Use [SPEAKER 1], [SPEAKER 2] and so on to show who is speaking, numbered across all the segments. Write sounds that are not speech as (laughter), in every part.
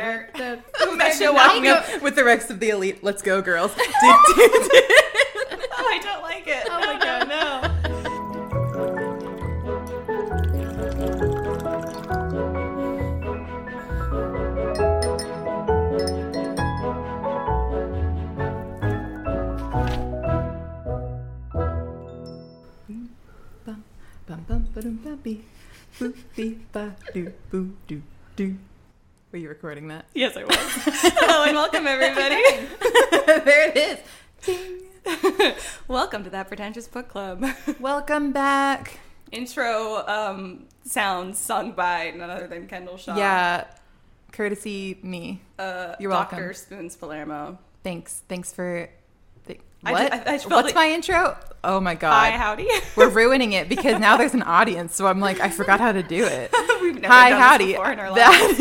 [SPEAKER 1] Imagine walking up with the rest of the elite. Let's go, girls. (laughs) I don't like it.
[SPEAKER 2] Oh my god, no.
[SPEAKER 1] Bum, bum, ba-dum, ba, bee. Boop, bee, ba, doo, boo, doo, doo. Were you recording that?
[SPEAKER 2] Yes, I was. Hello and welcome, everybody.
[SPEAKER 1] (laughs) there it is.
[SPEAKER 2] welcome to that pretentious book club. (laughs)
[SPEAKER 1] Welcome back.
[SPEAKER 2] Intro um, sounds sung by none other than Kendall Shaw.
[SPEAKER 1] Yeah, courtesy me.
[SPEAKER 2] uh,
[SPEAKER 1] you're
[SPEAKER 2] Dr.
[SPEAKER 1] welcome.
[SPEAKER 2] Spoons Palermo.
[SPEAKER 1] Thanks. Thanks for. Th-
[SPEAKER 2] I
[SPEAKER 1] what?
[SPEAKER 2] ju- I- I just felt like-
[SPEAKER 1] What's my intro? Oh my
[SPEAKER 2] Hi,
[SPEAKER 1] god.
[SPEAKER 2] howdy.
[SPEAKER 1] (laughs) We're ruining it because now there's an audience, so I'm like, I forgot how to do (laughs) it.
[SPEAKER 2] (laughs) We've never
[SPEAKER 1] Hi,
[SPEAKER 2] done
[SPEAKER 1] howdy.
[SPEAKER 2] this before in our lives.
[SPEAKER 1] That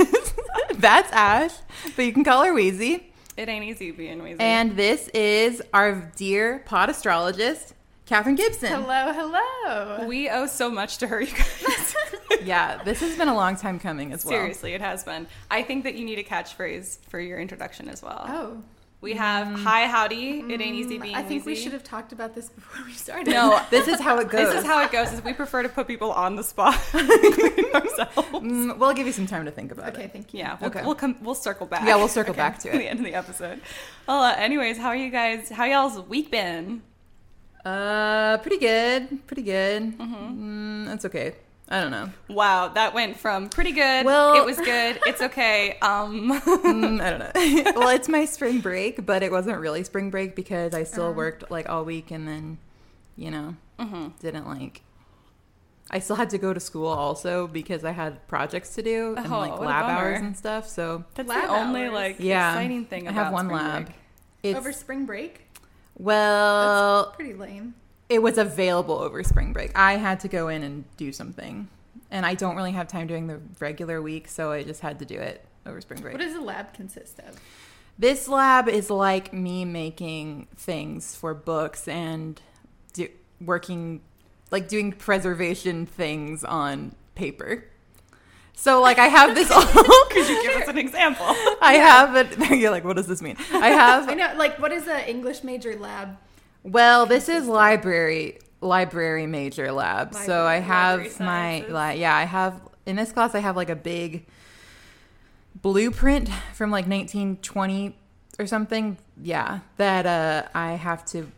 [SPEAKER 1] is, (laughs) that's Ash, but you can call her Wheezy.
[SPEAKER 2] It ain't easy being wheezy.
[SPEAKER 1] And this is our dear pod astrologist, Catherine Gibson.
[SPEAKER 3] Hello, hello.
[SPEAKER 2] we owe so much to her, you guys.
[SPEAKER 1] (laughs) Yeah, this has been a long time coming as well.
[SPEAKER 2] Seriously, it has been. I think that you need a catchphrase for your introduction as well.
[SPEAKER 3] Oh,
[SPEAKER 2] We have
[SPEAKER 1] Mm.
[SPEAKER 2] hi howdy. It ain't easy being.
[SPEAKER 3] Mm, I think we
[SPEAKER 2] wheezy."
[SPEAKER 3] should have talked about this (laughs) before we
[SPEAKER 2] (laughs)
[SPEAKER 3] started.
[SPEAKER 2] No,
[SPEAKER 1] (laughs) This is how it
[SPEAKER 2] (laughs)
[SPEAKER 1] goes.
[SPEAKER 2] this is how it goes. Is we prefer to put people on the
[SPEAKER 1] (laughs)
[SPEAKER 2] spot, including ourselves.
[SPEAKER 1] Mm, we'll give you some time to think about
[SPEAKER 3] (laughs) Okay,
[SPEAKER 1] it.
[SPEAKER 3] thank you.
[SPEAKER 2] Yeah, we'll,
[SPEAKER 1] Okay.
[SPEAKER 2] we'll come. We'll circle back.
[SPEAKER 1] Yeah, we'll
[SPEAKER 2] (laughs)
[SPEAKER 1] circle back to
[SPEAKER 2] at the
[SPEAKER 1] it.
[SPEAKER 2] end of the episode. Well, uh, anyways, how are you guys? How y'all's week been?
[SPEAKER 1] Uh, pretty good. Pretty good.
[SPEAKER 2] Mm-hmm.
[SPEAKER 1] Mm, that's okay. I don't know.
[SPEAKER 2] Wow, that went from pretty good.
[SPEAKER 1] Well-
[SPEAKER 2] it was good. It's okay.
[SPEAKER 1] (laughs)
[SPEAKER 2] Um,
[SPEAKER 1] Mm, I don't know. (laughs) well, it's my spring break, but it wasn't really spring break because I
[SPEAKER 2] Uh-huh.
[SPEAKER 1] still worked like all week and then, you know, didn't like. I still had to go to school also because I had projects to do and
[SPEAKER 2] Oh,
[SPEAKER 1] like
[SPEAKER 2] what a
[SPEAKER 1] lab hours
[SPEAKER 2] bummer.
[SPEAKER 1] and stuff. So
[SPEAKER 2] that's
[SPEAKER 3] Lab
[SPEAKER 2] the only
[SPEAKER 3] hours.
[SPEAKER 2] like
[SPEAKER 1] yeah,
[SPEAKER 2] exciting thing.
[SPEAKER 1] I
[SPEAKER 2] about
[SPEAKER 1] have one
[SPEAKER 2] spring
[SPEAKER 1] lab.
[SPEAKER 2] break. (laughs)
[SPEAKER 1] It's
[SPEAKER 3] Over spring break?
[SPEAKER 1] well,
[SPEAKER 3] That's pretty lame.
[SPEAKER 1] it was available over spring break. I had to go in and do something, and I don't really have time during the regular week, so I just had to do it over spring break.
[SPEAKER 3] What does a lab consist of?
[SPEAKER 1] This lab is like me making things for books and do, working, like doing preservation things on paper. So like I have
[SPEAKER 3] (laughs)
[SPEAKER 1] this all. (laughs)
[SPEAKER 2] Could you give us an example?
[SPEAKER 1] I have it. (laughs) You're like, what does this mean? I
[SPEAKER 3] (laughs) I
[SPEAKER 1] have.
[SPEAKER 3] know, like, what is an English major lab?
[SPEAKER 1] Well, this is library library major lab. so I
[SPEAKER 3] Library-
[SPEAKER 1] have
[SPEAKER 2] library
[SPEAKER 1] my
[SPEAKER 2] sciences.
[SPEAKER 1] li- yeah. I have in this class. I have like a big blueprint from like 1920 or something. Yeah, that uh, I have to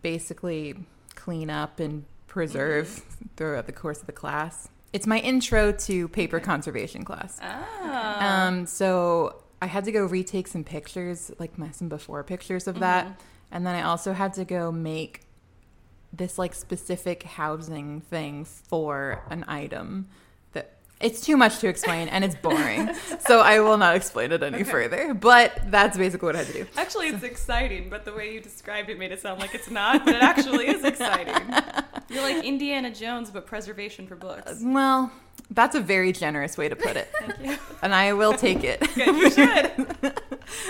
[SPEAKER 1] basically clean up and preserve
[SPEAKER 3] Mm-hmm.
[SPEAKER 1] throughout the course of the class. It's my intro to paper conservation class.
[SPEAKER 2] Ah.
[SPEAKER 1] Um, so I had to go retake some pictures, like my, some before pictures of that, and then I also had to go make this like specific housing thing for an item that it's too much to explain and it's boring. so I will not explain it any further. But that's basically what I had to do.
[SPEAKER 2] Actually, it's exciting, but the way you described it made it sound like it's not, but it actually is (laughs) exciting. You're like Indiana Jones, but preservation for books.
[SPEAKER 1] Well, that's a very generous way to put it,
[SPEAKER 2] Thank (laughs) you.
[SPEAKER 1] and I will take it. (laughs)
[SPEAKER 2] Good, you should.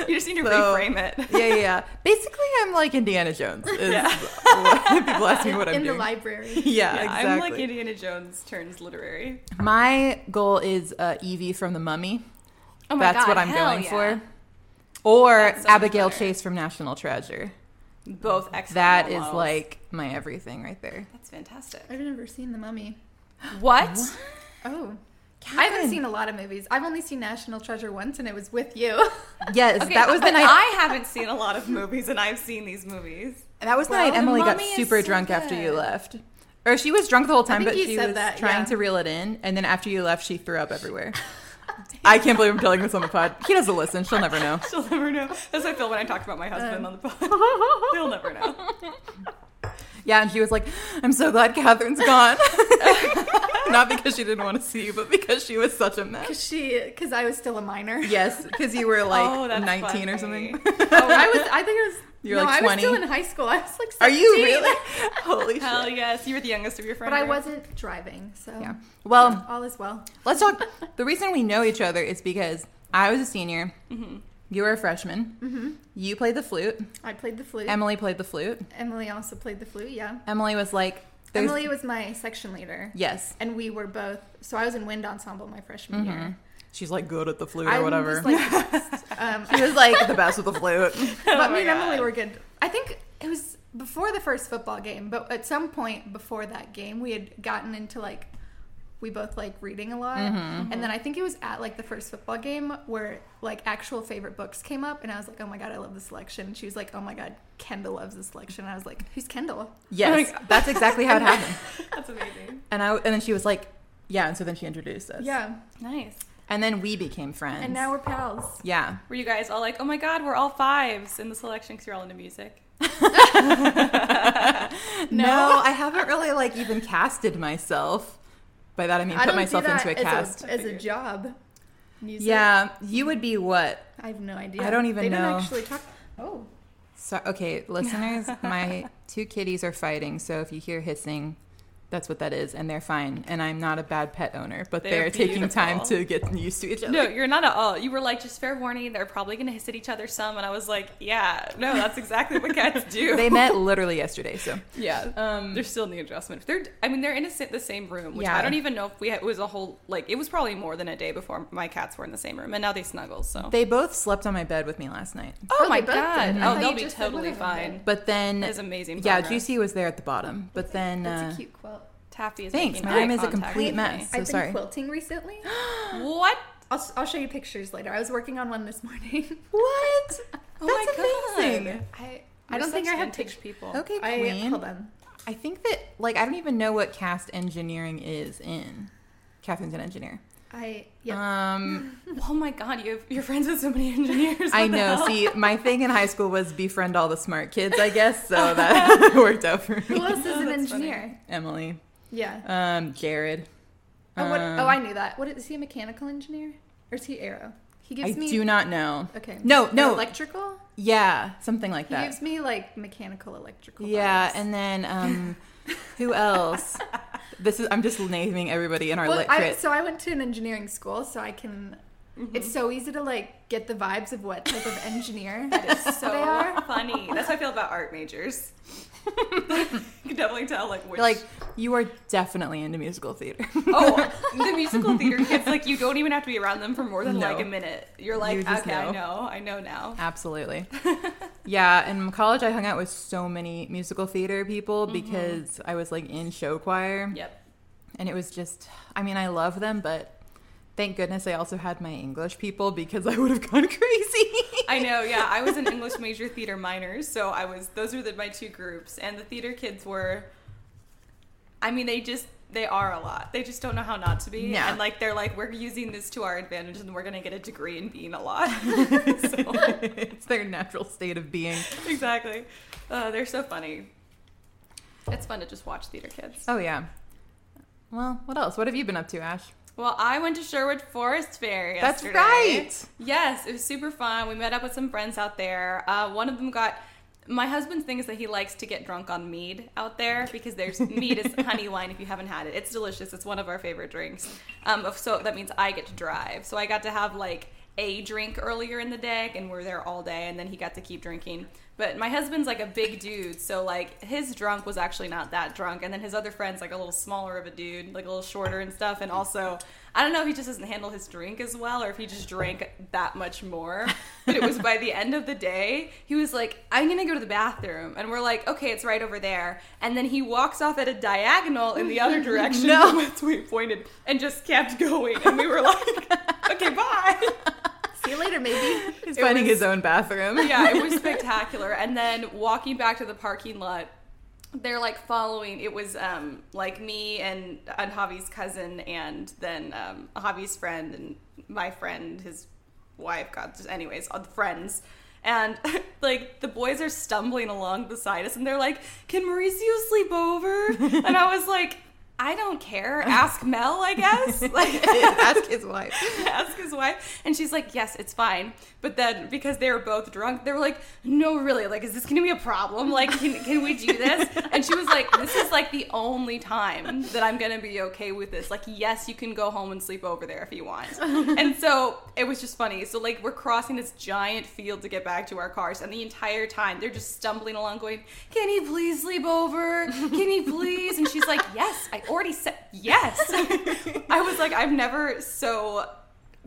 [SPEAKER 2] You just need to
[SPEAKER 1] So-
[SPEAKER 2] reframe it.
[SPEAKER 1] yeah, yeah, yeah. Basically, I'm like Indiana Jones. Is
[SPEAKER 2] Yeah.
[SPEAKER 1] what, (laughs) people ask me what I'm
[SPEAKER 3] in
[SPEAKER 1] doing.
[SPEAKER 3] the library.
[SPEAKER 1] (laughs)
[SPEAKER 2] Yeah,
[SPEAKER 1] yeah, exactly.
[SPEAKER 2] I'm like Indiana Jones turns literary.
[SPEAKER 1] My goal is uh, Evie from The Mummy.
[SPEAKER 2] Oh
[SPEAKER 1] That's what I'm going for. Or
[SPEAKER 2] That's so much
[SPEAKER 1] Abigail
[SPEAKER 2] better.
[SPEAKER 1] Chase from National Treasure.
[SPEAKER 2] for. Both excellent.
[SPEAKER 1] That is
[SPEAKER 2] models.
[SPEAKER 1] like my everything right there.
[SPEAKER 2] That's fantastic.
[SPEAKER 3] I've never seen The Mummy.
[SPEAKER 2] What?
[SPEAKER 3] Oh. I
[SPEAKER 1] Catherine.
[SPEAKER 3] haven't seen a lot of movies. I've only seen National Treasure once, and it was with you.
[SPEAKER 1] Yes, that was the
[SPEAKER 2] uh, but
[SPEAKER 1] night.
[SPEAKER 2] I haven't seen a lot of movies, and I've seen these movies.
[SPEAKER 1] that was the
[SPEAKER 3] Well,
[SPEAKER 1] night
[SPEAKER 3] The
[SPEAKER 1] Emily got
[SPEAKER 3] Mummy is
[SPEAKER 1] super
[SPEAKER 3] so
[SPEAKER 1] drunk after you
[SPEAKER 3] good.
[SPEAKER 1] left. Or she was drunk the whole time,
[SPEAKER 3] think
[SPEAKER 1] but
[SPEAKER 3] you
[SPEAKER 1] she
[SPEAKER 3] said
[SPEAKER 1] was
[SPEAKER 3] that,
[SPEAKER 1] trying
[SPEAKER 3] yeah.
[SPEAKER 1] to reel it in. And then after you left, she threw up everywhere. (laughs) I can't believe I'm telling this on the
[SPEAKER 3] (laughs)
[SPEAKER 1] pod. He doesn't listen. She'll never know.
[SPEAKER 2] (laughs) She'll never know. That's how I feel when I talk about my husband on the phone. They'll never know.
[SPEAKER 1] Yeah, and she was like, I'm so glad Catherine's gone. (laughs) Not because she didn't want to see you, but because she was such a mess.
[SPEAKER 3] Because she, because I was still a minor.
[SPEAKER 1] Yes, because you were like
[SPEAKER 2] Oh, that's
[SPEAKER 1] 19 or
[SPEAKER 2] funny.
[SPEAKER 1] something.
[SPEAKER 3] (laughs)
[SPEAKER 1] (laughs)
[SPEAKER 3] Oh, I was, I think it was,
[SPEAKER 1] You were,
[SPEAKER 3] no,
[SPEAKER 1] like,
[SPEAKER 3] I was still
[SPEAKER 1] 20.
[SPEAKER 3] in high school. I was like 17.
[SPEAKER 1] Are you
[SPEAKER 3] (laughs)
[SPEAKER 1] really? Holy
[SPEAKER 2] Hell
[SPEAKER 1] shit.
[SPEAKER 2] yes, you were the youngest of your friends.
[SPEAKER 3] But I wasn't driving, so
[SPEAKER 1] Yeah. Well,
[SPEAKER 3] all is well.
[SPEAKER 1] let's talk. The reason we know each other is because I was a senior,
[SPEAKER 2] Mm-hmm.
[SPEAKER 1] you were a freshman, you played the flute,
[SPEAKER 3] I played the flute.
[SPEAKER 1] Mm-hmm. Emily played the flute.
[SPEAKER 3] Emily also played the flute, yeah.
[SPEAKER 1] Emily was like, there's-
[SPEAKER 3] Emily was my section leader.
[SPEAKER 1] Yes. Mm-hmm.
[SPEAKER 3] And we were both, so I was in wind ensemble my freshman year.
[SPEAKER 1] she's like good at the flute
[SPEAKER 3] I'm
[SPEAKER 1] or whatever.
[SPEAKER 3] just, like, the best. um,
[SPEAKER 1] (laughs) she was like (laughs) Mm-hmm. the best with the
[SPEAKER 3] (laughs)
[SPEAKER 1] flute.
[SPEAKER 2] Oh
[SPEAKER 3] but
[SPEAKER 2] my
[SPEAKER 3] me and Emily
[SPEAKER 2] God.
[SPEAKER 3] were good. I think it was before the first football game, but at some point before that game, we had gotten into like we both like reading a lot, and then I think it was at like the first football game where like actual favorite books came up, and I was like, oh my god, I love this selection. And she was like, oh my god, Kendall loves this selection. And I was like, who's Kendall?
[SPEAKER 1] Yes,
[SPEAKER 3] (laughs)
[SPEAKER 1] that's exactly how it happened.
[SPEAKER 2] That's amazing.
[SPEAKER 1] And I and then she was like, yeah, and so then she introduced us.
[SPEAKER 3] Yeah,
[SPEAKER 2] Nice.
[SPEAKER 1] and then we became friends.
[SPEAKER 3] and now we're pals.
[SPEAKER 1] yeah,
[SPEAKER 2] Were you guys all like, oh my god, we're all fives in the selection because you're all into music?
[SPEAKER 1] no? I haven't really like even casted myself. By that I mean
[SPEAKER 3] I
[SPEAKER 1] put
[SPEAKER 3] don't do
[SPEAKER 1] myself
[SPEAKER 3] that
[SPEAKER 1] into a
[SPEAKER 3] as
[SPEAKER 1] cast.
[SPEAKER 3] a, as a job. Music.
[SPEAKER 1] yeah, you would be what?
[SPEAKER 3] I have no idea.
[SPEAKER 1] I don't even
[SPEAKER 3] they
[SPEAKER 1] know.
[SPEAKER 3] don't actually talk. Oh,
[SPEAKER 1] So, okay, listeners, my two kitties are fighting, so if you hear hissing, that's what that is, and they're fine. And I'm not a bad pet owner, but
[SPEAKER 2] They're
[SPEAKER 1] they're, taking time
[SPEAKER 2] beautiful.
[SPEAKER 1] to get used to each other.
[SPEAKER 2] No, you're not at all. You were like, just fair warning, they're probably going to hiss at each other some. And I was like, yeah, no, that's exactly what cats do.
[SPEAKER 1] They met literally yesterday, so
[SPEAKER 2] yeah.
[SPEAKER 1] um,
[SPEAKER 2] They're still in the adjustment. They're, I mean, they're in a, si- the same room, which
[SPEAKER 1] Yeah.
[SPEAKER 2] I don't even know if we had, it was a whole, like, it was probably more than a day before my cats were in the same room. And now they snuggle, so.
[SPEAKER 1] they both slept on my bed with me last night.
[SPEAKER 2] oh,
[SPEAKER 3] Oh,
[SPEAKER 2] my
[SPEAKER 3] they both
[SPEAKER 2] God.
[SPEAKER 3] did. I
[SPEAKER 2] Oh,
[SPEAKER 3] thought
[SPEAKER 2] they'll
[SPEAKER 3] you
[SPEAKER 2] be
[SPEAKER 3] just said
[SPEAKER 2] totally
[SPEAKER 3] one of them
[SPEAKER 2] fine.
[SPEAKER 3] did.
[SPEAKER 1] But then,
[SPEAKER 2] That is amazing.
[SPEAKER 1] yeah,
[SPEAKER 2] progress.
[SPEAKER 1] Juicy was there at the bottom, but then uh,
[SPEAKER 3] that's a cute quilt.
[SPEAKER 2] Taffy is
[SPEAKER 1] Thanks,
[SPEAKER 2] making
[SPEAKER 1] my
[SPEAKER 2] eye
[SPEAKER 1] name is a
[SPEAKER 2] contact
[SPEAKER 1] complete
[SPEAKER 2] with
[SPEAKER 1] mess.
[SPEAKER 2] me.
[SPEAKER 1] So
[SPEAKER 3] I've
[SPEAKER 1] sorry.
[SPEAKER 3] been quilting recently.
[SPEAKER 2] (gasps) What?
[SPEAKER 3] (gasps) I'll, s- I'll show you pictures later. I was working on one this morning.
[SPEAKER 1] what?
[SPEAKER 2] Oh
[SPEAKER 1] that's amazing.
[SPEAKER 3] I (laughs) I don't think I have pictures.
[SPEAKER 2] people.
[SPEAKER 1] Okay,
[SPEAKER 3] I
[SPEAKER 1] Queen.
[SPEAKER 3] hold on.
[SPEAKER 1] I think that like I don't even know what cast engineering is in. Catherine's an engineer.
[SPEAKER 3] I yeah. (laughs)
[SPEAKER 1] Um,
[SPEAKER 2] Oh my god, you have, you're friends with so many (laughs) engineers. What
[SPEAKER 1] I
[SPEAKER 2] the
[SPEAKER 1] know.
[SPEAKER 2] hell? (laughs)
[SPEAKER 1] See, my thing in high school was befriend all the smart kids. I guess so
[SPEAKER 3] (laughs)
[SPEAKER 1] that (laughs) worked out for
[SPEAKER 3] Who
[SPEAKER 1] me.
[SPEAKER 3] else is an
[SPEAKER 2] that's funny.
[SPEAKER 3] engineer?
[SPEAKER 1] Emily,
[SPEAKER 3] Yeah.
[SPEAKER 1] um, Jared.
[SPEAKER 3] Oh, what,
[SPEAKER 1] Um,
[SPEAKER 3] oh, I knew that. What is, is he a mechanical engineer or is he aero? He
[SPEAKER 1] I
[SPEAKER 3] gives me
[SPEAKER 1] do not know.
[SPEAKER 3] okay.
[SPEAKER 1] No, no.
[SPEAKER 3] electrical.
[SPEAKER 1] Yeah, something like
[SPEAKER 3] He
[SPEAKER 1] that.
[SPEAKER 3] gives me like mechanical electrical.
[SPEAKER 1] Yeah,
[SPEAKER 3] vibes.
[SPEAKER 1] and then
[SPEAKER 3] (laughs)
[SPEAKER 1] um, who else? This is I'm just naming everybody in our
[SPEAKER 3] well,
[SPEAKER 1] lit
[SPEAKER 3] I,
[SPEAKER 1] crit.
[SPEAKER 3] so I went to an engineering school, so I can. It's so easy to like get the vibes of what type of (laughs) engineer
[SPEAKER 2] so
[SPEAKER 3] they are.
[SPEAKER 2] funny. That's how I feel about art majors. (laughs) you can definitely tell, like, which.
[SPEAKER 1] You're like you are definitely into musical theater.
[SPEAKER 2] oh, the musical theater kids, like, you don't even have to be around them for more than,
[SPEAKER 1] No.
[SPEAKER 2] like, a minute. You're like,
[SPEAKER 1] You just
[SPEAKER 2] okay, I
[SPEAKER 1] know.
[SPEAKER 2] know, I know now.
[SPEAKER 1] (laughs) Absolutely. yeah, in college I hung out with so many musical theater people because I was like in show choir
[SPEAKER 2] Yep.
[SPEAKER 1] and it was just I mean, I love them, but thank goodness I also had my English people because I would have gone (laughs) crazy.
[SPEAKER 2] I know, yeah. I was an English major theater minor, so I was those were the, my two groups. And the theater kids were I mean, they just they are a lot. They just don't know how not to be.
[SPEAKER 1] Yeah.
[SPEAKER 2] And like they're like, we're using this to our advantage and we're gonna get a degree in being a
[SPEAKER 1] (laughs)
[SPEAKER 2] lot. (laughs) so,
[SPEAKER 1] it's their natural state of being.
[SPEAKER 2] exactly. Uh, they're so funny. It's fun to just watch theater kids.
[SPEAKER 1] Oh yeah. Well, what else? What have you been up to, Ash?
[SPEAKER 2] Well, I went to Sherwood Forest Fair yesterday.
[SPEAKER 1] That's right.
[SPEAKER 2] Yes, it was super fun. We met up with some friends out there. Uh, one of them got my husband's thing is that he likes to get drunk on mead out there because there's mead is honey wine if you haven't had it. It's delicious. It's one of our favorite drinks. Um, of- so that means I get to drive. So I got to have like a drink earlier in the day and we're there all day and then he got to keep drinking. But my husband's like a big dude, so like his drunk was actually not that drunk and then his other friend's like a little smaller of a dude, like a little shorter and stuff and also I don't know if he just doesn't handle his drink as well or if he just drank that much more. But it was by the end of the day, he was like, I'm gonna go to the bathroom. And we're like, okay, it's right over there. And then he walks off at a diagonal in the other direction no. from which we pointed and just kept going. And we were like, okay, bye.
[SPEAKER 3] See you later, maybe. (laughs)
[SPEAKER 1] He's
[SPEAKER 2] It
[SPEAKER 1] finding
[SPEAKER 2] was-
[SPEAKER 1] his own bathroom.
[SPEAKER 2] Yeah, it was spectacular. And then walking back to the parking lot, they're like following. It was um, like me and, and Javi's cousin, and then um, Javi's friend, and my friend, his wife, God, just anyways, all the friends. And (laughs) like the boys are stumbling along beside us, and they're like, "Can Mauricio sleep over?" And I was like, "I don't care. Ask Mel, I guess." (laughs) Like,
[SPEAKER 1] (laughs) Ask his wife.
[SPEAKER 2] (laughs) ask his wife, and she's like, "Yes, it's fine." But then because they were both drunk, they were like, "No, really? Like, is this gonna be a problem? Like, can, can we do this?" And she was like, "This is like the only time that I'm gonna be okay with this. Like, yes, you can go home and sleep over there if you want." And so it was just funny. So like we're crossing this giant field to get back to our cars, and the entire time they're just stumbling along, going, "Can he please sleep over? Can he please?" And (laughs) she's like, "Yes, I already said yes." I was like, I've never so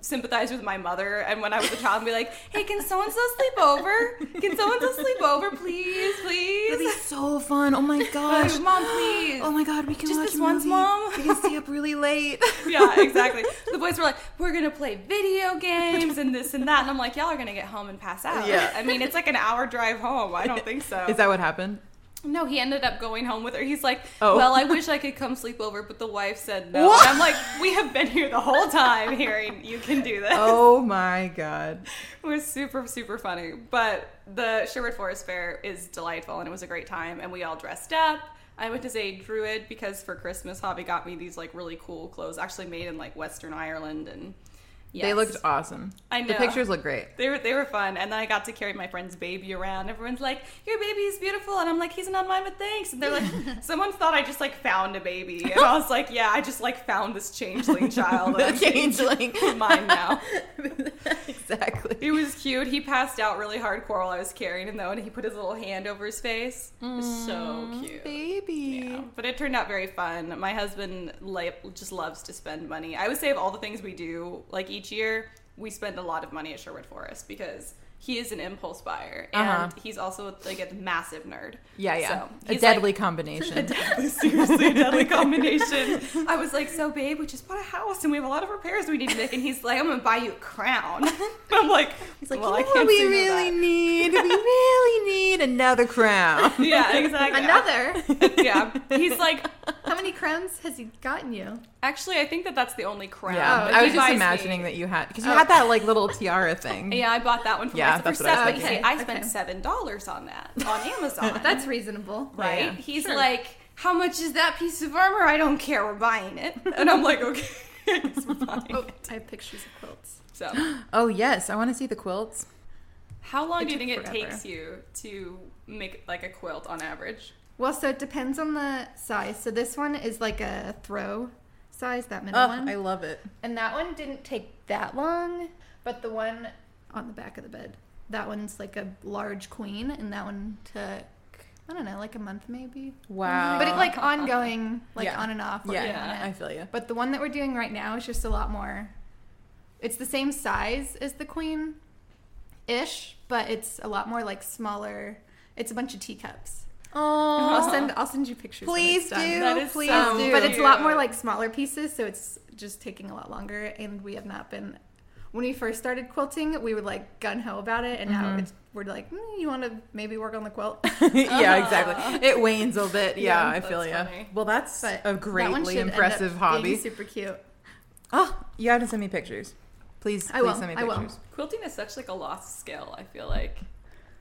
[SPEAKER 2] sympathize with my mother and when I was a child and be like, hey, can so and so sleep over? Can so and so sleep over, please,
[SPEAKER 1] It'd be
[SPEAKER 2] please?
[SPEAKER 1] so fun. Oh (laughs) my gosh.
[SPEAKER 2] Like, Mom, please.
[SPEAKER 1] Oh my god, we can
[SPEAKER 2] Just
[SPEAKER 1] watch
[SPEAKER 2] this
[SPEAKER 1] a
[SPEAKER 2] once,
[SPEAKER 1] movie.
[SPEAKER 2] Mom.
[SPEAKER 1] We can stay up really late.
[SPEAKER 2] yeah, exactly. The boys were like, "We're gonna play video games and this and that," and I'm like, "Y'all are gonna get home and pass out."
[SPEAKER 1] Yeah.
[SPEAKER 2] I mean, it's like an hour drive home. (laughs) I don't think so.
[SPEAKER 1] Is that what happened?
[SPEAKER 2] no, he ended up going home with her. He's like,
[SPEAKER 1] Oh.
[SPEAKER 2] "Well, I wish I could come sleep over," but the wife said no.
[SPEAKER 1] What?
[SPEAKER 2] And I'm like, "We have been here the whole time, hearing you can do this."
[SPEAKER 1] Oh my god.
[SPEAKER 2] It was super super funny. But the Sherwood Forest Fair is delightful, and it was a great time. And we all dressed up. I went as a druid because for Christmas, Hobby got me these like really cool clothes, actually made in like Western Ireland, and
[SPEAKER 1] They
[SPEAKER 2] yes.
[SPEAKER 1] looked awesome.
[SPEAKER 2] I
[SPEAKER 1] The
[SPEAKER 2] know.
[SPEAKER 1] pictures look
[SPEAKER 2] (laughs)
[SPEAKER 1] great.
[SPEAKER 2] They were they were fun, and then I got to carry my friend's baby around. Everyone's like, "Your baby is beautiful," and I'm like, "He's not mine, but thanks." And they're
[SPEAKER 1] (laughs)
[SPEAKER 2] like, "Someone thought I just like found a baby," and I was like, "Yeah, I just like found this
[SPEAKER 1] (laughs)
[SPEAKER 2] changeling child. and I'm (laughs)
[SPEAKER 1] Changeling.
[SPEAKER 2] mine now."
[SPEAKER 1] exactly.
[SPEAKER 2] It was cute. He passed out really hardcore while I was carrying him though, and he put his little hand over his face. It was so cute.
[SPEAKER 1] Mm, Baby.
[SPEAKER 2] Yeah, but it turned out very fun. My husband like just loves to spend money. I would say of all the things we do, like each year, we spend a lot of money at Sherwood Forest because he is an impulse buyer and
[SPEAKER 1] Uh-huh.
[SPEAKER 2] he's also like a massive nerd.
[SPEAKER 1] Yeah, yeah.
[SPEAKER 2] So,
[SPEAKER 1] a
[SPEAKER 2] he's
[SPEAKER 1] deadly
[SPEAKER 2] like- (laughs)
[SPEAKER 1] combination.
[SPEAKER 2] seriously a (laughs) deadly combination. I was like, so babe, we just bought a house and we have a lot of repairs we need to make, and he's like, I'm gonna buy you a crown. (laughs) I'm like,
[SPEAKER 1] It's like,
[SPEAKER 2] well,
[SPEAKER 1] you
[SPEAKER 2] I
[SPEAKER 1] know
[SPEAKER 2] can't
[SPEAKER 1] what we
[SPEAKER 2] do
[SPEAKER 1] really
[SPEAKER 2] that.
[SPEAKER 1] need? We really need another crown.
[SPEAKER 2] (laughs)
[SPEAKER 1] (laughs)
[SPEAKER 2] Yeah, exactly.
[SPEAKER 3] Another.
[SPEAKER 2] (laughs) yeah, he's (laughs) like,
[SPEAKER 3] How many crowns has he gotten you?
[SPEAKER 2] actually, I think that that's the only crown.
[SPEAKER 1] Yeah,
[SPEAKER 2] but
[SPEAKER 1] I
[SPEAKER 2] he
[SPEAKER 1] was just
[SPEAKER 2] buys me-
[SPEAKER 1] imagining that you had because you
[SPEAKER 3] Oh.
[SPEAKER 1] had that like little tiara thing.
[SPEAKER 2] Yeah, I bought that one for
[SPEAKER 1] Yeah,
[SPEAKER 2] myself
[SPEAKER 1] that's
[SPEAKER 2] for
[SPEAKER 1] what I
[SPEAKER 2] seven.
[SPEAKER 1] was
[SPEAKER 2] but
[SPEAKER 3] thinking.
[SPEAKER 2] see, I
[SPEAKER 3] Okay,
[SPEAKER 2] spent
[SPEAKER 3] okay.
[SPEAKER 2] seven dollars on that (laughs) on Amazon.
[SPEAKER 3] That's reasonable.
[SPEAKER 2] right.
[SPEAKER 1] Yeah.
[SPEAKER 2] He's
[SPEAKER 3] Sure.
[SPEAKER 2] like, how much is that piece of armor? I don't care. We're buying it. And I'm like, okay. (laughs) I guess we're buying
[SPEAKER 3] Oh,
[SPEAKER 2] it.
[SPEAKER 3] I have pictures of quilts.
[SPEAKER 2] So,
[SPEAKER 1] Oh yes, I want to see the quilts.
[SPEAKER 2] how long
[SPEAKER 3] It
[SPEAKER 2] do you
[SPEAKER 3] took
[SPEAKER 2] think it
[SPEAKER 3] forever.
[SPEAKER 2] takes you to make like a quilt on average?
[SPEAKER 3] Well, so it depends on the size. So this one is like a throw size, that middle
[SPEAKER 1] Oh,
[SPEAKER 3] one.
[SPEAKER 1] I love it.
[SPEAKER 3] And that one didn't take that long, but the one on the back of the bed, that one's like a large queen, and that one took I don't know, like a month maybe.
[SPEAKER 1] Wow.
[SPEAKER 3] But it like ongoing, like
[SPEAKER 1] Uh, Yeah.
[SPEAKER 3] on and off.
[SPEAKER 1] yeah,
[SPEAKER 3] working on
[SPEAKER 1] I
[SPEAKER 3] it.
[SPEAKER 1] feel you.
[SPEAKER 3] But the one that we're doing right now is just a lot more. It's the same size as the queen, ish, but it's a lot more like smaller. It's a bunch of teacups.
[SPEAKER 1] Oh,
[SPEAKER 3] I'll send I'll send you pictures. when
[SPEAKER 1] please
[SPEAKER 3] it's
[SPEAKER 1] do,
[SPEAKER 3] done.
[SPEAKER 2] That is
[SPEAKER 1] please
[SPEAKER 2] so
[SPEAKER 1] do.
[SPEAKER 3] Um, But it's a lot more
[SPEAKER 2] Cute.
[SPEAKER 3] like smaller pieces, so it's just taking a lot longer. And we have not been. When we first started quilting, we were like gun ho about it, and
[SPEAKER 1] Mm-hmm.
[SPEAKER 3] now it's, we're like, mm, you want to maybe work on
[SPEAKER 1] (laughs)
[SPEAKER 3] the quilt.
[SPEAKER 1] (laughs)
[SPEAKER 3] (laughs)
[SPEAKER 1] yeah, exactly. It wanes a bit. Yeah,
[SPEAKER 3] Yeah,
[SPEAKER 1] I feel
[SPEAKER 2] that's
[SPEAKER 1] you.
[SPEAKER 2] funny.
[SPEAKER 1] Well, that's
[SPEAKER 3] But
[SPEAKER 1] a
[SPEAKER 3] that one should
[SPEAKER 1] greatly
[SPEAKER 3] end up
[SPEAKER 1] impressive
[SPEAKER 3] being
[SPEAKER 1] hobby.
[SPEAKER 3] super cute.
[SPEAKER 1] oh, you have to send me pictures. Please,
[SPEAKER 3] I
[SPEAKER 1] please
[SPEAKER 3] will,
[SPEAKER 1] send me
[SPEAKER 3] I will.
[SPEAKER 1] pictures.
[SPEAKER 2] Quilting is such like a lost skill. I feel like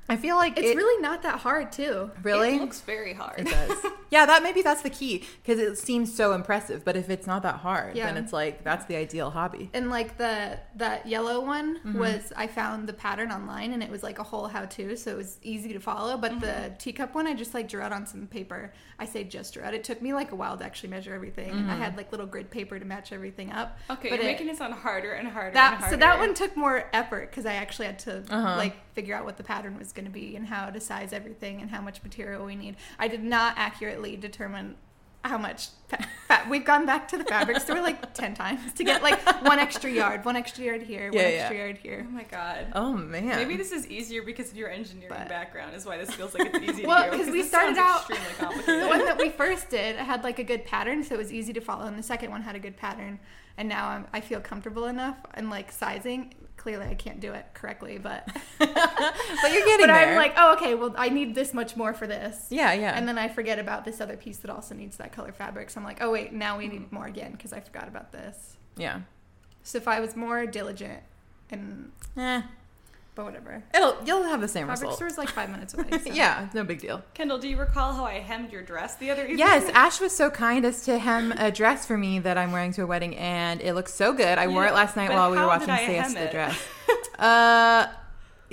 [SPEAKER 1] I, feel like
[SPEAKER 3] It's
[SPEAKER 1] it-
[SPEAKER 3] really not that hard too.
[SPEAKER 1] really
[SPEAKER 2] it looks very hard.
[SPEAKER 1] (laughs) It does. yeah, that maybe that's the key because it seems so impressive. But if it's not that hard,
[SPEAKER 3] Yeah.
[SPEAKER 1] then it's like that's the ideal hobby.
[SPEAKER 3] And like the that yellow one
[SPEAKER 2] Mm-hmm.
[SPEAKER 3] was I found the pattern online and it was like a whole how to, so it was easy to follow. But the
[SPEAKER 2] Mm-hmm.
[SPEAKER 3] teacup one I just like drew out on some paper. I say just drew out. It took me like a while to actually measure everything. I had like little grid paper to match everything up.
[SPEAKER 2] Mm-hmm. (laughs) Okay,
[SPEAKER 3] but
[SPEAKER 2] you're
[SPEAKER 3] it-
[SPEAKER 2] making it sound harder and harder. and
[SPEAKER 3] that
[SPEAKER 2] harder.
[SPEAKER 3] so that one took more effort because I actually had to
[SPEAKER 1] Uh-huh.
[SPEAKER 3] like figure out what the pattern was going to be and how to size everything and how much material we need. I did not accurately determine how much fa- fa- we've gone back to the fabric store like (laughs) 10 times to get like one extra yard, one extra yard here,
[SPEAKER 1] Yeah,
[SPEAKER 3] one
[SPEAKER 1] yeah.
[SPEAKER 3] extra yard
[SPEAKER 2] Oh
[SPEAKER 3] here.
[SPEAKER 2] my god.
[SPEAKER 1] Oh man, (laughs)
[SPEAKER 2] Maybe this is easier because of your engineering
[SPEAKER 3] But-
[SPEAKER 2] background is why this feels like
[SPEAKER 3] (laughs)
[SPEAKER 2] it's easy.
[SPEAKER 3] Well,
[SPEAKER 2] to do,
[SPEAKER 3] 'cause we
[SPEAKER 2] this
[SPEAKER 3] started
[SPEAKER 2] sounds
[SPEAKER 3] out-
[SPEAKER 2] extremely
[SPEAKER 3] The
[SPEAKER 2] complicated.
[SPEAKER 3] one that we first did had like a good pattern, so it was easy to follow, and the second one had a good pattern. And now I'm, I feel comfortable enough and like sizing. Clearly, I can't do it correctly, but
[SPEAKER 1] but you're getting
[SPEAKER 3] (laughs) but
[SPEAKER 1] there.
[SPEAKER 3] I'm like, oh, okay, well, I need this much more for this.
[SPEAKER 1] yeah, yeah.
[SPEAKER 3] And then I forget about this other piece that also needs that color fabric. So I'm like, oh, wait, now we need more again because I forgot about this.
[SPEAKER 1] yeah.
[SPEAKER 3] So if I was more diligent and,
[SPEAKER 1] Eh,
[SPEAKER 3] but whatever.
[SPEAKER 1] it'll you'll have the same
[SPEAKER 3] Fabric
[SPEAKER 1] result.
[SPEAKER 3] store's like five minutes (laughs) away. So.
[SPEAKER 1] (laughs) Yeah, it's no big deal.
[SPEAKER 2] Kendall, do you recall how I hemmed your dress the other evening?
[SPEAKER 1] Yes, Ash was so kind as to hem a dress for me that I'm wearing to a wedding, and it looks so good. I wore
[SPEAKER 2] Yeah,
[SPEAKER 1] it last night
[SPEAKER 2] but
[SPEAKER 1] while we were
[SPEAKER 2] how did
[SPEAKER 1] watching
[SPEAKER 2] I
[SPEAKER 1] Say Yes
[SPEAKER 2] hem
[SPEAKER 1] to the
[SPEAKER 2] it? (laughs)
[SPEAKER 1] Dress. Uh,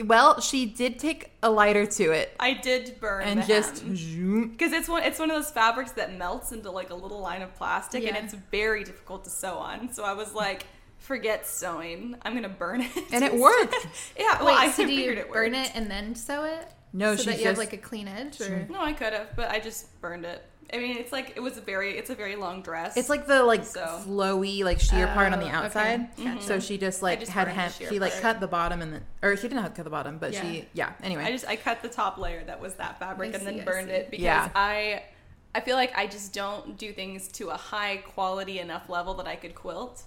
[SPEAKER 1] well, she did take a lighter to it
[SPEAKER 2] I did burn
[SPEAKER 1] and
[SPEAKER 2] the
[SPEAKER 1] just
[SPEAKER 2] hem.
[SPEAKER 1] zoom.
[SPEAKER 2] because it's one it's one of those fabrics that melts into like a little line of plastic
[SPEAKER 3] Yeah.
[SPEAKER 2] and it's very difficult to sew on. So I was like, forget sewing. I'm gonna burn it.
[SPEAKER 1] And it worked.
[SPEAKER 2] (laughs) yeah,
[SPEAKER 3] Wait,
[SPEAKER 2] well I
[SPEAKER 3] so do
[SPEAKER 2] figured
[SPEAKER 3] you
[SPEAKER 2] it
[SPEAKER 3] burn
[SPEAKER 2] worked.
[SPEAKER 3] it and then sew it?
[SPEAKER 1] No,
[SPEAKER 3] so
[SPEAKER 1] she
[SPEAKER 3] that you
[SPEAKER 1] just (laughs)
[SPEAKER 3] have like a clean edge? Or?
[SPEAKER 2] No, I could have, but I just burned it. I mean, it's like it was a very it's a very long dress.
[SPEAKER 1] It's like the like
[SPEAKER 2] So-
[SPEAKER 1] flowy like sheer part on
[SPEAKER 3] Oh,
[SPEAKER 1] the
[SPEAKER 3] okay.
[SPEAKER 1] outside.
[SPEAKER 2] Gotcha.
[SPEAKER 3] Mm-hmm.
[SPEAKER 1] So she just like
[SPEAKER 2] just
[SPEAKER 1] had
[SPEAKER 2] burned the
[SPEAKER 1] hem-
[SPEAKER 2] sheer
[SPEAKER 1] she like
[SPEAKER 2] part.
[SPEAKER 1] cut the bottom and then or she didn't cut the bottom, but
[SPEAKER 3] Yeah.
[SPEAKER 1] she yeah. (laughs) Anyway,
[SPEAKER 2] I just I cut the top layer that was that fabric
[SPEAKER 3] I
[SPEAKER 2] and then
[SPEAKER 3] see, I
[SPEAKER 2] burned
[SPEAKER 3] see.
[SPEAKER 2] it because
[SPEAKER 1] Yeah.
[SPEAKER 2] I I feel like I just don't do things to a high quality enough level that I could quilt.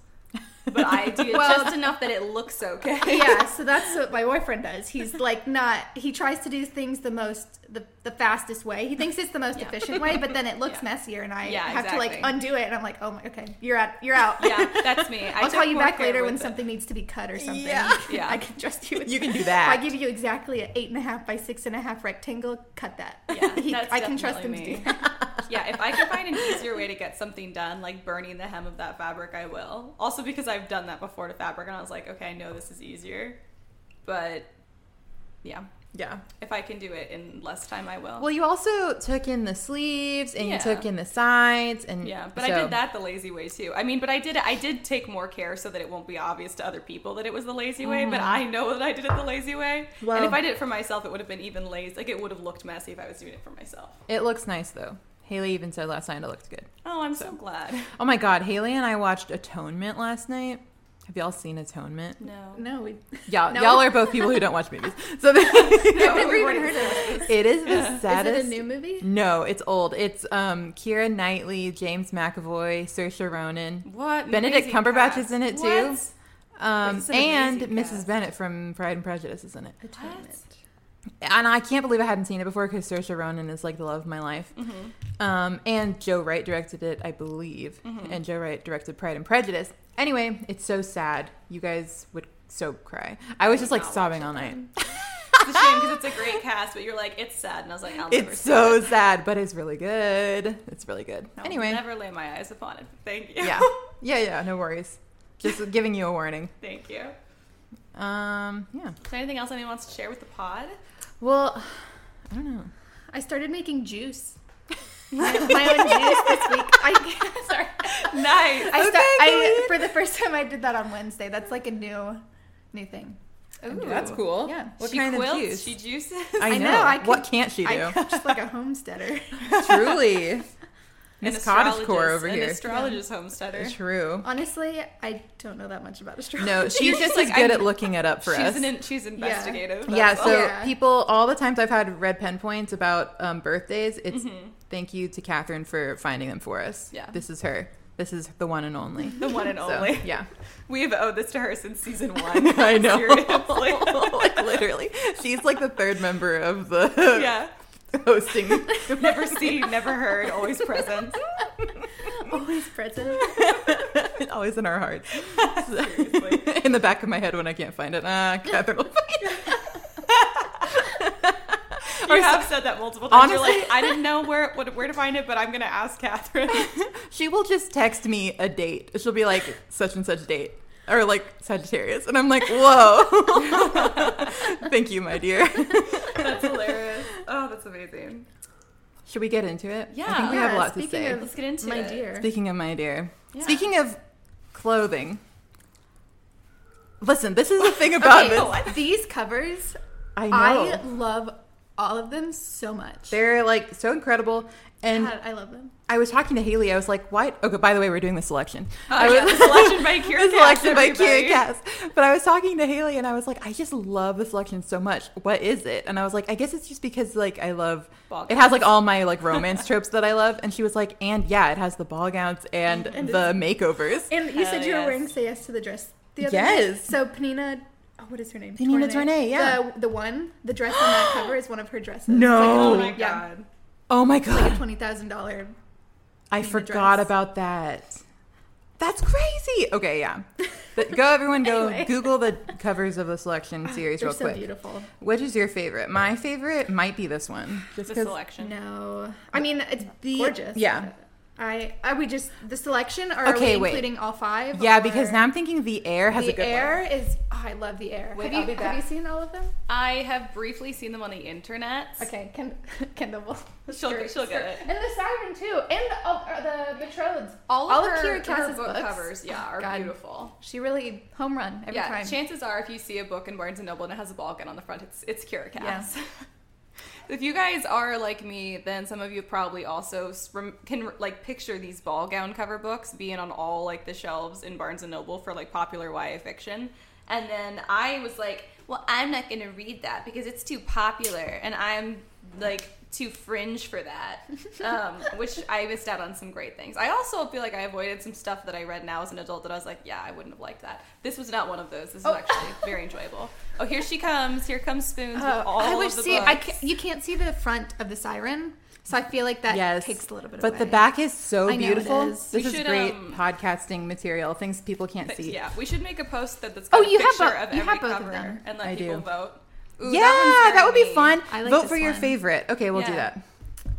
[SPEAKER 2] But I
[SPEAKER 3] (laughs)
[SPEAKER 2] do it
[SPEAKER 3] Well-
[SPEAKER 2] just enough that it looks okay.
[SPEAKER 3] yeah, so that's what my boyfriend does. He's like not he tries to do things the most the, the fastest way. He thinks it's the most
[SPEAKER 2] Yeah.
[SPEAKER 3] efficient way, but then it looks (laughs)
[SPEAKER 2] Yeah.
[SPEAKER 3] messier and I
[SPEAKER 2] Yeah,
[SPEAKER 3] have to
[SPEAKER 2] exactly.
[SPEAKER 3] like undo it and I'm like, "Oh my okay, you're out you're out."
[SPEAKER 2] Yeah, that's me. I
[SPEAKER 3] I'll call
[SPEAKER 2] took
[SPEAKER 3] you
[SPEAKER 2] more
[SPEAKER 3] back
[SPEAKER 2] care
[SPEAKER 3] later
[SPEAKER 2] with
[SPEAKER 3] when
[SPEAKER 2] it.
[SPEAKER 3] something needs to be cut or something.
[SPEAKER 1] Yeah.
[SPEAKER 3] (laughs) You can-
[SPEAKER 2] Yeah.
[SPEAKER 3] I can trust you. With
[SPEAKER 1] You can do
[SPEAKER 3] If
[SPEAKER 1] that.
[SPEAKER 3] I give you exactly an eight and a half by six and a half rectangle. Cut that.
[SPEAKER 2] Yeah,
[SPEAKER 3] (laughs) He-
[SPEAKER 2] that's
[SPEAKER 3] I can trust him
[SPEAKER 2] definitely
[SPEAKER 3] to
[SPEAKER 2] me.
[SPEAKER 3] do that.
[SPEAKER 2] yeah, if I can find an easier way to get something done, like burning the hem of that fabric, I will. Also because I've done that before to fabric and I was like, okay, I know this is easier. But yeah,
[SPEAKER 1] yeah.
[SPEAKER 2] if I can do it in less time, I will.
[SPEAKER 1] Well, you also took in the sleeves and
[SPEAKER 2] Yeah.
[SPEAKER 1] you took in the sides and
[SPEAKER 2] yeah, but I
[SPEAKER 1] so-
[SPEAKER 2] did that the lazy way too. I mean, but I did I did take more care so that it won't be obvious to other people that it was the lazy way.
[SPEAKER 3] Mm-hmm.
[SPEAKER 2] But I know that I did it the lazy way.
[SPEAKER 1] Well-
[SPEAKER 2] and if I did it for myself, it would have been even lazy. Like it would have looked messy if I was doing it for myself.
[SPEAKER 1] It looks nice though. Haley even said last night it looked good.
[SPEAKER 2] Oh, I'm so glad.
[SPEAKER 1] Oh my god, Haley and I watched Atonement last night. Have y'all
[SPEAKER 2] (laughs)
[SPEAKER 1] seen Atonement?
[SPEAKER 2] No,
[SPEAKER 3] No, (laughs) we,
[SPEAKER 1] Y'all,
[SPEAKER 3] No.
[SPEAKER 1] y'all are both people who don't watch movies. So
[SPEAKER 3] no,
[SPEAKER 2] we
[SPEAKER 3] (laughs) never even
[SPEAKER 2] weren't
[SPEAKER 3] heard of it.
[SPEAKER 1] it is Mm. the
[SPEAKER 3] Is
[SPEAKER 1] saddest.
[SPEAKER 3] it a new movie?
[SPEAKER 1] no, it's old. It's um, Kira Knightley, James McAvoy, Saoirse Ronan.
[SPEAKER 2] what
[SPEAKER 1] Benedict
[SPEAKER 2] amazing
[SPEAKER 1] Cumberbatch
[SPEAKER 2] cast.
[SPEAKER 1] is in it too.
[SPEAKER 2] What?
[SPEAKER 1] Um,
[SPEAKER 2] This is an
[SPEAKER 1] and
[SPEAKER 2] amazing
[SPEAKER 1] Mrs.
[SPEAKER 2] cast.
[SPEAKER 1] Bennett from Pride and Prejudice is in it.
[SPEAKER 3] Atonement.
[SPEAKER 1] And I can't believe I hadn't seen it before because Saoirse Ronan is like the love of my life. Um, and Joe Wright directed it, I believe.
[SPEAKER 2] Mm-hmm.
[SPEAKER 1] And Joe Wright directed Pride and Prejudice. Anyway, it's so sad. You guys would so cry. I was just like
[SPEAKER 2] not watch
[SPEAKER 1] sobbing
[SPEAKER 2] it
[SPEAKER 1] all night.
[SPEAKER 2] It's a shame because it's a great cast, but you're like, it's sad, and I was like, I'll never
[SPEAKER 1] It's
[SPEAKER 2] see
[SPEAKER 1] so
[SPEAKER 2] it.
[SPEAKER 1] sad, but it's really good. It's really good.
[SPEAKER 2] I'll
[SPEAKER 1] (laughs) Anyway,
[SPEAKER 2] never lay my eyes upon it. Thank you.
[SPEAKER 1] yeah, yeah, yeah. No worries. Just giving you a warning.
[SPEAKER 2] (laughs) Thank you.
[SPEAKER 1] Um, yeah.
[SPEAKER 2] Is there anything else anyone wants to share with the
[SPEAKER 1] (laughs)
[SPEAKER 2] pod?
[SPEAKER 1] Well, I
[SPEAKER 2] (laughs)
[SPEAKER 1] don't know.
[SPEAKER 3] I started making juice. (laughs) my, my own juice this week. I, (laughs) sorry.
[SPEAKER 2] Nice.
[SPEAKER 3] I,
[SPEAKER 1] Okay,
[SPEAKER 3] sta- I
[SPEAKER 1] Colleen.
[SPEAKER 3] for the first time I did that on Wednesday. That's like a new new thing.
[SPEAKER 2] Ooh.
[SPEAKER 1] that's cool.
[SPEAKER 3] Yeah.
[SPEAKER 1] What
[SPEAKER 2] she
[SPEAKER 1] kind
[SPEAKER 2] quilts,
[SPEAKER 1] of juice?
[SPEAKER 2] She juices. (laughs)
[SPEAKER 1] I
[SPEAKER 3] I
[SPEAKER 1] know.
[SPEAKER 3] know, I
[SPEAKER 1] what
[SPEAKER 3] could-
[SPEAKER 1] can't she do?
[SPEAKER 3] I, am (laughs) just like a homesteader.
[SPEAKER 1] (laughs)
[SPEAKER 2] (laughs)
[SPEAKER 1] Truly.
[SPEAKER 2] An
[SPEAKER 1] Miss Cottage Core
[SPEAKER 2] astrologist-
[SPEAKER 1] over
[SPEAKER 2] an
[SPEAKER 1] here.
[SPEAKER 2] astrologist homesteader. (laughs)
[SPEAKER 1] True.
[SPEAKER 3] Honestly, I don't know that much about astrology.
[SPEAKER 1] No, she's just
[SPEAKER 2] like,
[SPEAKER 1] as good
[SPEAKER 2] I'm-
[SPEAKER 1] at looking it up for
[SPEAKER 2] she's
[SPEAKER 1] us.
[SPEAKER 2] An in, she's investigative.
[SPEAKER 1] yeah,
[SPEAKER 2] that's
[SPEAKER 1] so
[SPEAKER 2] all.
[SPEAKER 3] Yeah.
[SPEAKER 1] people, all the times I've had red pen points about um, birthdays, it's thank you to Catherine for finding them for us.
[SPEAKER 2] Mm-hmm. Yeah.
[SPEAKER 1] This is her. This is the one and only.
[SPEAKER 2] the (laughs) one and
[SPEAKER 1] (laughs) So,
[SPEAKER 2] only.
[SPEAKER 1] yeah.
[SPEAKER 2] We've owed this to her since
[SPEAKER 1] (laughs)
[SPEAKER 2] season (laughs) one.
[SPEAKER 1] I
[SPEAKER 2] (laughs)
[SPEAKER 1] know.
[SPEAKER 2] Seriously.
[SPEAKER 1] (laughs) like, literally. She's like the third member of the
[SPEAKER 2] yeah.
[SPEAKER 1] (laughs) hosting. (laughs)
[SPEAKER 2] Never seen, never heard, always present.
[SPEAKER 3] (laughs) always present.
[SPEAKER 1] Always in our hearts.
[SPEAKER 2] (laughs) Seriously.
[SPEAKER 1] in the back of my head when I can't find it.
[SPEAKER 2] (laughs)
[SPEAKER 1] Ah, Catherine (laughs) will find it.
[SPEAKER 2] You
[SPEAKER 1] Or
[SPEAKER 2] have said that multiple times. You're
[SPEAKER 1] Honestly-
[SPEAKER 2] like, I didn't know where what, where to find it, but I'm gonna ask Catherine.
[SPEAKER 1] She will just text me a date. She'll be like, such and such date. Or like Sagittarius. And I'm like, whoa. (laughs) Thank you, my dear.
[SPEAKER 2] (laughs)
[SPEAKER 1] (laughs)
[SPEAKER 2] (laughs) that's hilarious. Oh, that's amazing.
[SPEAKER 1] Should we get into it?
[SPEAKER 2] Yeah.
[SPEAKER 1] I think we have a
[SPEAKER 3] Yeah,
[SPEAKER 1] lot to
[SPEAKER 3] speaking
[SPEAKER 1] say.
[SPEAKER 3] of-
[SPEAKER 2] Let's get into
[SPEAKER 3] My
[SPEAKER 2] it.
[SPEAKER 3] dear.
[SPEAKER 1] Speaking of my dear.
[SPEAKER 2] Yeah.
[SPEAKER 1] Speaking of clothing. Listen, this is the
[SPEAKER 3] (laughs)
[SPEAKER 1] thing about
[SPEAKER 3] Okay,
[SPEAKER 1] this.
[SPEAKER 3] these covers,
[SPEAKER 1] I know.
[SPEAKER 3] I love all of them so much.
[SPEAKER 1] They're like so incredible. And
[SPEAKER 3] God, I love them.
[SPEAKER 1] I was talking to Haley. I was like, "Why?" Okay, by the way, we're doing the selection.
[SPEAKER 2] Oh,
[SPEAKER 1] I
[SPEAKER 2] yeah,
[SPEAKER 1] was
[SPEAKER 2] the selection
[SPEAKER 1] (laughs)
[SPEAKER 2] by Kira
[SPEAKER 1] the
[SPEAKER 2] Cass,
[SPEAKER 1] selection by Kira
[SPEAKER 2] everybody.
[SPEAKER 1] Cass. But I was talking to Haley, and I was like, "I just love the selection so much. What is it?" And I was like, "I guess it's just because like I love
[SPEAKER 2] Ball
[SPEAKER 1] it has like all my like romance (laughs) tropes that I love." And she was like, "And yeah, it has the ball gowns and,
[SPEAKER 3] And
[SPEAKER 1] the makeovers."
[SPEAKER 3] And you
[SPEAKER 2] Hell
[SPEAKER 3] said you
[SPEAKER 2] yes.
[SPEAKER 3] were wearing Say Yes to the Dress the other
[SPEAKER 1] Yes.
[SPEAKER 3] day. So Panina, oh, what is her name?
[SPEAKER 1] Panina Tournay, yeah.
[SPEAKER 3] The, the one, the dress on that cover is one of her
[SPEAKER 1] (gasps)
[SPEAKER 3] dresses.
[SPEAKER 1] No.
[SPEAKER 2] Oh my
[SPEAKER 3] Yeah.
[SPEAKER 2] god.
[SPEAKER 1] Oh my
[SPEAKER 3] It's like a
[SPEAKER 1] god,
[SPEAKER 3] $20,000.
[SPEAKER 1] I
[SPEAKER 3] the
[SPEAKER 1] forgot
[SPEAKER 3] dress.
[SPEAKER 1] about that. That's crazy. Okay, yeah. But go everyone, go
[SPEAKER 3] (laughs) Anyway.
[SPEAKER 1] Google the covers of the selection series
[SPEAKER 3] They're
[SPEAKER 1] real
[SPEAKER 3] so
[SPEAKER 1] quick.
[SPEAKER 3] beautiful.
[SPEAKER 1] Which is your favorite? My favorite might be this one. Just
[SPEAKER 2] The
[SPEAKER 1] 'cause-
[SPEAKER 2] selection.
[SPEAKER 3] No. I mean, it's
[SPEAKER 1] The-
[SPEAKER 3] gorgeous.
[SPEAKER 1] yeah.
[SPEAKER 3] I, I we just the selection are
[SPEAKER 1] Okay,
[SPEAKER 3] we
[SPEAKER 1] wait.
[SPEAKER 3] including all five?
[SPEAKER 1] Yeah,
[SPEAKER 3] or-
[SPEAKER 1] because now I'm thinking the air has
[SPEAKER 3] the
[SPEAKER 1] a good
[SPEAKER 3] air
[SPEAKER 1] one.
[SPEAKER 3] is oh, I love the air.
[SPEAKER 2] Wait, I'll
[SPEAKER 3] have
[SPEAKER 2] be
[SPEAKER 3] you have
[SPEAKER 2] back.
[SPEAKER 3] you seen all of them?
[SPEAKER 2] I have briefly seen them on the internet.
[SPEAKER 3] Okay, Ken, (laughs) Kendall will.
[SPEAKER 2] She'll-
[SPEAKER 3] sure,
[SPEAKER 2] she'll get
[SPEAKER 3] sure.
[SPEAKER 2] it.
[SPEAKER 3] And the siren too, and the, uh, the betrothed.
[SPEAKER 2] All,
[SPEAKER 3] All
[SPEAKER 2] of
[SPEAKER 3] of
[SPEAKER 2] her,
[SPEAKER 3] Kira
[SPEAKER 2] her
[SPEAKER 3] Cass's
[SPEAKER 2] book
[SPEAKER 3] books.
[SPEAKER 2] covers, yeah, are
[SPEAKER 3] God.
[SPEAKER 2] beautiful.
[SPEAKER 3] She really home run every
[SPEAKER 2] yeah,
[SPEAKER 3] time.
[SPEAKER 2] chances are if you see a book in Barnes and Noble and it has a ball gun on the front, it's it's Kira Cass. (laughs) If you guys are like me, then some of you probably also s- rem- can like picture these ball gown cover books being on all like the shelves in Barnes and Noble for like popular YA fiction. And then I was like, well, I'm not going to read that because it's too popular and I'm like too fringe for
[SPEAKER 3] (laughs)
[SPEAKER 2] that, um, which I missed out on some great things. I also feel like I avoided some stuff that I read now as an adult that I was like, yeah, I wouldn't have liked that. This was not one of those. This
[SPEAKER 3] Oh.
[SPEAKER 2] is actually very enjoyable. Oh, here she comes. Here comes Spoons with all
[SPEAKER 3] Oh, I wish
[SPEAKER 2] of the
[SPEAKER 3] see
[SPEAKER 2] books.
[SPEAKER 3] I can't, you can't see the front of the siren, so I feel like that
[SPEAKER 1] yes,
[SPEAKER 3] takes a little bit.
[SPEAKER 1] But
[SPEAKER 3] away.
[SPEAKER 1] the back is so
[SPEAKER 3] I know it
[SPEAKER 1] beautiful.
[SPEAKER 3] is.
[SPEAKER 2] We
[SPEAKER 1] This is
[SPEAKER 2] should,
[SPEAKER 1] great
[SPEAKER 2] um,
[SPEAKER 1] podcasting material. Things people can't see.
[SPEAKER 2] Yeah, we should make a post that that's
[SPEAKER 3] Oh,
[SPEAKER 2] got a
[SPEAKER 3] you have
[SPEAKER 2] picture
[SPEAKER 3] bo-
[SPEAKER 2] of
[SPEAKER 3] you
[SPEAKER 2] every
[SPEAKER 3] have both of
[SPEAKER 2] cover
[SPEAKER 3] them.
[SPEAKER 2] and let
[SPEAKER 1] I
[SPEAKER 2] people
[SPEAKER 1] do.
[SPEAKER 2] vote. Ooh,
[SPEAKER 1] yeah,
[SPEAKER 2] that,
[SPEAKER 1] that,
[SPEAKER 2] one's
[SPEAKER 1] would
[SPEAKER 2] very
[SPEAKER 1] be fun.
[SPEAKER 3] I like
[SPEAKER 1] Vote
[SPEAKER 3] this
[SPEAKER 1] for your
[SPEAKER 3] one.
[SPEAKER 1] favorite. Okay, we'll do
[SPEAKER 2] Yeah.
[SPEAKER 1] that.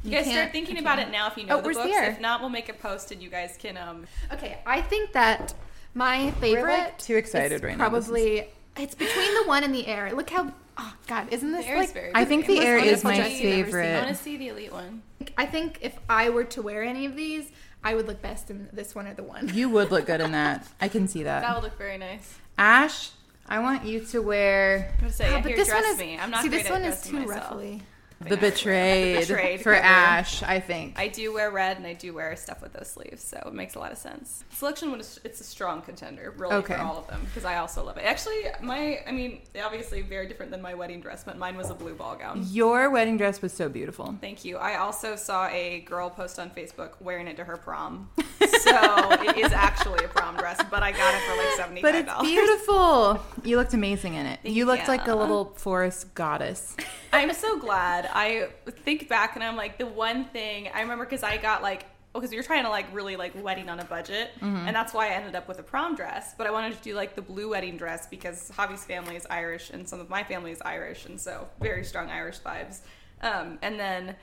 [SPEAKER 2] You guys
[SPEAKER 3] can't-
[SPEAKER 2] start thinking about it now if you know
[SPEAKER 1] Oh,
[SPEAKER 2] the
[SPEAKER 1] where's the
[SPEAKER 2] books.
[SPEAKER 1] air?
[SPEAKER 2] If not, we'll make a post and you guys can um
[SPEAKER 3] Okay, I think that my favorite.
[SPEAKER 1] too excited
[SPEAKER 3] is
[SPEAKER 1] right now. This is-
[SPEAKER 3] probably, it's between the one and the air. Look how. Oh God, isn't this
[SPEAKER 2] The air is
[SPEAKER 3] like?
[SPEAKER 2] very
[SPEAKER 1] I think
[SPEAKER 2] pretty.
[SPEAKER 1] the air
[SPEAKER 3] most
[SPEAKER 1] is
[SPEAKER 3] beautiful
[SPEAKER 1] my
[SPEAKER 3] dress you've ever seen.
[SPEAKER 2] I
[SPEAKER 1] favorite.
[SPEAKER 2] wanna see the elite one.
[SPEAKER 3] I think if I were to wear any of these, I would look best in this one or the one.
[SPEAKER 1] You would look good in that. I can see that.
[SPEAKER 2] That would look very nice.
[SPEAKER 1] Ash, I want you to wear
[SPEAKER 2] I'm gonna (laughs) say
[SPEAKER 3] Ah,
[SPEAKER 2] here,
[SPEAKER 3] this
[SPEAKER 2] dress
[SPEAKER 3] one is
[SPEAKER 2] me. I'm not
[SPEAKER 3] see.
[SPEAKER 2] great
[SPEAKER 3] This
[SPEAKER 2] at
[SPEAKER 3] one is
[SPEAKER 2] dressing
[SPEAKER 3] too
[SPEAKER 2] myself.
[SPEAKER 3] ruffly.
[SPEAKER 1] the betrayed,
[SPEAKER 2] Betrayed
[SPEAKER 1] for
[SPEAKER 2] cover.
[SPEAKER 1] Ash. I think.
[SPEAKER 2] I do wear red and I do wear stuff with those sleeves, so it makes a lot of sense. Selection one is it's a strong contender, really,
[SPEAKER 1] Okay.
[SPEAKER 2] for all of them because I also love it. Actually, my I mean, obviously very different than my wedding dress, but mine was a blue ball gown.
[SPEAKER 1] Your wedding dress was so beautiful.
[SPEAKER 2] Thank you. I also saw a girl post on Facebook wearing it to her
[SPEAKER 1] (laughs)
[SPEAKER 2] prom, so it is actually a prom dress, but I got it for like seventy
[SPEAKER 1] But
[SPEAKER 2] five
[SPEAKER 1] it's
[SPEAKER 2] dollars.
[SPEAKER 1] beautiful. You looked amazing in it. You looked like a
[SPEAKER 2] Yeah.
[SPEAKER 1] little forest goddess.
[SPEAKER 2] (laughs) I'm so glad. I think back and I'm like the one thing I remember because I got like because we were trying to like really like wedding on a budget,
[SPEAKER 3] Mm-hmm.
[SPEAKER 2] and that's why I ended up with a prom dress. But I wanted to do like the blue wedding dress because Javi's family is Irish and some of my family is Irish, and so very strong Irish vibes. Um, and then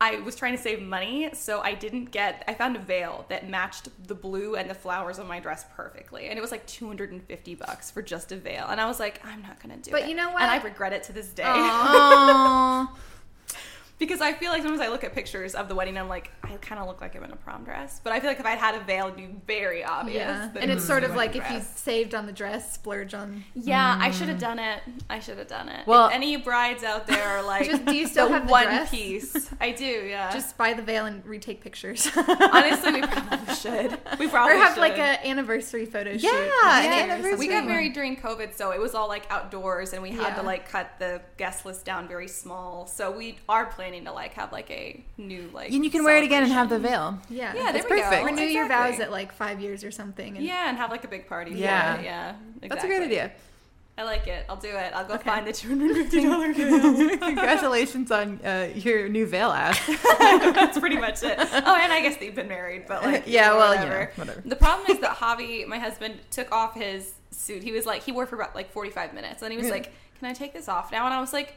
[SPEAKER 2] I was trying to save money, so I didn't get. I found a veil that matched the blue and the flowers on my dress perfectly, and it was like 250 bucks for just a veil. And I was like, I'm not gonna do it.
[SPEAKER 3] But you know what? Oh,
[SPEAKER 2] And I regret it to this day
[SPEAKER 1] Aww.
[SPEAKER 2] because I feel like sometimes I look at pictures of the wedding, I'm like, I kind of look like I'm in a prom dress. But I feel like if I'd had a veil, it'd be very (laughs) obvious.
[SPEAKER 3] Oh, Yeah,
[SPEAKER 2] that
[SPEAKER 3] and
[SPEAKER 2] it
[SPEAKER 3] it's
[SPEAKER 2] was
[SPEAKER 3] sort
[SPEAKER 2] a
[SPEAKER 3] of
[SPEAKER 2] wedding
[SPEAKER 3] like if you
[SPEAKER 2] dress.
[SPEAKER 3] saved on the dress, splurge on.
[SPEAKER 2] Yeah, I should have done it. I should have done it.
[SPEAKER 1] Mm. Well-
[SPEAKER 2] Well, if any brides out there are like,
[SPEAKER 3] Just- do you still
[SPEAKER 2] the
[SPEAKER 3] have the
[SPEAKER 2] one
[SPEAKER 3] dress?
[SPEAKER 2] piece? I do. Yeah. (laughs) Just
[SPEAKER 3] Just buy the veil and retake pictures, (laughs)
[SPEAKER 2] honestly, we probably should. We
[SPEAKER 3] or
[SPEAKER 2] probably
[SPEAKER 3] have
[SPEAKER 2] should.
[SPEAKER 3] like a anniversary photo shoot.
[SPEAKER 1] Yeah, an
[SPEAKER 3] next year or
[SPEAKER 1] anniversary
[SPEAKER 3] something.
[SPEAKER 2] We got married during COVID, so it was all like outdoors, and we had
[SPEAKER 3] Yeah.
[SPEAKER 2] to like cut the guest list down very small. So we are planning to like have like a new like.
[SPEAKER 1] And you can wear it again and have the
[SPEAKER 2] celebration.
[SPEAKER 1] veil.
[SPEAKER 3] Yeah,
[SPEAKER 2] Yeah, there
[SPEAKER 1] That's
[SPEAKER 2] we
[SPEAKER 1] perfect.
[SPEAKER 2] go.
[SPEAKER 3] renew your
[SPEAKER 2] Exactly.
[SPEAKER 3] vows at like five years or something. And
[SPEAKER 2] Yeah, and have like a big party. for
[SPEAKER 1] Yeah.
[SPEAKER 2] it, yeah.
[SPEAKER 1] That's a great
[SPEAKER 2] exactly.
[SPEAKER 1] idea.
[SPEAKER 2] I like it. I'll do it. I'll go
[SPEAKER 3] Okay.
[SPEAKER 2] find the two hundred fifty dollar (laughs) veil.
[SPEAKER 1] Congratulations on uh, your new veil, Ash.
[SPEAKER 2] That's pretty much it. Oh, and I guess they've been married, but (laughs) like
[SPEAKER 1] (laughs) yeah, well, you
[SPEAKER 2] whatever.
[SPEAKER 1] know, whatever.
[SPEAKER 2] The problem is that Javi, my husband, took off his suit. He was like, he wore for about like 45 minutes. And he was
[SPEAKER 1] Yeah.
[SPEAKER 2] like, can I take this off now? And I was like,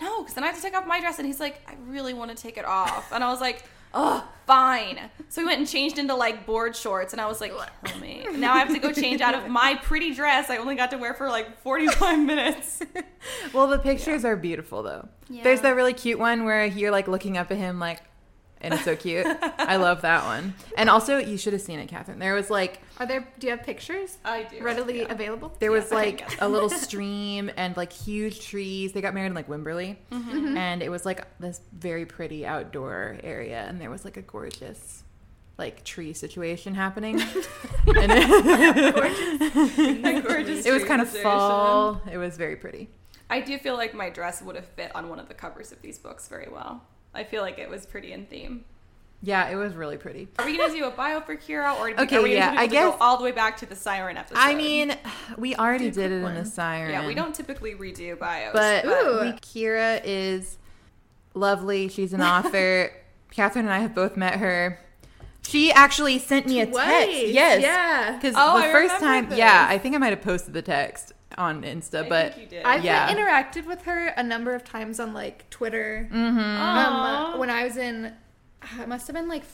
[SPEAKER 2] no, because then I have to take off my dress. And he's like, I really want to take it off. And I was like, oh, fine. So we went and changed into like board shorts. And I was like, kill me. Now I have to go change out of my pretty dress I only got to wear for like 45 minutes.
[SPEAKER 1] Well, the pictures are beautiful though. There's
[SPEAKER 2] Yeah.
[SPEAKER 1] that really cute one where you're like looking up at him, like, and it's so cute. I love that one. And also, you should have seen it, Catherine. There was like,
[SPEAKER 3] Are there? Do you have pictures
[SPEAKER 2] I do.
[SPEAKER 3] readily
[SPEAKER 2] Yeah.
[SPEAKER 3] available?
[SPEAKER 1] there was
[SPEAKER 2] Yeah, I
[SPEAKER 1] like
[SPEAKER 2] guess.
[SPEAKER 1] a
[SPEAKER 2] (laughs)
[SPEAKER 1] little stream and like huge trees. They got married in like Wimberley,
[SPEAKER 2] Mm-hmm.
[SPEAKER 1] and it was like this very pretty outdoor area, and there was like a gorgeous. Like tree situation happening, (laughs) and it,
[SPEAKER 2] (laughs) Gorgeous
[SPEAKER 1] it was kind of
[SPEAKER 2] trees.
[SPEAKER 1] fall. It was very pretty.
[SPEAKER 2] I do feel like my dress would have fit on one of the covers of these books very well. I feel like it was pretty in theme.
[SPEAKER 1] Yeah, it was really pretty.
[SPEAKER 2] Are we gonna do a bio for Kira, or do-
[SPEAKER 1] Okay,
[SPEAKER 2] are we gonna
[SPEAKER 1] yeah,
[SPEAKER 2] do-
[SPEAKER 1] I
[SPEAKER 2] to
[SPEAKER 1] guess-
[SPEAKER 2] go all the way back to the siren episode?
[SPEAKER 1] I mean, (sighs) we already
[SPEAKER 3] Do a
[SPEAKER 1] did it
[SPEAKER 3] quick
[SPEAKER 1] in
[SPEAKER 3] one.
[SPEAKER 1] the siren.
[SPEAKER 2] yeah, we don't typically redo bios,
[SPEAKER 1] But
[SPEAKER 3] Ooh.
[SPEAKER 1] we- Kira is lovely. She's
[SPEAKER 2] (laughs)
[SPEAKER 1] an author. Catherine and I have both met her. She actually sent me a text.
[SPEAKER 3] Twice,
[SPEAKER 1] Yes.
[SPEAKER 3] Yeah.
[SPEAKER 1] Because
[SPEAKER 2] Oh,
[SPEAKER 1] the
[SPEAKER 2] I
[SPEAKER 1] first
[SPEAKER 2] remember
[SPEAKER 1] time,
[SPEAKER 2] this.
[SPEAKER 1] yeah, I think I might have posted the text on Insta,
[SPEAKER 2] I
[SPEAKER 1] but
[SPEAKER 2] think you did.
[SPEAKER 3] I've
[SPEAKER 1] Yeah.
[SPEAKER 3] interacted with her a number of times on like Twitter.
[SPEAKER 2] Mm-hmm.
[SPEAKER 1] Mm-hmm.
[SPEAKER 2] Aw.
[SPEAKER 3] Um, when I was in, uh, it must have been like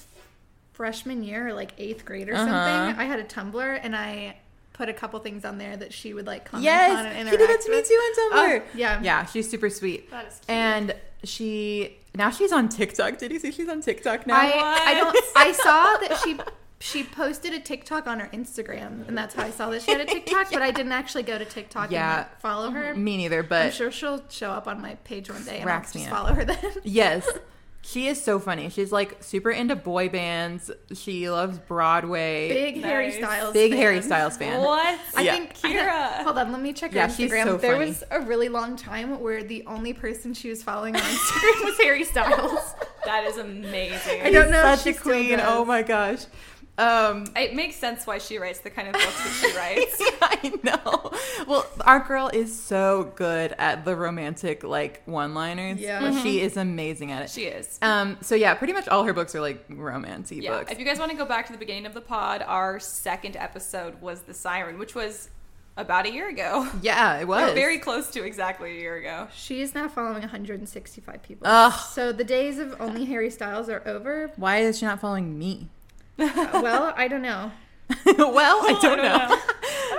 [SPEAKER 3] freshman year or like eighth grade or
[SPEAKER 1] Uh-huh.
[SPEAKER 3] something. I had a Tumblr and I put a couple things on there that she would like comment on
[SPEAKER 1] yes,
[SPEAKER 3] and interact
[SPEAKER 1] he did that to me
[SPEAKER 3] with.
[SPEAKER 1] too on Tumblr.
[SPEAKER 3] Oh, yeah.
[SPEAKER 1] yeah, she's super sweet.
[SPEAKER 2] That is cute.
[SPEAKER 1] And she now she's on TikTok. Did you see she's on TikTok now? (laughs)
[SPEAKER 3] I, I don't. I saw that she she posted a TikTok on her Instagram, and that's how I saw that she had a TikTok. But I didn't actually go to TikTok
[SPEAKER 1] Yeah.
[SPEAKER 3] and like, follow her.
[SPEAKER 1] Me neither,
[SPEAKER 3] I'm
[SPEAKER 1] but
[SPEAKER 3] sure she'll show up on my page one day and I'll
[SPEAKER 1] Cracks
[SPEAKER 3] just
[SPEAKER 1] me up.
[SPEAKER 3] follow
[SPEAKER 1] (laughs)
[SPEAKER 3] her then.
[SPEAKER 1] yes. She is so funny. She's like super into boy bands. She loves Broadway.
[SPEAKER 3] Big Harry
[SPEAKER 2] Nice.
[SPEAKER 3] Styles.
[SPEAKER 1] Big
[SPEAKER 3] fan.
[SPEAKER 1] Harry Styles fan.
[SPEAKER 2] What?
[SPEAKER 3] I
[SPEAKER 1] Yeah.
[SPEAKER 3] think
[SPEAKER 2] Kira.
[SPEAKER 3] hold on, let me check her
[SPEAKER 1] Yeah, she's
[SPEAKER 3] Instagram.
[SPEAKER 1] so
[SPEAKER 3] there
[SPEAKER 1] funny.
[SPEAKER 3] was a really long time where the only person she was following on Instagram was Harry
[SPEAKER 1] (laughs)
[SPEAKER 3] Styles.
[SPEAKER 2] (laughs) That is amazing.
[SPEAKER 3] I don't know if
[SPEAKER 1] Such
[SPEAKER 3] she
[SPEAKER 1] a
[SPEAKER 3] still
[SPEAKER 1] queen.
[SPEAKER 3] does.
[SPEAKER 1] Oh my gosh. Um, (laughs)
[SPEAKER 2] It makes sense why she writes the kind of books that she writes.
[SPEAKER 1] I know. Well, our girl is so good at the romantic like one-liners.
[SPEAKER 3] Yeah.
[SPEAKER 1] Like, she is amazing at it.
[SPEAKER 2] She is.
[SPEAKER 1] um, so yeah, pretty much all her books are like romance
[SPEAKER 2] Yeah.
[SPEAKER 1] books.
[SPEAKER 2] If you guys want to go back to the beginning of the pod, our second episode was The Siren, which was about a year ago.
[SPEAKER 1] Yeah, it
[SPEAKER 2] (laughs)
[SPEAKER 1] was
[SPEAKER 2] Or very close to exactly a year ago.
[SPEAKER 3] She is now following 165 people.
[SPEAKER 1] Ugh.
[SPEAKER 3] So the days of only Harry Styles are over.
[SPEAKER 1] Why is she not following
[SPEAKER 3] (laughs)
[SPEAKER 1] me?
[SPEAKER 3] Uh,
[SPEAKER 1] (laughs)
[SPEAKER 3] (laughs) well, I don't know.
[SPEAKER 1] well, I don't,
[SPEAKER 2] don't
[SPEAKER 1] know.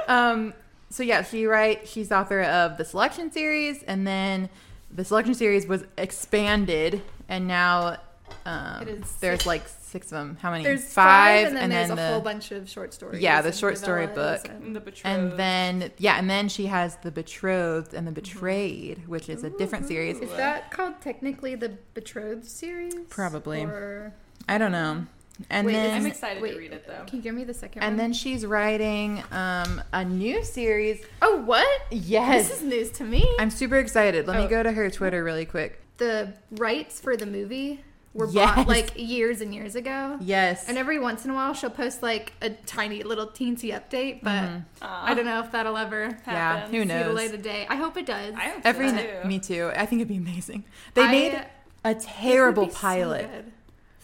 [SPEAKER 1] (laughs) um, so yeah, she write. She's author of the selection series, and then the selection series was expanded, and now um,
[SPEAKER 3] It is
[SPEAKER 1] there's
[SPEAKER 3] six-
[SPEAKER 1] like six of them. How many?
[SPEAKER 3] There's five, and then there's
[SPEAKER 1] the,
[SPEAKER 3] a whole bunch of short stories.
[SPEAKER 1] Yeah, the
[SPEAKER 3] and
[SPEAKER 1] short story
[SPEAKER 3] novellas
[SPEAKER 1] book.
[SPEAKER 2] And
[SPEAKER 3] and-
[SPEAKER 2] the betrothed.
[SPEAKER 1] and then yeah, and then she has the betrothed
[SPEAKER 3] Mm-hmm.
[SPEAKER 1] and the betrayed, which is a different series.
[SPEAKER 3] Is that called technically the Betrothed series?
[SPEAKER 1] Probably.
[SPEAKER 3] Or...
[SPEAKER 1] I don't know. And
[SPEAKER 3] Wait,
[SPEAKER 1] then
[SPEAKER 2] I'm
[SPEAKER 3] is-
[SPEAKER 2] excited
[SPEAKER 3] wait,
[SPEAKER 2] to read it though.
[SPEAKER 3] Can you give me the second
[SPEAKER 1] and
[SPEAKER 3] one?
[SPEAKER 1] then she's writing um, a new series.
[SPEAKER 3] Oh, what?
[SPEAKER 1] Yes,
[SPEAKER 3] This is news to me.
[SPEAKER 1] I'm super excited. Let me
[SPEAKER 3] Oh.
[SPEAKER 1] go to her Twitter really quick.
[SPEAKER 3] the rights for the movie were
[SPEAKER 1] Yes.
[SPEAKER 3] bought like years and years ago.
[SPEAKER 1] Yes,
[SPEAKER 3] And every once in a while, she'll post like a tiny little teensy update, but I don't know if that'll ever
[SPEAKER 1] yeah.
[SPEAKER 2] happens.
[SPEAKER 1] Mm-hmm. Who
[SPEAKER 3] see the
[SPEAKER 1] knows?
[SPEAKER 3] light of day. I hope it does.
[SPEAKER 2] I hope
[SPEAKER 1] Every
[SPEAKER 2] so,
[SPEAKER 1] night,
[SPEAKER 2] too.
[SPEAKER 1] me too. I think it'd be amazing. They
[SPEAKER 3] I-
[SPEAKER 1] made
[SPEAKER 3] it
[SPEAKER 1] a terrible pilot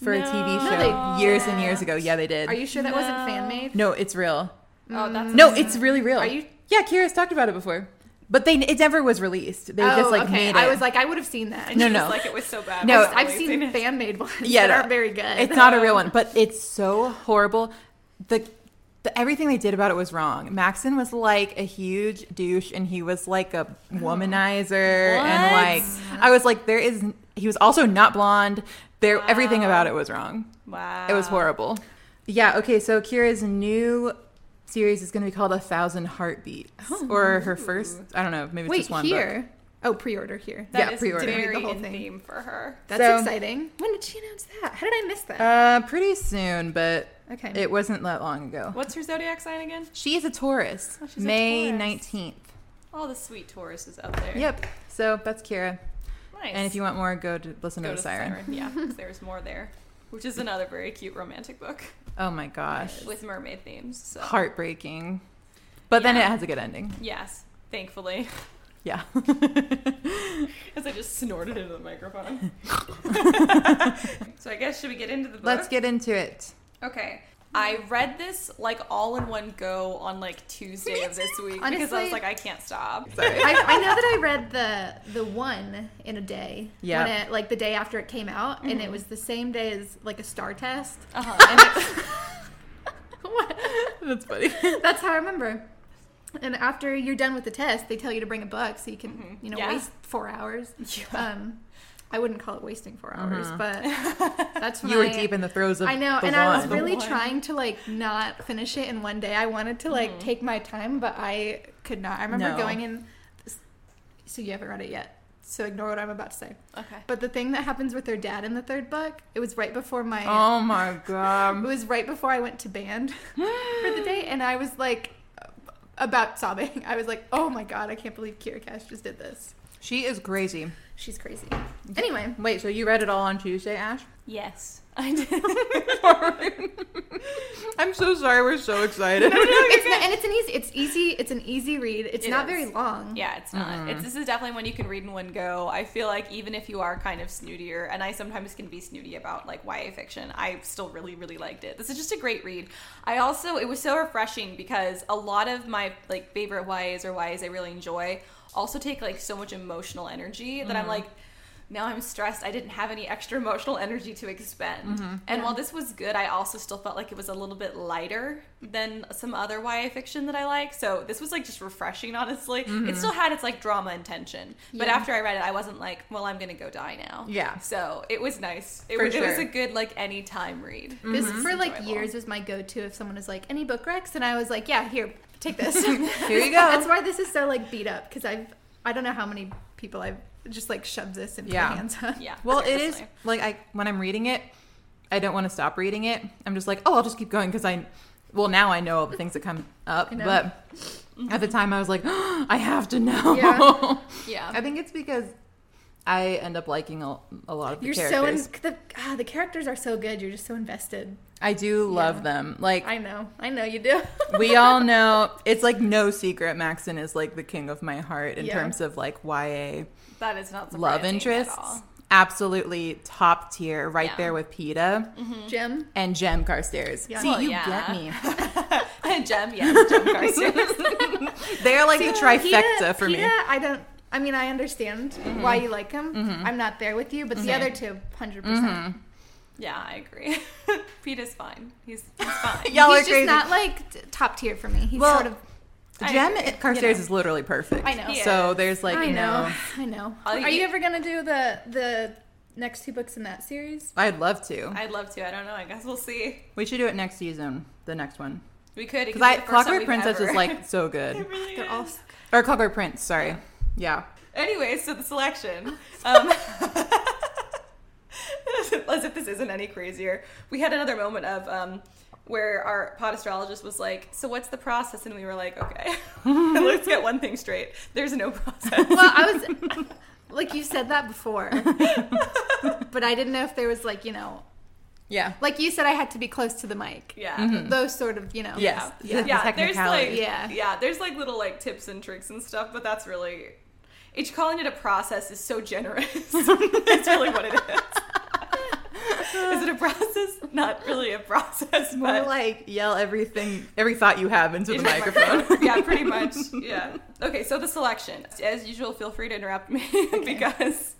[SPEAKER 1] for a TV
[SPEAKER 2] No.
[SPEAKER 1] show
[SPEAKER 3] No, they
[SPEAKER 1] years and years ago.
[SPEAKER 3] didn't.
[SPEAKER 1] Yeah, they did.
[SPEAKER 3] Are you sure that wasn't
[SPEAKER 2] No.
[SPEAKER 3] fan made?
[SPEAKER 1] no, it's real.
[SPEAKER 2] Oh, that's
[SPEAKER 1] Mm. No,
[SPEAKER 2] amazing.
[SPEAKER 1] it's really real.
[SPEAKER 3] Are you-
[SPEAKER 1] Yeah, Kira's talked about it before, but they it never was released. They just like made it.
[SPEAKER 3] Oh, I was like, I would have seen that.
[SPEAKER 2] And
[SPEAKER 1] No,
[SPEAKER 3] (laughs)
[SPEAKER 2] she was
[SPEAKER 1] no.
[SPEAKER 2] Like it was so bad.
[SPEAKER 1] No,
[SPEAKER 2] I've
[SPEAKER 3] I've
[SPEAKER 2] totally
[SPEAKER 3] seen
[SPEAKER 2] it.
[SPEAKER 3] fan made ones
[SPEAKER 1] Yeah,
[SPEAKER 3] that
[SPEAKER 1] no.
[SPEAKER 3] aren't very
[SPEAKER 2] (laughs)
[SPEAKER 3] good.
[SPEAKER 1] it's not a real one, but it's so horrible. The, the everything they did about it was wrong. Maxon was like a huge douche, and he was like
[SPEAKER 2] (gasps)
[SPEAKER 1] a womanizer, and like I was like, there is. He was also not blonde. There, everything about it was wrong.
[SPEAKER 2] Wow.
[SPEAKER 1] It was horrible. Yeah. Okay. So Kira's new series is going to be called A Thousand Heartbeats,
[SPEAKER 2] Oh,
[SPEAKER 1] or her first. I don't know. Maybe it's
[SPEAKER 3] Wait,
[SPEAKER 1] just one. book.
[SPEAKER 3] here. Oh, pre order here.
[SPEAKER 1] Yeah,
[SPEAKER 2] That is
[SPEAKER 1] pre-order.
[SPEAKER 3] Didn't read the
[SPEAKER 2] Very
[SPEAKER 3] whole
[SPEAKER 2] in
[SPEAKER 3] thing.
[SPEAKER 2] theme for her.
[SPEAKER 3] That's
[SPEAKER 1] So-
[SPEAKER 3] exciting. When did she announce that? How did I miss that?
[SPEAKER 1] Uh, pretty soon, but
[SPEAKER 3] okay.
[SPEAKER 1] it wasn't that long ago.
[SPEAKER 2] What's her zodiac sign again?
[SPEAKER 1] She is a Taurus.
[SPEAKER 2] Oh, she's a
[SPEAKER 1] May
[SPEAKER 2] Taurus.
[SPEAKER 1] nineteenth.
[SPEAKER 2] All the sweet Tauruses out there.
[SPEAKER 1] Yep. So that's Kira.
[SPEAKER 2] Nice.
[SPEAKER 1] And if you want more, go to listen
[SPEAKER 2] go
[SPEAKER 1] to, the siren.
[SPEAKER 2] Yeah, 'cause there's more there, which is another very cute romantic book
[SPEAKER 1] Oh my gosh,
[SPEAKER 2] with mermaid themes. So.
[SPEAKER 1] heartbreaking. But then it
[SPEAKER 2] Yeah.
[SPEAKER 1] has a good ending.
[SPEAKER 2] Yes, thankfully, (laughs)
[SPEAKER 1] Yeah.
[SPEAKER 2] as I just snorted into the microphone. so I guess should we get into the book?
[SPEAKER 1] Let's get into it.
[SPEAKER 2] Okay. I read this like all in one go on like Tuesday of this week because I was
[SPEAKER 3] Honestly-
[SPEAKER 2] like, I can't stop.
[SPEAKER 1] Sorry.
[SPEAKER 3] I, I know that I read the the one in a day.
[SPEAKER 1] Yeah. Mm-hmm.
[SPEAKER 3] When it, like the day after it came out, and it was the same day as like a star test. (laughs)
[SPEAKER 2] Uh-huh. And it-
[SPEAKER 3] What?
[SPEAKER 1] that's funny.
[SPEAKER 3] (laughs) That's how I remember. And after you're done with the test, they tell you to bring a book so you can, you know,
[SPEAKER 2] Yeah.
[SPEAKER 3] waste four hours.
[SPEAKER 2] Yeah.
[SPEAKER 3] Um, I wouldn't call it wasting 4 hours,
[SPEAKER 1] (laughs)
[SPEAKER 3] but that's
[SPEAKER 1] Uh-huh.
[SPEAKER 3] when
[SPEAKER 1] You were
[SPEAKER 3] I-
[SPEAKER 1] deep in the throes of
[SPEAKER 3] I know,
[SPEAKER 1] the one.
[SPEAKER 3] and I was really
[SPEAKER 2] one.
[SPEAKER 3] trying to like not finish it in one day. I wanted to like take my time, but I could not. I remember
[SPEAKER 1] Mm-hmm. No.
[SPEAKER 3] going in. So you haven't read it yet, so ignore what I'm about to say.
[SPEAKER 2] okay.
[SPEAKER 3] But the thing that happens with their dad in the third book, it was right before my.
[SPEAKER 1] (laughs) Oh my
[SPEAKER 3] It
[SPEAKER 1] god.
[SPEAKER 3] was right before I went to band (laughs) for the day, and I was like about sobbing. (laughs) I was like, "Oh my god, I can't believe Kira Cash just did this.
[SPEAKER 1] She is crazy.
[SPEAKER 3] She's crazy."
[SPEAKER 1] (laughs)
[SPEAKER 3] Anyway,
[SPEAKER 1] Wait, so you read it all on Tuesday, Ash? (laughs)
[SPEAKER 2] Yes, (laughs) I did.
[SPEAKER 1] I'm so sorry. We're so excited.
[SPEAKER 3] it's not, and it's an easy. It's easy. It's an easy read. It's
[SPEAKER 2] It
[SPEAKER 3] not
[SPEAKER 2] is.
[SPEAKER 3] very long.
[SPEAKER 2] Yeah, it's not. It's this is definitely one you can read in one go. I feel like even if you are kind of snootier, and I sometimes can be snooty about like YA fiction, I still really really liked it. This is just a great read. I also it was so refreshing because a lot of my like favorite YAs or YAs I really enjoy also take like so much emotional energy that I'm like. now I'm stressed. I didn't have any extra emotional energy to expend.
[SPEAKER 1] Mm-hmm.
[SPEAKER 2] And while this was good, I also still felt like it was a little bit lighter than some other YA fiction that I like. So this was like just refreshing, honestly.
[SPEAKER 1] Mm-hmm.
[SPEAKER 2] It still had its like drama and tension. But
[SPEAKER 3] Yeah.
[SPEAKER 2] after I read it, I wasn't like, well, I'm gonna go die now.
[SPEAKER 1] Yeah.
[SPEAKER 2] So it was nice. It,
[SPEAKER 1] For
[SPEAKER 2] was, it was
[SPEAKER 1] sure. Mm-hmm.
[SPEAKER 2] a good like any time read.
[SPEAKER 3] This for like
[SPEAKER 2] enjoyable.
[SPEAKER 3] years was my go-to if someone was like any book Rex, and I was like, yeah, here, take this.
[SPEAKER 1] Here
[SPEAKER 3] (laughs)
[SPEAKER 1] you go.
[SPEAKER 3] That's why this is so like beat up because I've I don't know how many people I've just like shoved this into
[SPEAKER 1] Yeah.
[SPEAKER 3] my hands.
[SPEAKER 2] Yeah.
[SPEAKER 1] Well, it is
[SPEAKER 2] seriously.
[SPEAKER 1] like I when I'm reading it, I don't want to stop reading it. I'm just like, oh, I'll just keep going because I, well, now I know all the things that come up.
[SPEAKER 3] I know. Mm-hmm.
[SPEAKER 1] But at the time, I was like, I have to know.
[SPEAKER 3] Yeah.
[SPEAKER 2] Yeah.
[SPEAKER 1] (laughs) I think it's because I end up liking a, a lot of the
[SPEAKER 3] You're so in,
[SPEAKER 1] characters.
[SPEAKER 3] the ah, the characters are so good. You're just so invested.
[SPEAKER 1] I do love
[SPEAKER 3] Yeah.
[SPEAKER 1] them. Like
[SPEAKER 3] I know, I know you do.
[SPEAKER 1] (laughs)
[SPEAKER 3] (laughs)
[SPEAKER 1] we all know, it's like no secret. Maxon is like the king of my heart in
[SPEAKER 3] Yeah.
[SPEAKER 1] terms of like YA
[SPEAKER 2] That is not
[SPEAKER 1] love
[SPEAKER 2] surprising at
[SPEAKER 1] interests.
[SPEAKER 2] all. (laughs)
[SPEAKER 1] Absolutely top tier, right
[SPEAKER 2] Yeah.
[SPEAKER 1] there with Peta.
[SPEAKER 3] Jim.
[SPEAKER 1] and Jem Carstairs.
[SPEAKER 3] Yeah.
[SPEAKER 1] See,
[SPEAKER 2] Well,
[SPEAKER 1] you
[SPEAKER 2] yeah.
[SPEAKER 1] get me.
[SPEAKER 2] Jem,
[SPEAKER 1] (laughs)
[SPEAKER 2] yes, Jem Carstairs.
[SPEAKER 1] They are like (laughs) the trifecta
[SPEAKER 3] Peta-
[SPEAKER 1] for me. Mm-hmm.
[SPEAKER 3] Peta, I don't. I mean, I understand why you like him. I'm not there with you, but the other two, hundred
[SPEAKER 1] Mm-hmm.
[SPEAKER 3] percent.
[SPEAKER 2] (laughs) yeah, I agree. (laughs) Pete is fine. He's, he's fine.
[SPEAKER 1] (laughs) Y'all are
[SPEAKER 3] He's just
[SPEAKER 1] crazy.
[SPEAKER 3] not like t- top tier for me. He's
[SPEAKER 1] Well,
[SPEAKER 3] sort of.
[SPEAKER 2] I
[SPEAKER 1] Jem
[SPEAKER 2] agree,
[SPEAKER 1] Carstairs
[SPEAKER 2] you know.
[SPEAKER 1] is literally perfect.
[SPEAKER 3] I know. He
[SPEAKER 1] So
[SPEAKER 2] is.
[SPEAKER 1] there's like
[SPEAKER 3] I know,
[SPEAKER 1] no.
[SPEAKER 3] I know.
[SPEAKER 2] I'll-
[SPEAKER 3] Are you ever gonna do the the next two books in that series?
[SPEAKER 1] I'd love to.
[SPEAKER 2] I'd love to. I don't know. I guess we'll see.
[SPEAKER 1] We should do it next season, the next one,
[SPEAKER 2] We could. it
[SPEAKER 1] because
[SPEAKER 2] could
[SPEAKER 1] I
[SPEAKER 2] be the first time
[SPEAKER 1] Clockwork
[SPEAKER 2] we've
[SPEAKER 1] Princess
[SPEAKER 2] ever- (laughs)
[SPEAKER 1] is like (laughs) so good,
[SPEAKER 2] Really
[SPEAKER 3] They're
[SPEAKER 2] is.
[SPEAKER 3] all
[SPEAKER 1] or Clockwork Prince. Sorry, yeah.
[SPEAKER 2] Anyway, so the
[SPEAKER 1] (laughs)
[SPEAKER 2] selection. Um, (laughs) as if this isn't any crazier, we had another moment of um, where our pod astrologist was like, "So what's the process?" And we were like, "Okay, (laughs) let's get one thing straight. There's no
[SPEAKER 1] (laughs)
[SPEAKER 2] process."
[SPEAKER 3] Well, I
[SPEAKER 2] (laughs)
[SPEAKER 3] was like you said that before, but I didn't know if there was like you know,
[SPEAKER 1] yeah,
[SPEAKER 3] like you said, I had to be close to the mic.
[SPEAKER 2] Yeah.
[SPEAKER 1] Mm-hmm.
[SPEAKER 3] Those sort of you know.
[SPEAKER 1] yes,
[SPEAKER 2] Yeah,
[SPEAKER 1] The
[SPEAKER 2] yeah there's
[SPEAKER 1] technicality.
[SPEAKER 2] like yeah.
[SPEAKER 3] Yeah.
[SPEAKER 2] there's like little like tips and tricks and stuff, but that's really each calling it a process is so
[SPEAKER 1] (laughs)
[SPEAKER 2] generous. That's really what it is. is it a process? Not really a process,
[SPEAKER 1] more
[SPEAKER 2] but
[SPEAKER 1] like yell everything, every thought you have into the
[SPEAKER 2] into the (laughs)
[SPEAKER 1] microphone.
[SPEAKER 2] yeah, pretty much. Yeah. Okay, so the selection. As usual, feel free to interrupt me (laughs) because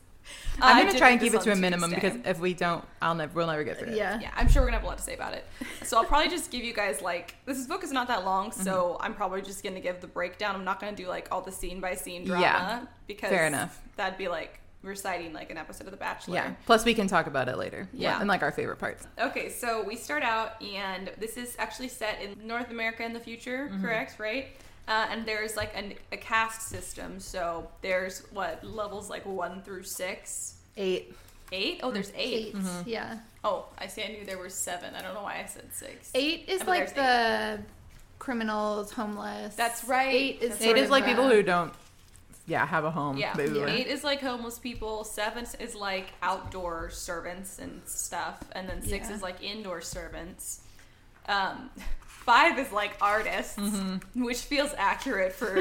[SPEAKER 2] I
[SPEAKER 1] (laughs) I'm gonna
[SPEAKER 2] did
[SPEAKER 1] try and
[SPEAKER 2] this
[SPEAKER 1] keep it
[SPEAKER 2] on
[SPEAKER 1] to a minimum
[SPEAKER 2] Tuesday.
[SPEAKER 1] because if we don't, I'll never, we'll never get through it.
[SPEAKER 3] Yeah.
[SPEAKER 2] yeah, I'm sure we're gonna have a lot to say about it. So I'll probably just give you guys like this is- book is not that long,
[SPEAKER 1] Mm-hmm.
[SPEAKER 2] so I'm probably just gonna give the breakdown. I'm not gonna do like all the scene by scene drama
[SPEAKER 1] Yeah.
[SPEAKER 2] because
[SPEAKER 1] Fair enough.
[SPEAKER 2] That'd be like reciting like an episode of The Bachelor.
[SPEAKER 1] yeah. Plus, we can talk about it later.
[SPEAKER 2] Yeah.
[SPEAKER 1] and like our favorite parts.
[SPEAKER 2] Okay, so we start out, and this is actually set in North America in the future,
[SPEAKER 1] Mm-hmm.
[SPEAKER 2] correct? Right? Uh, and there's like an, a caste system, so there's what levels like one through six,
[SPEAKER 1] Eight.
[SPEAKER 2] eight. Oh,
[SPEAKER 1] Mm.
[SPEAKER 2] there's eight.
[SPEAKER 3] Eight. Yeah.
[SPEAKER 2] Oh, I see. I knew there were seven. I don't know why I said six.
[SPEAKER 3] Eight is
[SPEAKER 2] Oh, there's
[SPEAKER 3] like the criminals, homeless.
[SPEAKER 2] That's right.
[SPEAKER 3] Eight is
[SPEAKER 2] That's
[SPEAKER 1] Eight
[SPEAKER 3] sort
[SPEAKER 1] is
[SPEAKER 3] of
[SPEAKER 1] like
[SPEAKER 3] the-
[SPEAKER 1] people who don't, yeah, have a home.
[SPEAKER 2] Yeah.
[SPEAKER 1] They live in.
[SPEAKER 2] Eight is like homeless people. Seven is like outdoor servants and stuff. And then six
[SPEAKER 3] Yeah.
[SPEAKER 2] is like indoor servants. Um, (laughs) five is like artists, which feels accurate for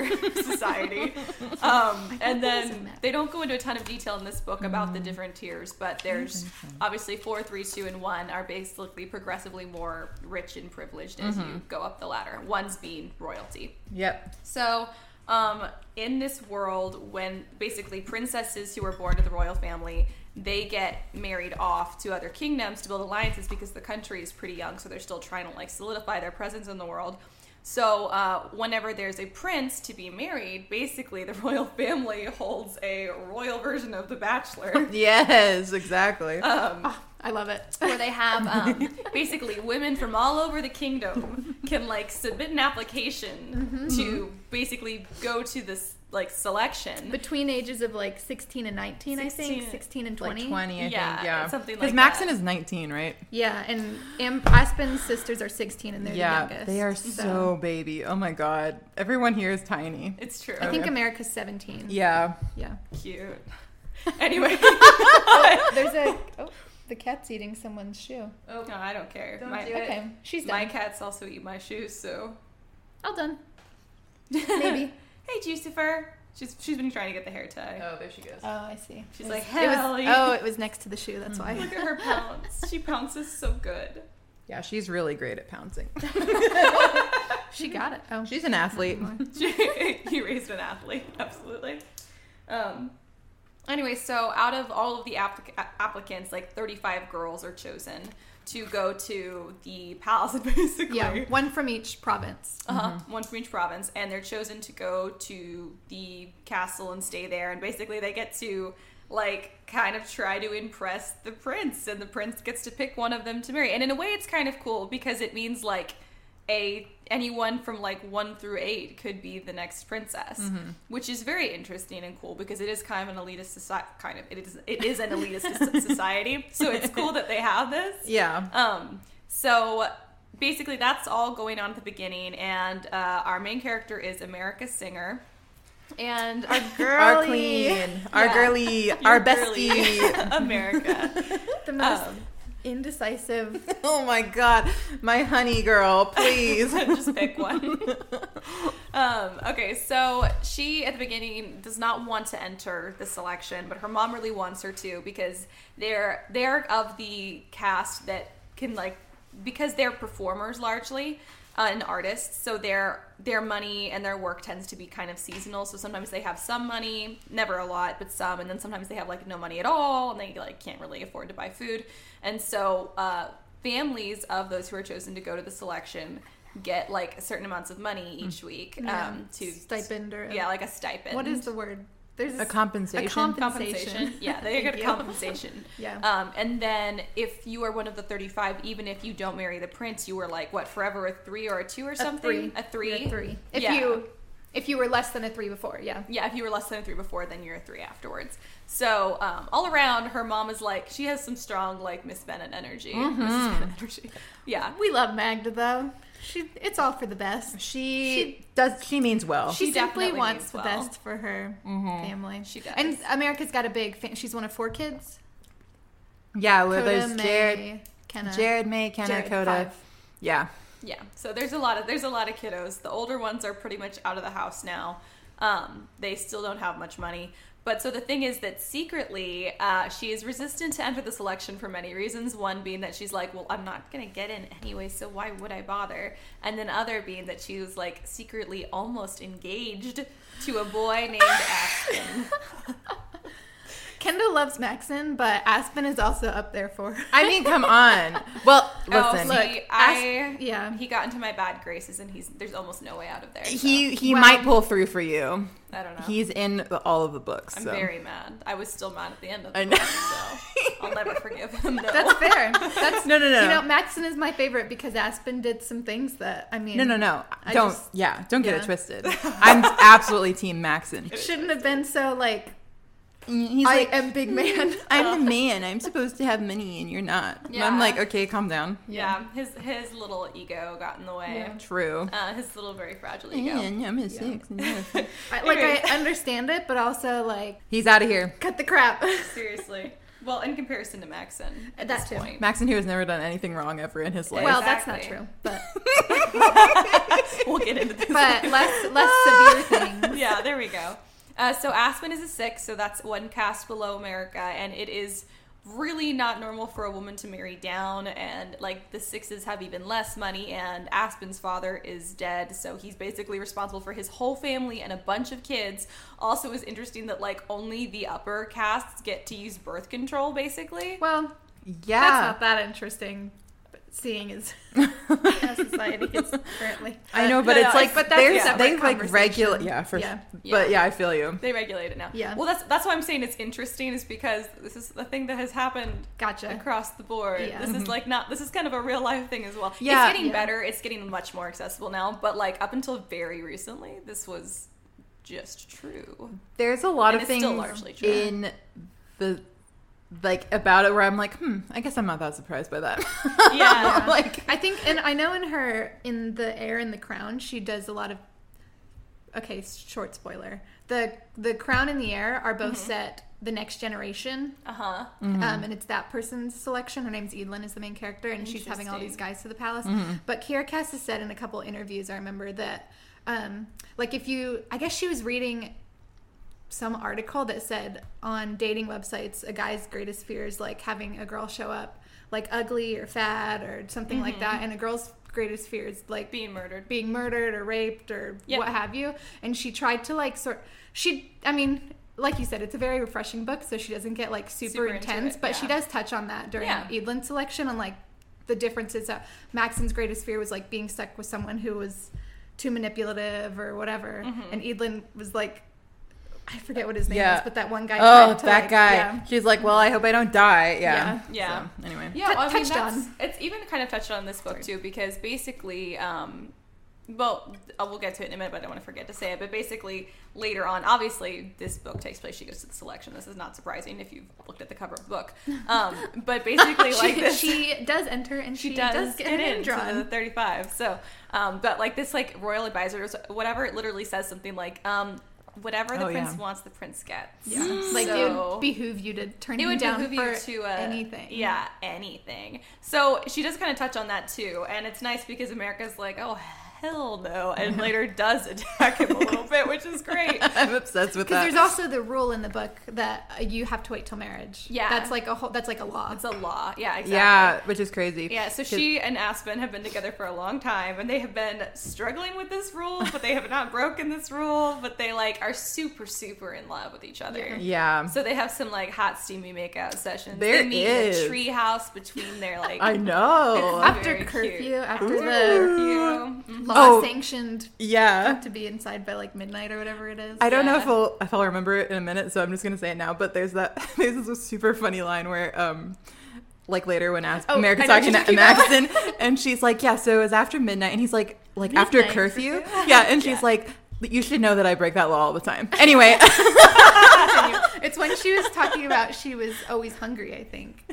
[SPEAKER 2] society. Um, and
[SPEAKER 3] that doesn't
[SPEAKER 2] then
[SPEAKER 3] matter.
[SPEAKER 2] they don't go into a ton of detail in this book about the different tiers, but there's obviously four, three, two, and one are basically progressively more rich and privileged as you go up the ladder. One's being royalty.
[SPEAKER 1] Yep.
[SPEAKER 2] So, um, in this world, when basically princesses who are born to the royal family, they get married off to other kingdoms to build alliances because the country is pretty young, so they're still trying to like solidify their presence in the world. So, uh, whenever there's a prince to be married, basically the (laughs) royal family holds a royal version of The
[SPEAKER 1] (laughs)
[SPEAKER 2] Bachelor.
[SPEAKER 1] Yes, exactly.
[SPEAKER 2] Oh,
[SPEAKER 3] I love it.
[SPEAKER 2] where they have um, basically women from all over the kingdom can like submit an application to basically go to this like selection.
[SPEAKER 3] (laughs) Between ages of like 16 and 19, I
[SPEAKER 2] 16
[SPEAKER 3] think. 16 and 20.
[SPEAKER 1] like 20, I
[SPEAKER 2] Yeah,
[SPEAKER 1] think. Yeah.
[SPEAKER 2] something
[SPEAKER 1] Because
[SPEAKER 2] like
[SPEAKER 1] Maxon
[SPEAKER 2] that.
[SPEAKER 1] is 19, right?
[SPEAKER 3] Yeah, and Am- Aspen's sisters are 16 and they're
[SPEAKER 1] yeah.
[SPEAKER 3] the youngest.
[SPEAKER 1] They are so baby. Oh my God. Everyone here is tiny.
[SPEAKER 2] it's true.
[SPEAKER 3] I think America's 17.
[SPEAKER 1] Yeah.
[SPEAKER 3] Yeah.
[SPEAKER 2] Cute. (laughs) Anyway,
[SPEAKER 3] There's a. (laughs) Oh, the cat's eating someone's shoe.
[SPEAKER 2] oh no, I don't care. my,
[SPEAKER 1] do it.
[SPEAKER 3] Okay, she's
[SPEAKER 2] my
[SPEAKER 3] done.
[SPEAKER 2] cats also eat my shoes, so
[SPEAKER 3] All (laughs) done. Maybe.
[SPEAKER 2] (laughs) hey, Jucifer. She's she's been trying to get the hair tie.
[SPEAKER 1] Oh, there she goes.
[SPEAKER 3] Oh, I see.
[SPEAKER 2] She's
[SPEAKER 3] It
[SPEAKER 2] like,
[SPEAKER 3] it was-
[SPEAKER 2] "Hell yeah."
[SPEAKER 3] Oh, it was next to the shoe. That's why.
[SPEAKER 2] (laughs)
[SPEAKER 3] (laughs)
[SPEAKER 2] Look at her pounce. she pounces so good. (laughs)
[SPEAKER 1] Yeah, she's really great at pouncing.
[SPEAKER 3] She got it. Oh,
[SPEAKER 1] She's an athlete.
[SPEAKER 2] (laughs) you raised an athlete, absolutely. Um, Anyway, so out of all of the applic- a- applicants, like 35 girls are chosen to go to the palace, (laughs) basically.
[SPEAKER 3] Yeah, one from each (laughs) province.
[SPEAKER 2] Uh-huh. One from each province, and they're chosen to go to the castle and stay there. And basically, they get to like kind of try to impress the prince, and the prince gets to pick one of them to marry. And in a way, it's kind of cool because it means like a anyone from like one through eight could be the next princess, which is very interesting and cool because it is kind of an elitist society. Kind of, it is it is an elitist (laughs) so- society, so it's cool that they have this.
[SPEAKER 1] Yeah.
[SPEAKER 2] Um, so basically, that's all going on at the beginning, and uh, our main character is America Singer, and our
[SPEAKER 1] Our queen, our
[SPEAKER 2] Yeah.
[SPEAKER 1] girly, our
[SPEAKER 2] girly (laughs)
[SPEAKER 1] bestie. (laughs)
[SPEAKER 2] America.
[SPEAKER 3] The most
[SPEAKER 2] Um, (laughs)
[SPEAKER 3] indecisive. (laughs)
[SPEAKER 1] oh my god, my honey girl,
[SPEAKER 2] (laughs)
[SPEAKER 1] please.
[SPEAKER 2] just pick one. um, okay, so she at the beginning does not want to enter the selection, but her mom really wants her to because they're they're of the cast that can like because they're performers largely uh, and artists, so their their money and their work tends to be kind of seasonal. So sometimes they have some money, never a lot, but some, and then sometimes they have like no money at all, and they like can't really afford to buy food, and so. Uh, families of those who are chosen to go to the selection get like certain amounts of money each week um, to
[SPEAKER 3] stipend or
[SPEAKER 2] yeah like a stipend
[SPEAKER 3] what is the word? There's
[SPEAKER 1] A compensation.
[SPEAKER 3] A compensation.
[SPEAKER 2] compensation (laughs) yeah they
[SPEAKER 3] Thank
[SPEAKER 2] get a
[SPEAKER 3] you.
[SPEAKER 2] compensation
[SPEAKER 3] (laughs) Yeah.
[SPEAKER 2] um, and then if you are one of the 35 even if you don't marry the prince you were like what forever a three or a two or something
[SPEAKER 3] A three. You're a three. If
[SPEAKER 2] Yeah.
[SPEAKER 3] you if you were less than a three before, yeah.
[SPEAKER 2] yeah, if you were less than a three before, then you're a three afterwards. So um, all around, her mom is like she has some strong like Miss Bennett energy.
[SPEAKER 3] Mm-hmm.
[SPEAKER 2] Mrs. Bennett energy. (laughs) Yeah,
[SPEAKER 3] We love Magda though. She it's all for the best.
[SPEAKER 1] She, does. She means well.
[SPEAKER 3] She,
[SPEAKER 2] She
[SPEAKER 3] simply
[SPEAKER 2] definitely means
[SPEAKER 3] wants the
[SPEAKER 2] well. Mm-hmm.
[SPEAKER 3] best for her family.
[SPEAKER 2] She does.
[SPEAKER 3] And America's got a big. Fam- she's one of four kids.
[SPEAKER 1] yeah, well, there's
[SPEAKER 3] Coda,
[SPEAKER 1] Jared,
[SPEAKER 3] May, Kenna.
[SPEAKER 1] Jared, May, Kenna,
[SPEAKER 3] Jared,
[SPEAKER 1] Coda.
[SPEAKER 3] five.
[SPEAKER 1] Yeah.
[SPEAKER 2] Yeah, so there's a lot of there's a lot of kiddos. The older ones are pretty much out of the house now. Um, they still don't have much money. But so the thing is that secretly uh, she is resistant to enter the selection for many reasons. One being that she's like, well, I'm not gonna get in anyway, so why would I bother? And then other being that she was like secretly almost engaged to a boy named
[SPEAKER 1] (laughs)
[SPEAKER 2] Ashton.
[SPEAKER 3] Kendall loves Maxon, but Aspen is also up there for. Her.
[SPEAKER 1] I mean, come on. Well,
[SPEAKER 2] Oh,
[SPEAKER 1] listen.
[SPEAKER 2] look, I
[SPEAKER 3] (laughs)
[SPEAKER 2] um,
[SPEAKER 3] yeah.
[SPEAKER 2] he got into my bad graces, and he's there's almost no way out of there. so
[SPEAKER 1] he he
[SPEAKER 3] Well-
[SPEAKER 1] might pull through for you.
[SPEAKER 2] I don't know.
[SPEAKER 1] He's in the, all of the books.
[SPEAKER 2] I'm
[SPEAKER 1] so.
[SPEAKER 2] very mad. I was still mad at the end of the
[SPEAKER 1] I know.
[SPEAKER 2] book, so I'll never forgive him. Though.
[SPEAKER 3] That's fair.
[SPEAKER 1] (laughs)
[SPEAKER 3] That's
[SPEAKER 1] No, no, (laughs) no.
[SPEAKER 3] You know, Maxon is my favorite because Aspen did some things that I mean.
[SPEAKER 1] no, no, no.
[SPEAKER 3] I
[SPEAKER 1] don't.
[SPEAKER 3] just-
[SPEAKER 1] yeah, don't get it
[SPEAKER 3] yeah. (laughs)
[SPEAKER 1] twisted. I'm absolutely Team Maxon.
[SPEAKER 3] Shouldn't have been so like.
[SPEAKER 1] He's
[SPEAKER 3] I
[SPEAKER 1] like,
[SPEAKER 3] am big man.
[SPEAKER 1] (laughs) I'm
[SPEAKER 3] (laughs)
[SPEAKER 1] the man. I'm supposed to have money, and you're not. And I'm
[SPEAKER 2] Yeah.
[SPEAKER 1] like, okay, calm down.
[SPEAKER 2] (laughs) yeah, his his little ego got in the way.
[SPEAKER 3] Yeah.
[SPEAKER 1] True.
[SPEAKER 2] Uh, his little very fragile ego.
[SPEAKER 1] And I'm a six. and you're a
[SPEAKER 3] (laughs)
[SPEAKER 1] five.
[SPEAKER 3] (laughs) I, like
[SPEAKER 2] Anyway.
[SPEAKER 3] I understand it, but also like
[SPEAKER 1] He's out of here.
[SPEAKER 3] cut
[SPEAKER 2] (laughs)
[SPEAKER 3] the crap.
[SPEAKER 2] Seriously. Well, in comparison to Maxon at
[SPEAKER 3] That
[SPEAKER 2] this
[SPEAKER 3] too.
[SPEAKER 2] point.
[SPEAKER 1] Maxon, who has never done anything wrong ever in his life.
[SPEAKER 3] Well, that's not
[SPEAKER 2] Exactly.
[SPEAKER 1] (laughs)
[SPEAKER 3] true, but
[SPEAKER 2] we'll get into (laughs) this.
[SPEAKER 3] but less
[SPEAKER 1] (laughs)
[SPEAKER 3] less severe
[SPEAKER 2] (laughs)
[SPEAKER 3] things.
[SPEAKER 2] yeah, there we go. Uh, so Aspen is a six, so that's one cast below America, and it is really not normal for a woman to marry down. And like the sixes have even less money, and Aspen's father is dead, so he's basically responsible for his whole family and a bunch of kids. Also, it's interesting that like only the upper casts get to use birth control, basically.
[SPEAKER 3] Well,
[SPEAKER 1] yeah.
[SPEAKER 3] That's not that interesting. but
[SPEAKER 1] (laughs)
[SPEAKER 3] Seeing as how society is currently.
[SPEAKER 1] Uh, I know, but
[SPEAKER 2] No,
[SPEAKER 1] it's
[SPEAKER 2] no, but
[SPEAKER 1] like, but
[SPEAKER 2] that's
[SPEAKER 1] there's,
[SPEAKER 2] a separate
[SPEAKER 1] they've like
[SPEAKER 3] conversation.
[SPEAKER 1] regular, yeah, for,
[SPEAKER 3] Yeah.
[SPEAKER 1] but yeah, I feel you.
[SPEAKER 2] They regulate it now.
[SPEAKER 3] Yeah.
[SPEAKER 2] Well, that's that's why I'm saying it's interesting, is because this is the thing that has happened
[SPEAKER 3] Gotcha.
[SPEAKER 2] across the board.
[SPEAKER 3] Yeah. Mm-hmm.
[SPEAKER 2] This is like not this is kind of a real life thing as well.
[SPEAKER 1] Yeah.
[SPEAKER 2] It's getting
[SPEAKER 3] Yeah.
[SPEAKER 2] better. It's getting much more accessible now, but like up until very recently, this was just
[SPEAKER 3] (laughs)
[SPEAKER 2] true.
[SPEAKER 1] There's a lot
[SPEAKER 2] And
[SPEAKER 1] of
[SPEAKER 2] it's
[SPEAKER 1] things
[SPEAKER 2] still largely true.
[SPEAKER 1] in the, like, about it where I'm like, hmm, I guess I'm not that surprised by that. (laughs)
[SPEAKER 2] Yeah.
[SPEAKER 1] like,
[SPEAKER 3] I think, and I know in her, in the air and the crown, she does a lot of. Okay, s- short spoiler. The the crown and the air are
[SPEAKER 1] Mm-hmm.
[SPEAKER 3] both set the next generation,
[SPEAKER 2] Uh-huh.
[SPEAKER 3] um, and it's that person's selection. Her name's Edlin is the main character, and she's having all these
[SPEAKER 2] Interesting.
[SPEAKER 3] guys to the palace. But Kiera Cass has said in a couple interviews, I remember that, um, like if you, I guess she was reading some article that said on dating websites a guy's greatest fear is like having a girl show up like ugly or fat or something like that and a girl's greatest fear is like being
[SPEAKER 2] Being murdered.
[SPEAKER 3] being murdered or raped or
[SPEAKER 2] Yep.
[SPEAKER 3] what have you and she tried to like sort she i mean like you said, it's a very refreshing book, so she doesn't get like super,
[SPEAKER 2] Super into
[SPEAKER 3] intense,
[SPEAKER 2] it,
[SPEAKER 3] but
[SPEAKER 2] yeah.
[SPEAKER 3] she does touch on that during
[SPEAKER 2] Yeah.
[SPEAKER 3] Eadlin's selection and like the differences. That Maxon's greatest fear was like being stuck with someone who was too manipulative or whatever,
[SPEAKER 2] Mm-hmm.
[SPEAKER 3] and Eadlin was like, I forget what his name
[SPEAKER 1] Yeah.
[SPEAKER 3] is, but that one guy.
[SPEAKER 1] Oh,
[SPEAKER 3] tried to,
[SPEAKER 1] that
[SPEAKER 3] like-
[SPEAKER 1] guy.
[SPEAKER 3] yeah.
[SPEAKER 1] She's like, well, I hope I don't die. Yeah.
[SPEAKER 2] Yeah.
[SPEAKER 1] So, anyway.
[SPEAKER 2] Yeah,
[SPEAKER 3] Tou-
[SPEAKER 2] well, I mean,
[SPEAKER 3] touched
[SPEAKER 2] that's,
[SPEAKER 3] on.
[SPEAKER 2] It's even kind of touched on in this book too, because basically, um, well, uh, we'll get to it in a minute, but I don't want to forget to say it. But basically, later on, obviously, this book takes place. She goes to the selection. This is not surprising if you've looked at the cover of the book. Um, but basically, like
[SPEAKER 3] (laughs) she,
[SPEAKER 2] this,
[SPEAKER 3] she does enter and she, does, get her name
[SPEAKER 2] into the
[SPEAKER 3] drawn.
[SPEAKER 2] 35 so um but like this like royal advisor or s- whatever it literally says something like um whatever the
[SPEAKER 1] Oh,
[SPEAKER 2] prince
[SPEAKER 1] yeah.
[SPEAKER 2] wants the prince gets
[SPEAKER 3] Yeah. (gasps) Like it
[SPEAKER 2] So-
[SPEAKER 3] would behoove you to turn
[SPEAKER 2] it
[SPEAKER 3] him
[SPEAKER 2] would
[SPEAKER 3] down
[SPEAKER 2] behoove
[SPEAKER 3] for
[SPEAKER 2] you to uh,
[SPEAKER 3] anything.
[SPEAKER 2] Yeah, anything. So she does kind of touch on that too, and it's nice because America's like, oh hell no,
[SPEAKER 3] (laughs)
[SPEAKER 2] and later does attack him a little bit, which is great.
[SPEAKER 1] (laughs) I'm obsessed
[SPEAKER 3] (laughs)
[SPEAKER 1] with
[SPEAKER 3] Because
[SPEAKER 1] that.
[SPEAKER 3] there's also the rule in the book that uh, you have to wait till marriage.
[SPEAKER 2] Yeah.
[SPEAKER 3] that's like a whole. That's like a law.
[SPEAKER 2] It's a law. Yeah, exactly.
[SPEAKER 1] Yeah, which is crazy.
[SPEAKER 2] Yeah, so
[SPEAKER 1] 'Cause-
[SPEAKER 2] she and Aspen have been together for a long time, and they have been struggling with this rule, but they have not (laughs) broken this rule. But they like are super, super in love with each other.
[SPEAKER 1] Yeah.
[SPEAKER 2] So they have some like hot, steamy makeout sessions.
[SPEAKER 1] There
[SPEAKER 2] they meet
[SPEAKER 1] is.
[SPEAKER 2] in a treehouse between their like (laughs)
[SPEAKER 1] (laughs) I know.
[SPEAKER 2] It's-
[SPEAKER 3] after
[SPEAKER 2] Very
[SPEAKER 3] curfew,
[SPEAKER 2] cute.
[SPEAKER 3] after
[SPEAKER 1] Ooh.
[SPEAKER 2] you.
[SPEAKER 3] the law
[SPEAKER 1] Oh.
[SPEAKER 3] sanctioned
[SPEAKER 1] yeah.
[SPEAKER 3] to be inside by like midnight or whatever it is.
[SPEAKER 1] I don't know
[SPEAKER 2] Yeah.
[SPEAKER 1] if I'll if I'll remember it in a minute, so I'm just gonna say it now. But there's that (laughs) there's this super funny line where um like later when As-
[SPEAKER 3] Oh,
[SPEAKER 1] America's
[SPEAKER 3] I know what
[SPEAKER 1] talking
[SPEAKER 3] you're
[SPEAKER 1] to
[SPEAKER 3] talking about.
[SPEAKER 1] Maxon and she's like, Yeah, so it was after midnight and he's like like after
[SPEAKER 3] Midnight
[SPEAKER 1] curfew.
[SPEAKER 3] curfew?
[SPEAKER 1] (laughs) Yeah,
[SPEAKER 3] (laughs)
[SPEAKER 1] and she's like you should know that I break that law all the time. (laughs) Anyway,
[SPEAKER 3] it's when she was talking about she was always hungry. I think.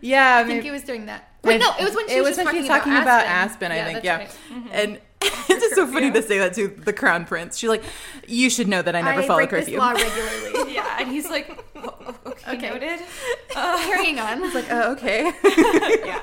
[SPEAKER 1] yeah,
[SPEAKER 3] I think
[SPEAKER 1] maybe-
[SPEAKER 3] it was during that. Wait, no, it was when she
[SPEAKER 1] it
[SPEAKER 3] was,
[SPEAKER 1] was
[SPEAKER 3] just
[SPEAKER 1] when she was
[SPEAKER 3] talking,
[SPEAKER 1] talking about Aspen. I think,
[SPEAKER 3] that's
[SPEAKER 1] yeah,
[SPEAKER 3] right.
[SPEAKER 2] Mm-hmm.
[SPEAKER 3] (laughs)
[SPEAKER 1] and (laughs) it's just so funny
[SPEAKER 2] curfew.
[SPEAKER 1] to say that to the crown prince. She's like, "You should know that I never follow
[SPEAKER 3] break
[SPEAKER 1] curfew."
[SPEAKER 3] this law regularly.
[SPEAKER 2] (laughs) Yeah, and he's like, "Oh, okay,
[SPEAKER 3] Okay.
[SPEAKER 1] (laughs)
[SPEAKER 2] noted. Uh,
[SPEAKER 3] Carrying on.
[SPEAKER 1] like, (laughs) oh,
[SPEAKER 2] (laughs)
[SPEAKER 1] okay.
[SPEAKER 2] yeah,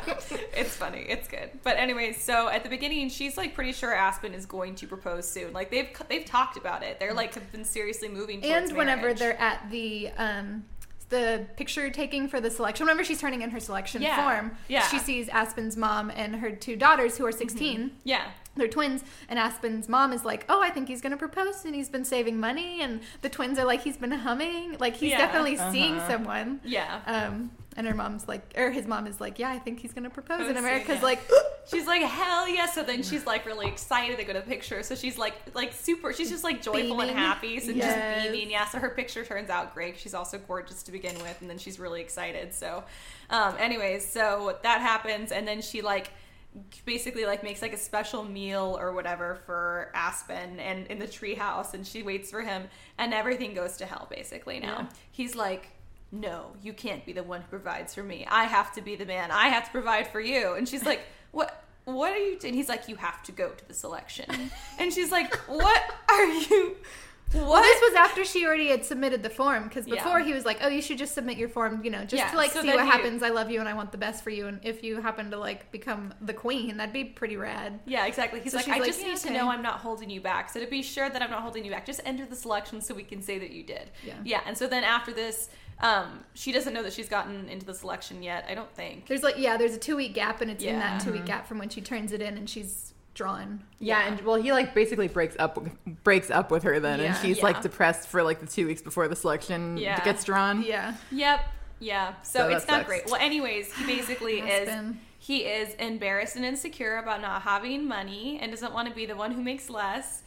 [SPEAKER 2] it's funny. It's good. But anyway, so at the beginning, she's like pretty sure Aspen is going to propose soon. Like they've they've talked about it. They're like have been seriously moving. Towards
[SPEAKER 3] and whenever
[SPEAKER 2] marriage.
[SPEAKER 3] they're at the um the picture taking for the selection remember she's turning in her selection
[SPEAKER 2] Yeah.
[SPEAKER 3] form
[SPEAKER 2] Yeah. Mm-hmm.
[SPEAKER 3] she sees aspen's mom and her two daughters who are 16
[SPEAKER 2] yeah,
[SPEAKER 3] they're twins and aspen's mom is like oh i think he's going to propose and he's been saving money and the twins are like he's been humming like he's
[SPEAKER 2] Yeah.
[SPEAKER 3] definitely seeing
[SPEAKER 1] Uh-huh.
[SPEAKER 3] someone
[SPEAKER 2] yeah.
[SPEAKER 3] um and her mom's like or his mom is like yeah i think he's going to propose and
[SPEAKER 2] Proposing,
[SPEAKER 3] america's
[SPEAKER 2] yeah.
[SPEAKER 3] like
[SPEAKER 2] (gasps)
[SPEAKER 3] (gasps)
[SPEAKER 2] She's like hell yes. So then she's like really excited. They go to the picture. So she's like like super. She's just like joyful
[SPEAKER 3] Beaming.
[SPEAKER 2] and happy. So
[SPEAKER 3] Yes.
[SPEAKER 2] just beaming. Yeah. So her picture turns out great. She's also gorgeous to begin with, and then she's really excited. So, um, anyways, so that happens, and then she like basically like makes like a special meal or whatever for Aspen and in the treehouse, and she waits for him, and everything goes to hell basically. Now
[SPEAKER 3] Yeah.
[SPEAKER 2] he's like. No, you can't be the one who provides for me. I have to be the man. I have to provide for you. And she's
[SPEAKER 3] (laughs)
[SPEAKER 2] like, "What? What are you?" doing? He's like, "You have to go to the selection."
[SPEAKER 3] (laughs)
[SPEAKER 2] And she's like, "What are you? What?"
[SPEAKER 3] well, this was after she already had submitted the form because
[SPEAKER 2] Yeah.
[SPEAKER 3] before he was like, "Oh, you should just submit your form, you know, just
[SPEAKER 2] Yeah,
[SPEAKER 3] to like
[SPEAKER 2] so
[SPEAKER 3] see
[SPEAKER 2] then
[SPEAKER 3] what
[SPEAKER 2] you-
[SPEAKER 3] happens. I love you and I want the best for you, and if you happen to like become the queen, that'd be pretty rad."
[SPEAKER 2] Yeah, exactly. He's
[SPEAKER 3] So
[SPEAKER 2] like,
[SPEAKER 3] she's
[SPEAKER 2] I
[SPEAKER 3] like,
[SPEAKER 2] just
[SPEAKER 3] "Yeah,
[SPEAKER 2] need to
[SPEAKER 3] okay."
[SPEAKER 2] know I'm not holding you back. So to be sure that I'm not holding you back, just enter the selection so we can say that you did.
[SPEAKER 3] Yeah.
[SPEAKER 2] Yeah. And so then after this, um, she doesn't know that she's gotten into the selection yet. I don't think.
[SPEAKER 3] There's like, yeah, there's a two week gap, and it's in
[SPEAKER 2] Yeah.
[SPEAKER 3] that two week gap from when she turns it in and she's drawn.
[SPEAKER 1] Yeah, and well, he like basically breaks up breaks up with her then, and
[SPEAKER 3] Yeah.
[SPEAKER 1] she's
[SPEAKER 2] Yeah.
[SPEAKER 1] like depressed for like the two weeks before the selection
[SPEAKER 2] Yeah.
[SPEAKER 1] gets drawn.
[SPEAKER 3] Yeah,
[SPEAKER 2] Yep. Yeah. So,
[SPEAKER 1] So that
[SPEAKER 2] it's not
[SPEAKER 1] sucks.
[SPEAKER 2] great. Well, anyways, he basically is
[SPEAKER 3] Aspen.
[SPEAKER 2] he is embarrassed and insecure about not having money and doesn't want to be the one who makes less.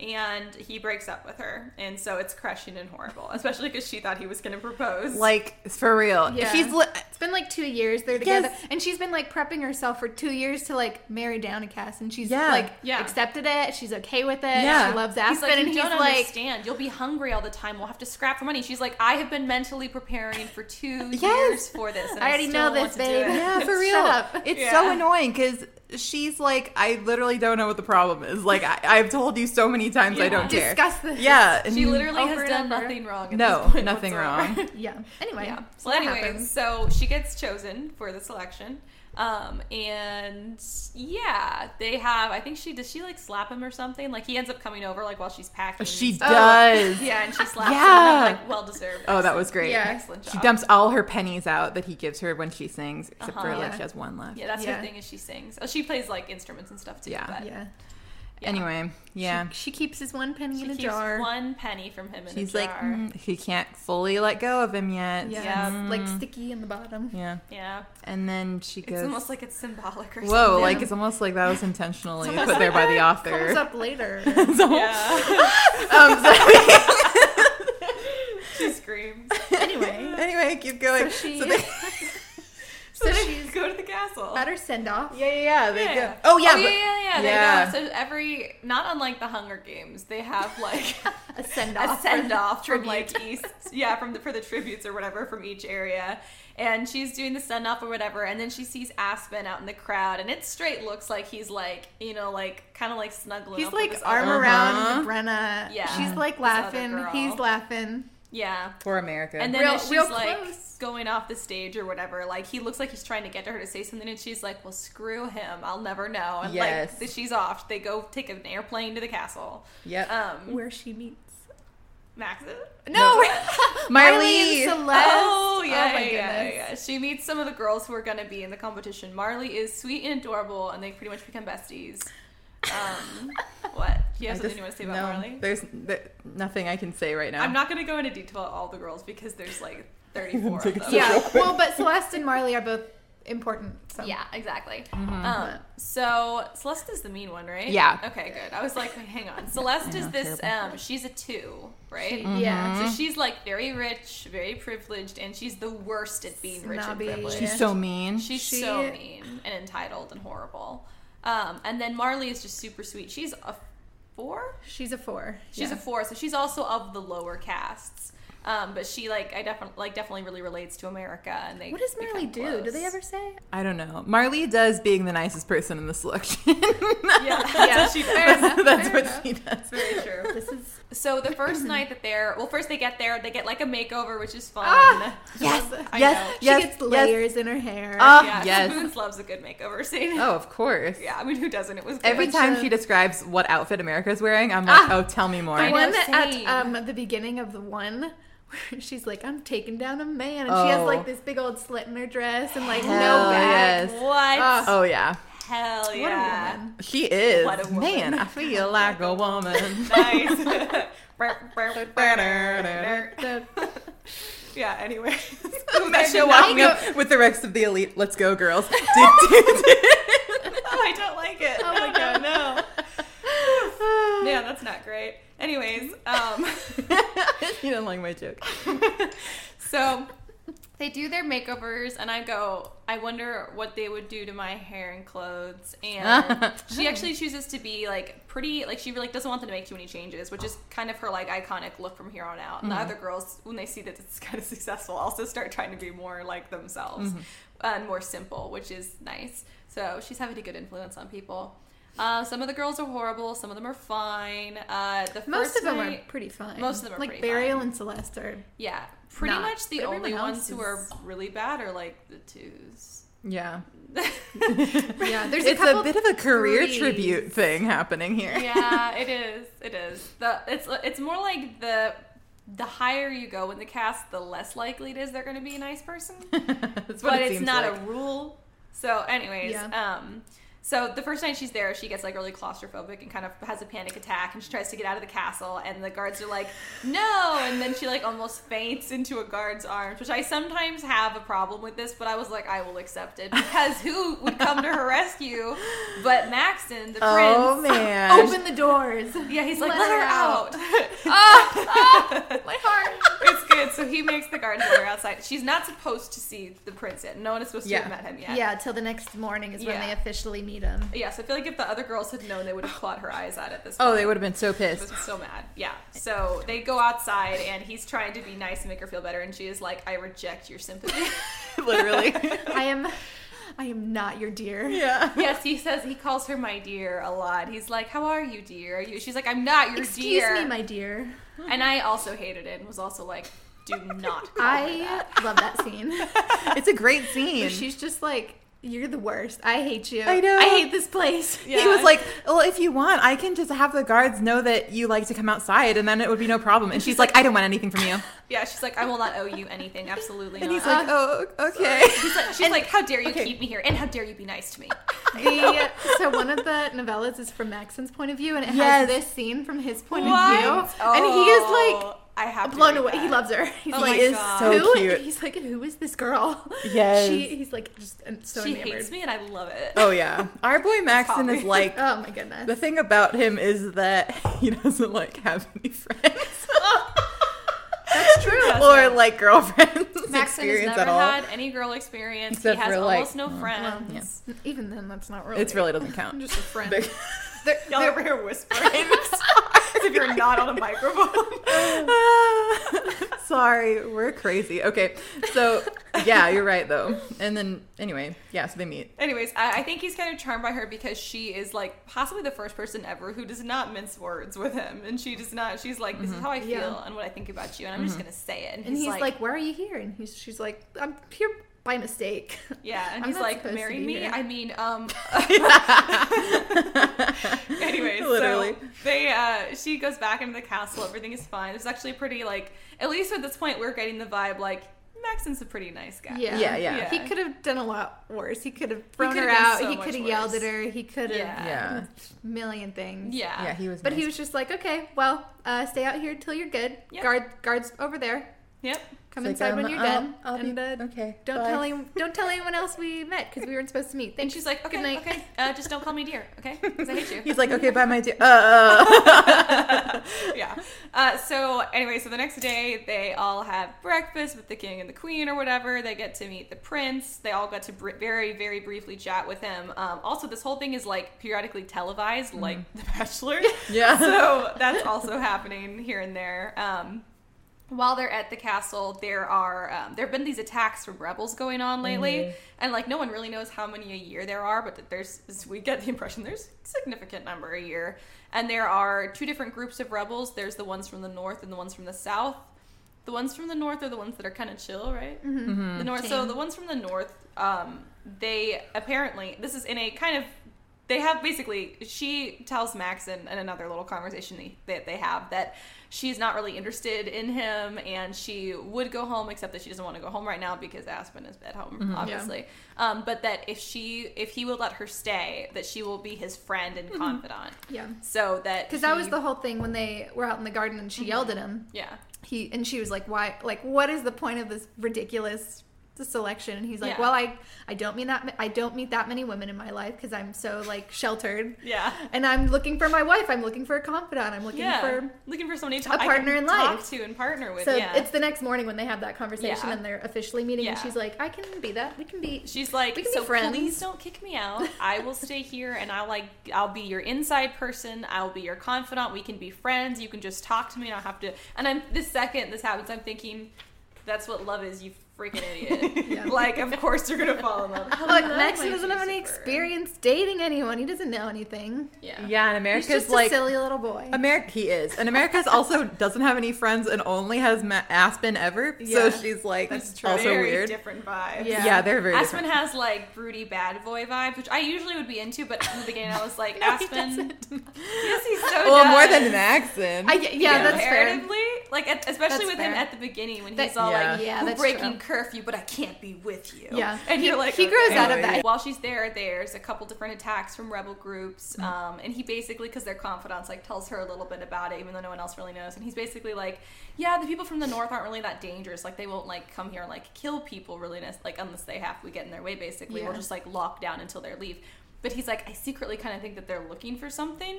[SPEAKER 2] And he breaks up with her, and so it's crushing and horrible, especially because she thought he was going to propose.
[SPEAKER 1] Like for real,
[SPEAKER 3] Yeah.
[SPEAKER 1] she's li-
[SPEAKER 3] It's been like two years they're
[SPEAKER 1] Yes.
[SPEAKER 3] together, and she's been like prepping herself for two years to like marry Downcast, and she's
[SPEAKER 1] Yeah.
[SPEAKER 3] like
[SPEAKER 2] Yeah.
[SPEAKER 3] accepted it. She's okay with it.
[SPEAKER 1] Yeah.
[SPEAKER 3] She loves
[SPEAKER 2] He's
[SPEAKER 3] Aspen,
[SPEAKER 2] like,
[SPEAKER 3] and
[SPEAKER 2] you
[SPEAKER 3] he's
[SPEAKER 2] don't
[SPEAKER 3] like,
[SPEAKER 2] understand. You'll be hungry all the time. We'll have to scrap for money. She's like, I have been mentally preparing for
[SPEAKER 3] (laughs)
[SPEAKER 2] two
[SPEAKER 1] Yes.
[SPEAKER 2] years for this. And
[SPEAKER 3] I already
[SPEAKER 2] still
[SPEAKER 3] know
[SPEAKER 2] want
[SPEAKER 3] this,
[SPEAKER 2] to do
[SPEAKER 3] babe.
[SPEAKER 2] it." (laughs)
[SPEAKER 1] yeah, for
[SPEAKER 3] Shut
[SPEAKER 1] real.
[SPEAKER 3] up.
[SPEAKER 1] It's so
[SPEAKER 2] Yeah.
[SPEAKER 1] annoying because she's like, I literally don't know what the problem is. Like I- I've told you so many times, I
[SPEAKER 2] Yeah.
[SPEAKER 1] don't care.
[SPEAKER 3] discuss this.
[SPEAKER 1] Yeah, and-
[SPEAKER 2] She literally
[SPEAKER 3] Over
[SPEAKER 2] has
[SPEAKER 3] and
[SPEAKER 2] done
[SPEAKER 3] over.
[SPEAKER 2] nothing wrong. At
[SPEAKER 1] no,
[SPEAKER 2] this point
[SPEAKER 1] nothing
[SPEAKER 2] whatsoever.
[SPEAKER 1] (laughs) wrong.
[SPEAKER 3] (laughs) Yeah. Anyway.
[SPEAKER 2] Yeah.
[SPEAKER 3] so
[SPEAKER 2] Well,
[SPEAKER 3] that
[SPEAKER 2] anyways,
[SPEAKER 3] happens.
[SPEAKER 2] so she gets chosen for the selection, um, and yeah, they have. I think she does. She like slap him or something. Like he ends up coming over like while she's packing.
[SPEAKER 1] Oh, She
[SPEAKER 2] and stuff.
[SPEAKER 1] does.
[SPEAKER 2] yeah, and she slaps
[SPEAKER 1] Yeah.
[SPEAKER 2] him. and I'm like, well deserved.
[SPEAKER 1] Oh, that was great.
[SPEAKER 3] Yeah.
[SPEAKER 2] Excellent job.
[SPEAKER 1] She dumps all her pennies out that he gives her when she sings, except for
[SPEAKER 2] Uh-huh.
[SPEAKER 1] like
[SPEAKER 3] Yeah.
[SPEAKER 1] she has one left.
[SPEAKER 2] Yeah, that's
[SPEAKER 3] Yeah.
[SPEAKER 2] her thing is she sings. Oh, she plays like instruments and stuff too.
[SPEAKER 1] Yeah.
[SPEAKER 2] but-
[SPEAKER 3] yeah.
[SPEAKER 2] Yeah.
[SPEAKER 1] Anyway, yeah.
[SPEAKER 3] She, she keeps his one penny
[SPEAKER 2] She
[SPEAKER 3] in a
[SPEAKER 2] keeps
[SPEAKER 3] jar.
[SPEAKER 2] one penny from him in
[SPEAKER 1] She's
[SPEAKER 2] a
[SPEAKER 1] like,
[SPEAKER 2] jar.
[SPEAKER 1] mm, he can't fully let go of him yet.
[SPEAKER 3] yeah,
[SPEAKER 2] Yeah.
[SPEAKER 3] it's,
[SPEAKER 1] Mm.
[SPEAKER 3] like sticky in the bottom.
[SPEAKER 1] Yeah.
[SPEAKER 2] yeah,
[SPEAKER 1] And then she
[SPEAKER 2] it's
[SPEAKER 1] goes,
[SPEAKER 2] almost like it's symbolic or
[SPEAKER 1] whoa,
[SPEAKER 2] something.
[SPEAKER 1] like it's almost like that was intentionally
[SPEAKER 3] It's
[SPEAKER 1] put
[SPEAKER 3] almost
[SPEAKER 1] there by the
[SPEAKER 3] Comes
[SPEAKER 1] author.
[SPEAKER 3] up later.
[SPEAKER 1] (laughs) So-
[SPEAKER 2] (laughs)
[SPEAKER 1] (laughs)
[SPEAKER 2] Yeah,
[SPEAKER 1] um, so-
[SPEAKER 2] she screams.
[SPEAKER 3] anyway,
[SPEAKER 1] (laughs) anyway, keep going.
[SPEAKER 3] so she,
[SPEAKER 1] So
[SPEAKER 3] (laughs) so,
[SPEAKER 1] they- (laughs)
[SPEAKER 3] she's
[SPEAKER 2] go to the castle.
[SPEAKER 3] at her send off.
[SPEAKER 1] yeah, yeah, yeah. They
[SPEAKER 2] Yeah.
[SPEAKER 1] go. Oh, yeah.
[SPEAKER 2] oh,
[SPEAKER 1] but-
[SPEAKER 2] yeah, yeah, yeah.
[SPEAKER 1] yeah.
[SPEAKER 2] They go. So every, not unlike the Hunger Games, they have like
[SPEAKER 3] A (laughs)
[SPEAKER 2] (laughs)
[SPEAKER 3] send
[SPEAKER 2] a
[SPEAKER 3] off.
[SPEAKER 2] send off from like east, yeah, from the, for the tributes or whatever from each area. And she's doing the send off or whatever, and then she sees Aspen out in the crowd, and it straight looks like he's like, you know, like kind of like snuggling.
[SPEAKER 3] He's
[SPEAKER 2] up with
[SPEAKER 3] like
[SPEAKER 2] this
[SPEAKER 3] arm
[SPEAKER 2] other-
[SPEAKER 1] Uh-huh.
[SPEAKER 3] around Brenna.
[SPEAKER 2] Yeah.
[SPEAKER 3] She's like laughing.
[SPEAKER 2] girl.
[SPEAKER 3] He's laughing.
[SPEAKER 2] yeah.
[SPEAKER 1] Poor America.
[SPEAKER 2] And then
[SPEAKER 3] Real-
[SPEAKER 2] as she's
[SPEAKER 3] real
[SPEAKER 2] like
[SPEAKER 3] close.
[SPEAKER 2] going off the stage or whatever, like he looks like he's trying to get to her to say something, and she's like, "Well, screw him. I'll never know." And
[SPEAKER 1] Yes.
[SPEAKER 2] like th- she's off. They go take an airplane to the castle.
[SPEAKER 1] yep.
[SPEAKER 2] Um,
[SPEAKER 3] Where she meets.
[SPEAKER 2] Max.
[SPEAKER 1] No.
[SPEAKER 3] (laughs)
[SPEAKER 2] (laughs)
[SPEAKER 1] (laughs) Marley.
[SPEAKER 3] Marlene, Celeste.
[SPEAKER 2] Oh yeah, yeah,
[SPEAKER 3] my
[SPEAKER 2] yeah,
[SPEAKER 3] goodness.
[SPEAKER 2] yeah. She meets some of the girls who are gonna be in the competition. Marley is sweet and adorable, and they pretty much become besties. Um, what? Do you have
[SPEAKER 1] I
[SPEAKER 2] something
[SPEAKER 1] just-
[SPEAKER 2] you want to say about
[SPEAKER 1] no,
[SPEAKER 2] Marley?
[SPEAKER 1] There's there, nothing I can say right now.
[SPEAKER 2] I'm not gonna go into detail about all the girls because there's like 34 of
[SPEAKER 1] Take a
[SPEAKER 2] them.
[SPEAKER 1] So real
[SPEAKER 3] yeah.
[SPEAKER 1] quick.
[SPEAKER 3] Well, but Celeste and Marley are both important. So.
[SPEAKER 2] Yeah, exactly.
[SPEAKER 3] Mm-hmm.
[SPEAKER 2] Um, so Celeste is the mean one, right?
[SPEAKER 1] Yeah.
[SPEAKER 2] Okay, good. I was like, hang
[SPEAKER 3] (laughs)
[SPEAKER 2] on. Celeste is
[SPEAKER 1] know,
[SPEAKER 2] this.
[SPEAKER 1] terrible.
[SPEAKER 2] Um, she's a two, right?
[SPEAKER 1] Mm-hmm.
[SPEAKER 3] She- Yeah.
[SPEAKER 2] So she's like very rich, very privileged, and she's the worst at being rich and
[SPEAKER 3] Snobby.
[SPEAKER 2] privileged.
[SPEAKER 1] She's so mean.
[SPEAKER 2] She's
[SPEAKER 3] She-
[SPEAKER 2] so mean and entitled and horrible. Um, and then Marley is just super sweet. She's a four.
[SPEAKER 3] She's a four.
[SPEAKER 2] She's a four, so she's also of the lower castes. Um, but she like I definitely like definitely really relates to America. And they
[SPEAKER 3] What does
[SPEAKER 2] become
[SPEAKER 3] Marley do? Do they
[SPEAKER 2] close.
[SPEAKER 3] ever say?
[SPEAKER 1] I don't know. Marley does being the nicest person in the selection.
[SPEAKER 2] (laughs) Yeah,
[SPEAKER 3] (laughs)
[SPEAKER 2] that's
[SPEAKER 3] Yeah.
[SPEAKER 2] what she does.
[SPEAKER 3] Fair
[SPEAKER 1] (laughs)
[SPEAKER 3] enough,
[SPEAKER 1] That's
[SPEAKER 3] fair
[SPEAKER 1] what
[SPEAKER 3] enough.
[SPEAKER 1] she does.
[SPEAKER 2] Very true.
[SPEAKER 3] This is
[SPEAKER 2] So the first
[SPEAKER 3] (laughs)
[SPEAKER 2] night that they're well, first they get there, they get like a makeover, which is fun.
[SPEAKER 3] Ah! (laughs)
[SPEAKER 1] Yes,
[SPEAKER 2] I
[SPEAKER 1] yes,
[SPEAKER 2] know.
[SPEAKER 3] she
[SPEAKER 1] yes,
[SPEAKER 3] gets
[SPEAKER 1] yes.
[SPEAKER 3] layers in her hair.
[SPEAKER 1] Oh,
[SPEAKER 2] (laughs) yeah,
[SPEAKER 1] yes.
[SPEAKER 2] (laughs) Spoons loves a good makeover scene.
[SPEAKER 1] Oh, of course.
[SPEAKER 2] (laughs) Yeah, I mean, who doesn't? It was good.
[SPEAKER 1] Every
[SPEAKER 3] Bunch
[SPEAKER 1] time
[SPEAKER 3] of-
[SPEAKER 1] she describes what outfit America's wearing, I'm like,
[SPEAKER 3] Ah!
[SPEAKER 1] oh, tell me more.
[SPEAKER 3] the
[SPEAKER 2] I know,
[SPEAKER 3] one at
[SPEAKER 2] same.
[SPEAKER 3] um, the beginning of the one where she's like, I'm taking down a man. And she has
[SPEAKER 1] Oh.
[SPEAKER 3] like this big old slit in her dress and like
[SPEAKER 1] Hell
[SPEAKER 3] no back.
[SPEAKER 1] yes.
[SPEAKER 2] What?
[SPEAKER 3] Ah.
[SPEAKER 1] Oh yeah,
[SPEAKER 2] Hell
[SPEAKER 3] What
[SPEAKER 2] yeah!
[SPEAKER 3] a woman.
[SPEAKER 1] she is.
[SPEAKER 2] What a woman.
[SPEAKER 1] Man,
[SPEAKER 2] (laughs)
[SPEAKER 1] I feel like a woman.
[SPEAKER 3] (laughs)
[SPEAKER 2] Nice. (laughs) Burr, burr, burr.
[SPEAKER 3] The-
[SPEAKER 2] (laughs) yeah.
[SPEAKER 3] (laughs)
[SPEAKER 2] Anyway,
[SPEAKER 1] Imagine walking up with the rest of the elite. Let's
[SPEAKER 2] (laughs)
[SPEAKER 1] go, girls.
[SPEAKER 2] Oh, (laughs) I don't like it.
[SPEAKER 3] Oh my
[SPEAKER 2] No, no,
[SPEAKER 3] God.
[SPEAKER 2] No. (laughs) Yeah, that's not great. Anyways, um,
[SPEAKER 1] (laughs)
[SPEAKER 3] (laughs)
[SPEAKER 1] you don't like my joke.
[SPEAKER 2] so they do their makeovers, and I go, I wonder what they would do to my hair and clothes.
[SPEAKER 3] (laughs)
[SPEAKER 2] And she actually chooses to be like pretty, like she like doesn't want them to make too many changes, which is kind of her like iconic look from here on out.
[SPEAKER 3] Mm-hmm.
[SPEAKER 2] And the other girls, when they see that it's (laughs) kind of successful, also start trying to be more like themselves
[SPEAKER 3] Mm-hmm.
[SPEAKER 2] and more simple, which is nice. So she's having a good influence on people. Uh, some of the girls are horrible. Some of them are fine. Uh, the
[SPEAKER 3] Most
[SPEAKER 2] first
[SPEAKER 3] of them
[SPEAKER 2] night-
[SPEAKER 3] are pretty fun.
[SPEAKER 2] Most of them are
[SPEAKER 3] like
[SPEAKER 2] pretty
[SPEAKER 3] Burial and
[SPEAKER 2] (laughs)
[SPEAKER 3] Celeste are.
[SPEAKER 2] yeah, pretty
[SPEAKER 3] Not.
[SPEAKER 2] much the
[SPEAKER 3] But
[SPEAKER 2] only
[SPEAKER 3] everyone
[SPEAKER 2] ones
[SPEAKER 3] else
[SPEAKER 2] who are
[SPEAKER 3] is-
[SPEAKER 2] really bad are like the twos.
[SPEAKER 3] (laughs)
[SPEAKER 1] Yeah,
[SPEAKER 3] Yeah, there's
[SPEAKER 1] it's
[SPEAKER 3] a couple.
[SPEAKER 1] a bit of a career
[SPEAKER 3] threes.
[SPEAKER 1] tribute thing happening here.
[SPEAKER 2] yeah, it is. It is. The it's it's more like the the higher you go in the cast, the less likely it is they're going to be a nice person.
[SPEAKER 1] (laughs) That's what
[SPEAKER 2] but
[SPEAKER 1] it
[SPEAKER 2] it's
[SPEAKER 1] seems
[SPEAKER 2] not
[SPEAKER 1] like.
[SPEAKER 2] a rule. So, anyways,
[SPEAKER 3] Yeah.
[SPEAKER 2] um, so the first night she's there, she gets like really claustrophobic and kind of has a panic attack, and she tries to get out of the castle, and the guards are like, "No!" And then she like almost faints into a guard's arms, which I sometimes have a problem with this, but I was like, I will accept it because who would come to her rescue but Maxon, the
[SPEAKER 1] Oh
[SPEAKER 2] prince? (laughs)
[SPEAKER 1] man.
[SPEAKER 3] Open the doors.
[SPEAKER 2] Yeah, he's like,
[SPEAKER 3] Let
[SPEAKER 2] let,
[SPEAKER 3] her
[SPEAKER 2] her out.
[SPEAKER 3] My heart.
[SPEAKER 2] it's good. So he makes the guards let her outside. She's not supposed to see the prince yet. No one is supposed to
[SPEAKER 1] Yeah.
[SPEAKER 2] have met him yet.
[SPEAKER 3] Yeah. till the next morning is when
[SPEAKER 2] Yeah.
[SPEAKER 3] they officially meet him.
[SPEAKER 2] Yes, I feel like if the other girls had known, they would have clawed her eyes out at this point.
[SPEAKER 1] Oh, they would have been so
[SPEAKER 2] She was (laughs)
[SPEAKER 1] pissed.
[SPEAKER 2] so mad.
[SPEAKER 3] (laughs)
[SPEAKER 2] Yeah. So they go outside, and he's trying to be nice and make her feel better, and she is like, I reject your sympathy.
[SPEAKER 3] (laughs)
[SPEAKER 1] Literally.
[SPEAKER 2] (laughs)
[SPEAKER 3] I am, I am not your
[SPEAKER 1] (laughs)
[SPEAKER 3] dear.
[SPEAKER 1] yeah.
[SPEAKER 2] yes, he says, he calls her my dear a lot. He's like, How are you, dear? Are you? She's like, I'm not your
[SPEAKER 3] Excuse
[SPEAKER 2] dear.
[SPEAKER 3] me, my dear.
[SPEAKER 2] and I also hated it and was also like,
[SPEAKER 3] (laughs)
[SPEAKER 2] Do not call her
[SPEAKER 3] I
[SPEAKER 2] that. (laughs)
[SPEAKER 3] love that scene.
[SPEAKER 1] It's a great scene.
[SPEAKER 3] She's just like You're the worst. I hate you.
[SPEAKER 1] I know.
[SPEAKER 3] I hate
[SPEAKER 1] (laughs)
[SPEAKER 3] this place.
[SPEAKER 1] He was like, "Well, if you want, I can just have the guards know that you like to come outside, and then it would be no problem." And she's like, "I don't want anything from you."
[SPEAKER 2] yeah, she's like, I will not owe you anything. Absolutely
[SPEAKER 1] And
[SPEAKER 2] not.
[SPEAKER 1] he's like, "Oh, okay."
[SPEAKER 2] Uh, He's like- she's like, how dare you
[SPEAKER 1] okay.
[SPEAKER 2] keep me here, and how dare you be nice
[SPEAKER 3] (laughs)
[SPEAKER 2] to me?
[SPEAKER 3] The, so one of the novellas is from Maxon's point of view, and it
[SPEAKER 1] Yes.
[SPEAKER 3] has this scene from his point
[SPEAKER 2] What?
[SPEAKER 3] of view, and he is
[SPEAKER 2] Oh, I have
[SPEAKER 3] like
[SPEAKER 2] to
[SPEAKER 3] blown
[SPEAKER 2] read
[SPEAKER 3] away. He
[SPEAKER 2] that.
[SPEAKER 3] loves her. He's
[SPEAKER 2] Oh my
[SPEAKER 3] like,
[SPEAKER 1] is
[SPEAKER 2] God.
[SPEAKER 1] so
[SPEAKER 3] who?
[SPEAKER 1] cute.
[SPEAKER 3] He's like, who is this girl?
[SPEAKER 1] Yes.
[SPEAKER 3] She, he's like, just um, so
[SPEAKER 2] She
[SPEAKER 3] enamored.
[SPEAKER 2] hates me, and I love it.
[SPEAKER 1] (laughs)
[SPEAKER 2] (laughs)
[SPEAKER 1] oh yeah, our boy Maxon
[SPEAKER 2] Sorry.
[SPEAKER 1] is
[SPEAKER 2] (laughs)
[SPEAKER 1] like.
[SPEAKER 3] Oh my
[SPEAKER 1] The
[SPEAKER 3] goodness.
[SPEAKER 1] thing about him is that (laughs) he doesn't like have any
[SPEAKER 2] (laughs)
[SPEAKER 1] friends.
[SPEAKER 2] That's true.
[SPEAKER 1] or like girlfriends
[SPEAKER 2] Maxon has
[SPEAKER 1] experience
[SPEAKER 2] never
[SPEAKER 1] at all.
[SPEAKER 2] had any girl experience.
[SPEAKER 1] Except
[SPEAKER 2] he has
[SPEAKER 1] for, like,
[SPEAKER 2] almost no
[SPEAKER 1] mm,
[SPEAKER 2] friends.
[SPEAKER 1] yeah.
[SPEAKER 3] Even then, that's not really.
[SPEAKER 1] It really doesn't
[SPEAKER 3] I'm
[SPEAKER 1] count.
[SPEAKER 3] just a friend.
[SPEAKER 1] Big-
[SPEAKER 3] They're-
[SPEAKER 2] (laughs) Y'all
[SPEAKER 3] they're-
[SPEAKER 2] over here
[SPEAKER 3] (laughs)
[SPEAKER 2] whispering (laughs) as if you're not on a microphone.
[SPEAKER 1] (laughs) Sorry, we're crazy. Okay, so yeah, you're right though. And then anyway, yeah, so they meet.
[SPEAKER 3] (laughs)
[SPEAKER 2] Anyways, I, I think he's kind of charmed by her because she is like possibly the first person ever who does not mince words with him, and she does not. She's like, "This is how I feel
[SPEAKER 3] Mm-hmm. Yeah. Mm-hmm.
[SPEAKER 2] and what I think about you, and I'm just gonna say it."
[SPEAKER 3] and he's like, "Why are you here?" And he's, she's like, "I'm here by mistake." (laughs)
[SPEAKER 2] "Yeah," and
[SPEAKER 3] I'm
[SPEAKER 2] he's
[SPEAKER 3] not
[SPEAKER 2] like,
[SPEAKER 3] supposed to
[SPEAKER 2] "Marry
[SPEAKER 3] be
[SPEAKER 2] me."
[SPEAKER 3] here."
[SPEAKER 2] I mean,
[SPEAKER 3] (laughs)
[SPEAKER 2] um. (laughs) Anyways,
[SPEAKER 1] Literally.
[SPEAKER 2] so they uh, she goes back into the castle. Everything is fine. It's actually pretty like at least at this point we're getting the vibe like Maxon's a pretty nice guy.
[SPEAKER 3] Yeah.
[SPEAKER 1] Yeah, yeah.
[SPEAKER 2] Yeah.
[SPEAKER 3] He could have done a lot worse. He could have thrown
[SPEAKER 2] could've
[SPEAKER 3] her
[SPEAKER 2] done
[SPEAKER 3] out.
[SPEAKER 2] so
[SPEAKER 3] he
[SPEAKER 2] much
[SPEAKER 3] could have yelled at
[SPEAKER 2] worse.
[SPEAKER 3] her. He could have
[SPEAKER 2] Yeah.
[SPEAKER 1] Yeah,
[SPEAKER 3] million things.
[SPEAKER 2] Yeah.
[SPEAKER 1] yeah, he was.
[SPEAKER 3] But he
[SPEAKER 1] nice.
[SPEAKER 3] was just like, okay, well, uh, stay out here until you're good.
[SPEAKER 2] Yep.
[SPEAKER 3] Guard, guards over there.
[SPEAKER 2] Yep.
[SPEAKER 3] Come
[SPEAKER 1] He's like,
[SPEAKER 3] inside when
[SPEAKER 1] "Um,
[SPEAKER 3] you're
[SPEAKER 1] I'll-
[SPEAKER 3] done.
[SPEAKER 1] I'll be-
[SPEAKER 3] and uh,
[SPEAKER 1] okay.
[SPEAKER 3] don't
[SPEAKER 1] bye."
[SPEAKER 3] tell anyone. Don't tell anyone else we met because we weren't supposed to meet.
[SPEAKER 2] And
[SPEAKER 3] Thanks.
[SPEAKER 2] she's like,
[SPEAKER 3] Good
[SPEAKER 2] okay,
[SPEAKER 3] night."
[SPEAKER 2] okay, uh, just don't call me dear, okay? Because I hate
[SPEAKER 3] (laughs)
[SPEAKER 2] you.
[SPEAKER 1] He's like, okay, bye, my dear. Uh,
[SPEAKER 2] yeah. Uh, so anyway, so the next day they all have breakfast with the king and the queen or whatever. They get to meet the prince. They all got to br- very very briefly chat with him. Um, also, this whole thing is like periodically televised, like
[SPEAKER 3] Mm-hmm.
[SPEAKER 2] The Bachelor.
[SPEAKER 3] (laughs)
[SPEAKER 1] yeah.
[SPEAKER 2] (laughs) so that's also happening here and there. Um, while they're at the castle, there are um, there have been these attacks from rebels going on lately, and like no one really knows how many a year there are, but that there's we get the impression there's a significant number a year, and there are two different groups of rebels. There's the ones from the north and the ones from the south. The ones from the north are the ones that are kind of chill, right?
[SPEAKER 3] Mm-hmm.
[SPEAKER 2] The north. So
[SPEAKER 3] Mm, Same.
[SPEAKER 2] the ones from the north, um, they apparently this is in a kind of they have basically she tells Max in, in another little conversation they- that they have that she's not really interested in him and she would go home except that she doesn't want to go home right now because Aspen is at
[SPEAKER 3] Mm-hmm,
[SPEAKER 2] home obviously. Um, but that if she if he would let her stay that she will be his friend and confidant.
[SPEAKER 3] Yeah.
[SPEAKER 2] So that
[SPEAKER 3] Because Mm-hmm. that was
[SPEAKER 2] he-
[SPEAKER 3] the whole thing when they were out in the garden and she
[SPEAKER 2] Mm-hmm.
[SPEAKER 3] yelled at him.
[SPEAKER 2] yeah.
[SPEAKER 3] He and she was like, why? Like, what is the point of this ridiculous? selection and he's like
[SPEAKER 2] Yeah.
[SPEAKER 3] well i i don't mean that ma- i don't meet that many women in my life because i'm so like sheltered
[SPEAKER 2] Yeah.
[SPEAKER 3] and i'm looking for my wife i'm looking for a confidant i'm looking
[SPEAKER 2] yeah.
[SPEAKER 3] for
[SPEAKER 2] looking for somebody to
[SPEAKER 3] a
[SPEAKER 2] I can
[SPEAKER 3] partner in
[SPEAKER 2] talk
[SPEAKER 3] life.
[SPEAKER 2] to and partner with.
[SPEAKER 3] So
[SPEAKER 2] yeah.
[SPEAKER 3] it's the next morning when they have that conversation
[SPEAKER 2] Yeah.
[SPEAKER 3] and they're officially meeting, and
[SPEAKER 2] Yeah.
[SPEAKER 3] she's like, "I can be that. We can be."
[SPEAKER 2] She's like,
[SPEAKER 3] We can be
[SPEAKER 2] so
[SPEAKER 3] friends."
[SPEAKER 2] please don't kick me out. I will stay here, and I'll like, I'll be your inside person. I'll be your confidant. We can be friends. You can just talk to me, and I'll have to. And I'm the second this happens, I'm thinking, that's what love is. You freaking
[SPEAKER 3] (laughs)
[SPEAKER 2] idiot. (laughs)
[SPEAKER 3] Yeah.
[SPEAKER 2] Like, of course you're gonna fall in love.
[SPEAKER 3] Oh,
[SPEAKER 2] Hello,
[SPEAKER 3] like Maxon
[SPEAKER 2] my
[SPEAKER 3] doesn't have any
[SPEAKER 2] Lucifer.
[SPEAKER 3] experience dating anyone. He doesn't know anything.
[SPEAKER 2] Yeah.
[SPEAKER 1] yeah, and
[SPEAKER 3] He's
[SPEAKER 1] America's
[SPEAKER 3] just
[SPEAKER 1] like
[SPEAKER 3] a silly little boy.
[SPEAKER 1] America, he is, and America's also doesn't have any friends and only has Ma- Aspen ever.
[SPEAKER 3] Yeah.
[SPEAKER 1] so she's like
[SPEAKER 2] That's true.
[SPEAKER 1] also
[SPEAKER 2] very
[SPEAKER 1] weird.
[SPEAKER 2] different vibes.
[SPEAKER 1] Yeah.
[SPEAKER 3] Yeah.
[SPEAKER 1] they're very
[SPEAKER 2] Aspen
[SPEAKER 1] different.
[SPEAKER 2] has like broody bad boy vibes, which I usually would be into, but in the beginning I was like,
[SPEAKER 3] No, he
[SPEAKER 2] Aspen. (laughs)
[SPEAKER 3] doesn't.
[SPEAKER 2] yes, he's so
[SPEAKER 1] well, more
[SPEAKER 2] does.
[SPEAKER 1] than
[SPEAKER 2] (laughs)
[SPEAKER 1] Maxon.
[SPEAKER 3] I, yeah, yeah, that's fair.
[SPEAKER 2] comparatively, like at, especially
[SPEAKER 3] That's
[SPEAKER 2] with him
[SPEAKER 3] fair.
[SPEAKER 2] at the beginning when
[SPEAKER 3] That-
[SPEAKER 2] he's all
[SPEAKER 1] Yeah.
[SPEAKER 2] like,
[SPEAKER 3] Yeah,
[SPEAKER 2] "We're
[SPEAKER 3] that's
[SPEAKER 2] breaking
[SPEAKER 3] true.
[SPEAKER 2] curfew, but I can't be with you."
[SPEAKER 3] Yeah.
[SPEAKER 2] and
[SPEAKER 3] He-
[SPEAKER 2] you're like,
[SPEAKER 3] he grows
[SPEAKER 1] out of that.
[SPEAKER 2] While she's there, there's a couple different attacks from rebel groups,
[SPEAKER 3] Mm-hmm.
[SPEAKER 2] um, and he basically, because their confidants, like tells her a little bit about it, even though no one else really knows. And he's basically like, "Yeah, the people from the north aren't really that dangerous. Like they won't like come here and like kill people really, nes- like unless they have we get in their way. Basically, we'll
[SPEAKER 3] Yeah.
[SPEAKER 2] just like lock down until they leave." But he's like, I secretly kind of think that they're looking for something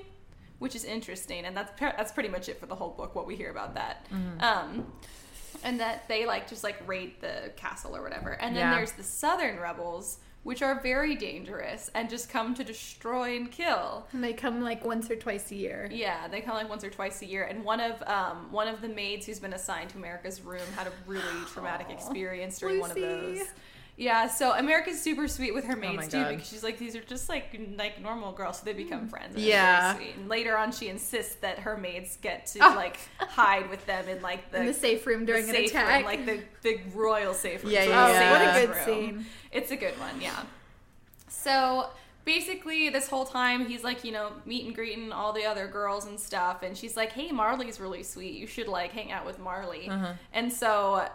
[SPEAKER 2] which is interesting and that's par- that's pretty much it for the whole book what we hear about that um and that they like just like raid the castle or whatever and then
[SPEAKER 1] Yeah.
[SPEAKER 2] there's the southern rebels which are very dangerous and just come to destroy and kill
[SPEAKER 3] And they come like once or twice a year.
[SPEAKER 2] yeah they come like once or twice a year and one of um one of the maids who's been assigned to america's room had a
[SPEAKER 3] (gasps)
[SPEAKER 2] really traumatic experience during one of
[SPEAKER 3] Lucy. Oh
[SPEAKER 2] those yeah, so America's super sweet with her maids
[SPEAKER 1] my
[SPEAKER 2] too
[SPEAKER 1] God.
[SPEAKER 2] because she's like these are just like like normal girls, so
[SPEAKER 3] Mm.
[SPEAKER 2] they become friends. And it's
[SPEAKER 1] Yeah.
[SPEAKER 2] very sweet. And later on, she insists that her maids get to
[SPEAKER 3] Oh.
[SPEAKER 2] like hide with them in like the,
[SPEAKER 3] in the safe room
[SPEAKER 2] the
[SPEAKER 3] during an
[SPEAKER 2] safe room,
[SPEAKER 3] attack.
[SPEAKER 2] like the the royal safe room.
[SPEAKER 1] Yeah,
[SPEAKER 2] so
[SPEAKER 1] yeah,
[SPEAKER 2] the
[SPEAKER 1] yeah.
[SPEAKER 2] safe
[SPEAKER 1] What
[SPEAKER 3] a good
[SPEAKER 2] room.
[SPEAKER 3] scene.
[SPEAKER 2] It's a good one, yeah. So basically, this whole time he's like, you know, meet and greeting all the other girls and stuff, and she's like, "Hey, Marley's really sweet. You should like hang out with Marley."
[SPEAKER 3] Uh-huh.
[SPEAKER 2] And so uh,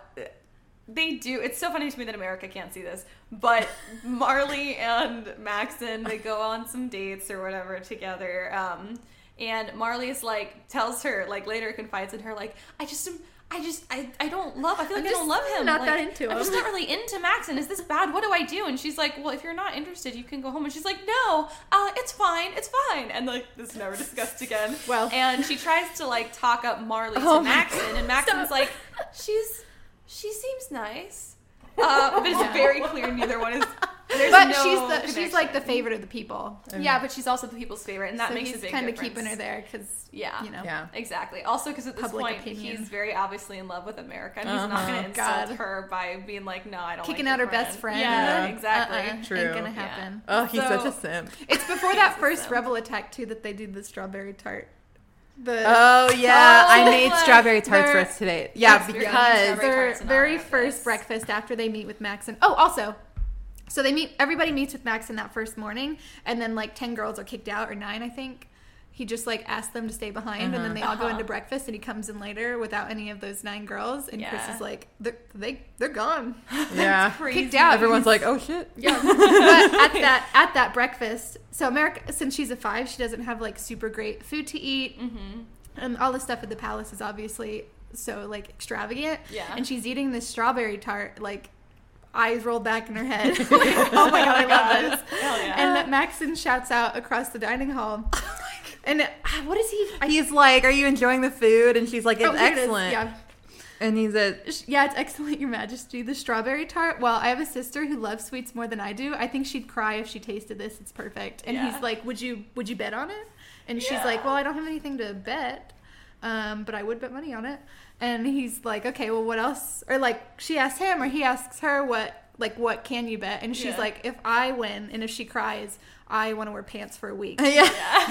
[SPEAKER 2] they do. It's so funny to me that America can't see this, but (laughs) Marley and Maxon they go on some dates or whatever together. Um, and Marley is like tells her like later confides in her like I just am. I just I, I don't love I feel like I
[SPEAKER 3] I'm
[SPEAKER 2] don't
[SPEAKER 3] just
[SPEAKER 2] love him.
[SPEAKER 3] not
[SPEAKER 2] Like,
[SPEAKER 3] that into
[SPEAKER 2] I'm just
[SPEAKER 3] him."
[SPEAKER 2] not really into Maxon. Is this bad? What do I do? And she's like, Well, if you're not interested, you can go home. And she's like, No, uh, it's fine, it's fine. And like this is never discussed
[SPEAKER 3] (laughs)
[SPEAKER 2] again.
[SPEAKER 1] Well.
[SPEAKER 2] and she tries to like talk up Marley
[SPEAKER 1] Oh
[SPEAKER 2] to
[SPEAKER 1] my
[SPEAKER 2] Maxon, and Maxon's
[SPEAKER 3] Stop.
[SPEAKER 2] like, She's she seems nice, uh, but it's
[SPEAKER 3] (laughs) Yeah.
[SPEAKER 2] very clear neither one
[SPEAKER 3] (laughs)
[SPEAKER 2] is. There's
[SPEAKER 3] but
[SPEAKER 2] no
[SPEAKER 3] she's the she's
[SPEAKER 2] connection.
[SPEAKER 3] like the favorite of the people,
[SPEAKER 2] yeah, but she's also the people's favorite, and that
[SPEAKER 3] so
[SPEAKER 2] makes
[SPEAKER 3] he's
[SPEAKER 2] a big
[SPEAKER 3] kind of
[SPEAKER 2] difference.
[SPEAKER 3] keeping her there because
[SPEAKER 2] Yeah.
[SPEAKER 3] you know.
[SPEAKER 1] Yeah.
[SPEAKER 2] Exactly. Also, because at this
[SPEAKER 3] Public
[SPEAKER 2] point,
[SPEAKER 3] opinion. Oh,
[SPEAKER 2] he's very obviously in love with America, and he's not
[SPEAKER 1] Uh-huh.
[SPEAKER 2] going to insult
[SPEAKER 3] God.
[SPEAKER 2] her by being like, "No, I don't."
[SPEAKER 3] Kicking
[SPEAKER 2] like
[SPEAKER 3] out
[SPEAKER 2] your
[SPEAKER 3] her best friend.
[SPEAKER 2] Yeah,
[SPEAKER 1] Yeah.
[SPEAKER 2] exactly. (laughs)
[SPEAKER 3] Uh-uh,
[SPEAKER 1] True.
[SPEAKER 3] Ain't gonna
[SPEAKER 1] Yeah.
[SPEAKER 3] happen.
[SPEAKER 1] Oh, he's
[SPEAKER 2] So-
[SPEAKER 1] such a simp.
[SPEAKER 3] It's before that
[SPEAKER 2] Jesus,
[SPEAKER 3] first
[SPEAKER 2] though.
[SPEAKER 3] rebel attack too that they do the strawberry tart. The
[SPEAKER 1] Oh yeah,
[SPEAKER 2] Oh,
[SPEAKER 1] I made
[SPEAKER 2] look.
[SPEAKER 1] strawberry tarts for
[SPEAKER 3] uh, They're-
[SPEAKER 1] us today. Yeah,
[SPEAKER 2] Yes, we're gonna
[SPEAKER 1] because
[SPEAKER 2] strawberry
[SPEAKER 3] their
[SPEAKER 2] tarts and
[SPEAKER 3] very
[SPEAKER 2] all that,
[SPEAKER 3] first
[SPEAKER 2] yes.
[SPEAKER 3] breakfast after they meet with Max and oh also so they meet everybody meets with Max in that first morning and then like 10 girls are kicked out or 9 I think he just like asks them to stay behind and then they all go
[SPEAKER 2] Uh-huh.
[SPEAKER 3] into breakfast and he comes in later without any of those 9 girls and
[SPEAKER 2] Yeah.
[SPEAKER 3] Chris is like they're, they they're gone
[SPEAKER 1] yeah,
[SPEAKER 2] Crazy.
[SPEAKER 3] kicked out
[SPEAKER 1] everyone's like, oh shit.
[SPEAKER 3] yeah (laughs) but (laughs)
[SPEAKER 2] (laughs)
[SPEAKER 3] at that at that breakfast so America since she's a 5 she doesn't have like super great food to eat
[SPEAKER 2] Mhm.
[SPEAKER 3] and all the stuff at the palace is obviously so like extravagant.
[SPEAKER 2] Yeah.
[SPEAKER 3] And she's eating this strawberry tart, like eyes rolled back in her
[SPEAKER 2] (laughs)
[SPEAKER 3] head. (laughs) Like, oh my god, I love this.
[SPEAKER 2] Hell yeah.
[SPEAKER 3] And Maxon shouts out across the
[SPEAKER 2] (laughs)
[SPEAKER 3] dining hall.
[SPEAKER 2] Oh
[SPEAKER 3] and ah, what is he? I,
[SPEAKER 1] He's like, are you enjoying the food? And she's like, it's
[SPEAKER 3] oh, here it is.
[SPEAKER 1] excellent.
[SPEAKER 3] Yeah.
[SPEAKER 1] And he's a
[SPEAKER 3] Sh- Yeah, it's excellent, Your Majesty. The strawberry tart. Well, I have a sister who loves sweets more than I do. I think she'd cry if she tasted this. It's perfect. And
[SPEAKER 2] Yeah.
[SPEAKER 3] he's like, "Would you? Would you bet on it?" And she's like, "Well, I don't have anything to bet, um, but I would bet money on it." And he's like, "Okay, well, what else?" Or like, she asks him, or he asks her, "What? Like, what can you bet?" And she's
[SPEAKER 2] Yeah.
[SPEAKER 3] like, "If I win, and if she cries, I want to wear pants for a
[SPEAKER 1] (laughs)
[SPEAKER 3] week."
[SPEAKER 2] (laughs)
[SPEAKER 1] yeah.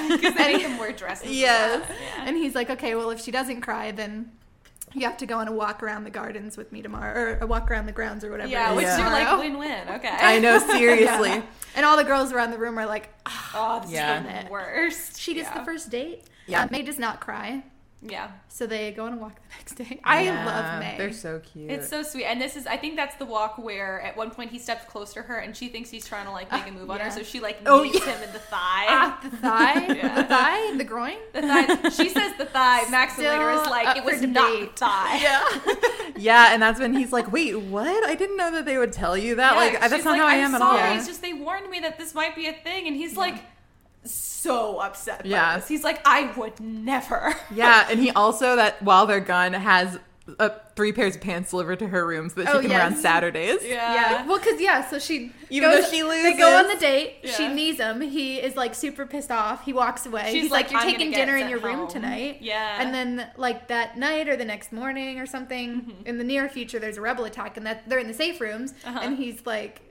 [SPEAKER 2] because they make them wear dresses.
[SPEAKER 1] Yes.
[SPEAKER 2] (laughs) Yeah.
[SPEAKER 3] And he's like, okay, well, if she doesn't cry, then you have to go on a walk around the gardens with me tomorrow, or a walk around the grounds, or whatever.
[SPEAKER 2] Yeah,
[SPEAKER 3] it is
[SPEAKER 2] which
[SPEAKER 1] Yeah.
[SPEAKER 2] you're
[SPEAKER 3] tomorrow.
[SPEAKER 2] like win-win. Okay. (laughs)
[SPEAKER 1] I know,
[SPEAKER 3] (laughs) Yeah.
[SPEAKER 1] seriously.
[SPEAKER 3] And all the girls around the room are like, "Ah,
[SPEAKER 2] Oh, this
[SPEAKER 1] Yeah.
[SPEAKER 2] is the worst.
[SPEAKER 3] she gets
[SPEAKER 2] yeah.
[SPEAKER 3] the first date.
[SPEAKER 1] Yeah.
[SPEAKER 3] Uh, May does not cry,
[SPEAKER 2] Yeah.
[SPEAKER 3] so they go on a walk the next
[SPEAKER 2] (laughs)
[SPEAKER 3] day. I
[SPEAKER 1] Yeah,
[SPEAKER 3] love May.
[SPEAKER 1] They're so cute. (laughs)
[SPEAKER 2] It's so sweet. And this is, I think that's the walk where at one point he steps close to her and she thinks he's trying to like make a move on her.
[SPEAKER 3] yeah.
[SPEAKER 2] So she like
[SPEAKER 1] Oh,
[SPEAKER 2] knees
[SPEAKER 1] yeah.
[SPEAKER 2] him in the thigh.
[SPEAKER 3] Ah, the thigh,
[SPEAKER 2] Yeah.
[SPEAKER 3] (laughs) the thigh, the groin.
[SPEAKER 2] The thigh. She says the thigh. Max
[SPEAKER 3] Still
[SPEAKER 2] later is like,
[SPEAKER 3] up
[SPEAKER 2] it was
[SPEAKER 3] for
[SPEAKER 2] not the
[SPEAKER 3] debate.
[SPEAKER 2] thigh.
[SPEAKER 1] yeah, and that's when he's like, wait, what? I didn't know that they would tell you that.
[SPEAKER 2] Yeah,
[SPEAKER 1] like, that's
[SPEAKER 2] she's
[SPEAKER 1] not
[SPEAKER 2] like,
[SPEAKER 1] how I
[SPEAKER 2] I'm
[SPEAKER 1] am
[SPEAKER 2] sorry.
[SPEAKER 1] at all.
[SPEAKER 2] It's just they warned me that this might be a thing, and he's like so upset. By
[SPEAKER 1] Yeah.
[SPEAKER 2] this. he's like, I would never. (laughs)
[SPEAKER 1] Yeah, and he also that while they're gone has uh, three pairs of pants delivered to her room so that she
[SPEAKER 3] Oh,
[SPEAKER 1] can wear
[SPEAKER 3] yes.
[SPEAKER 1] on Saturdays.
[SPEAKER 3] Yeah. Well, cause yeah, so she
[SPEAKER 1] Even
[SPEAKER 3] goes-
[SPEAKER 1] though she
[SPEAKER 3] They go on
[SPEAKER 1] loses.
[SPEAKER 3] the date. She
[SPEAKER 2] Yeah.
[SPEAKER 3] knees him. He is like super pissed off. He walks away.
[SPEAKER 2] She's
[SPEAKER 3] He's like,
[SPEAKER 2] like,
[SPEAKER 3] "You're
[SPEAKER 2] "I'm gonna
[SPEAKER 3] taking
[SPEAKER 2] get
[SPEAKER 3] dinner in
[SPEAKER 2] sent
[SPEAKER 3] your room
[SPEAKER 2] home."
[SPEAKER 3] tonight."
[SPEAKER 2] Yeah.
[SPEAKER 3] And then like that night or the next morning or something in the near future, there's a rebel attack, and that they're in the safe rooms,
[SPEAKER 2] Mm-hmm. Uh-huh.
[SPEAKER 3] and he's like.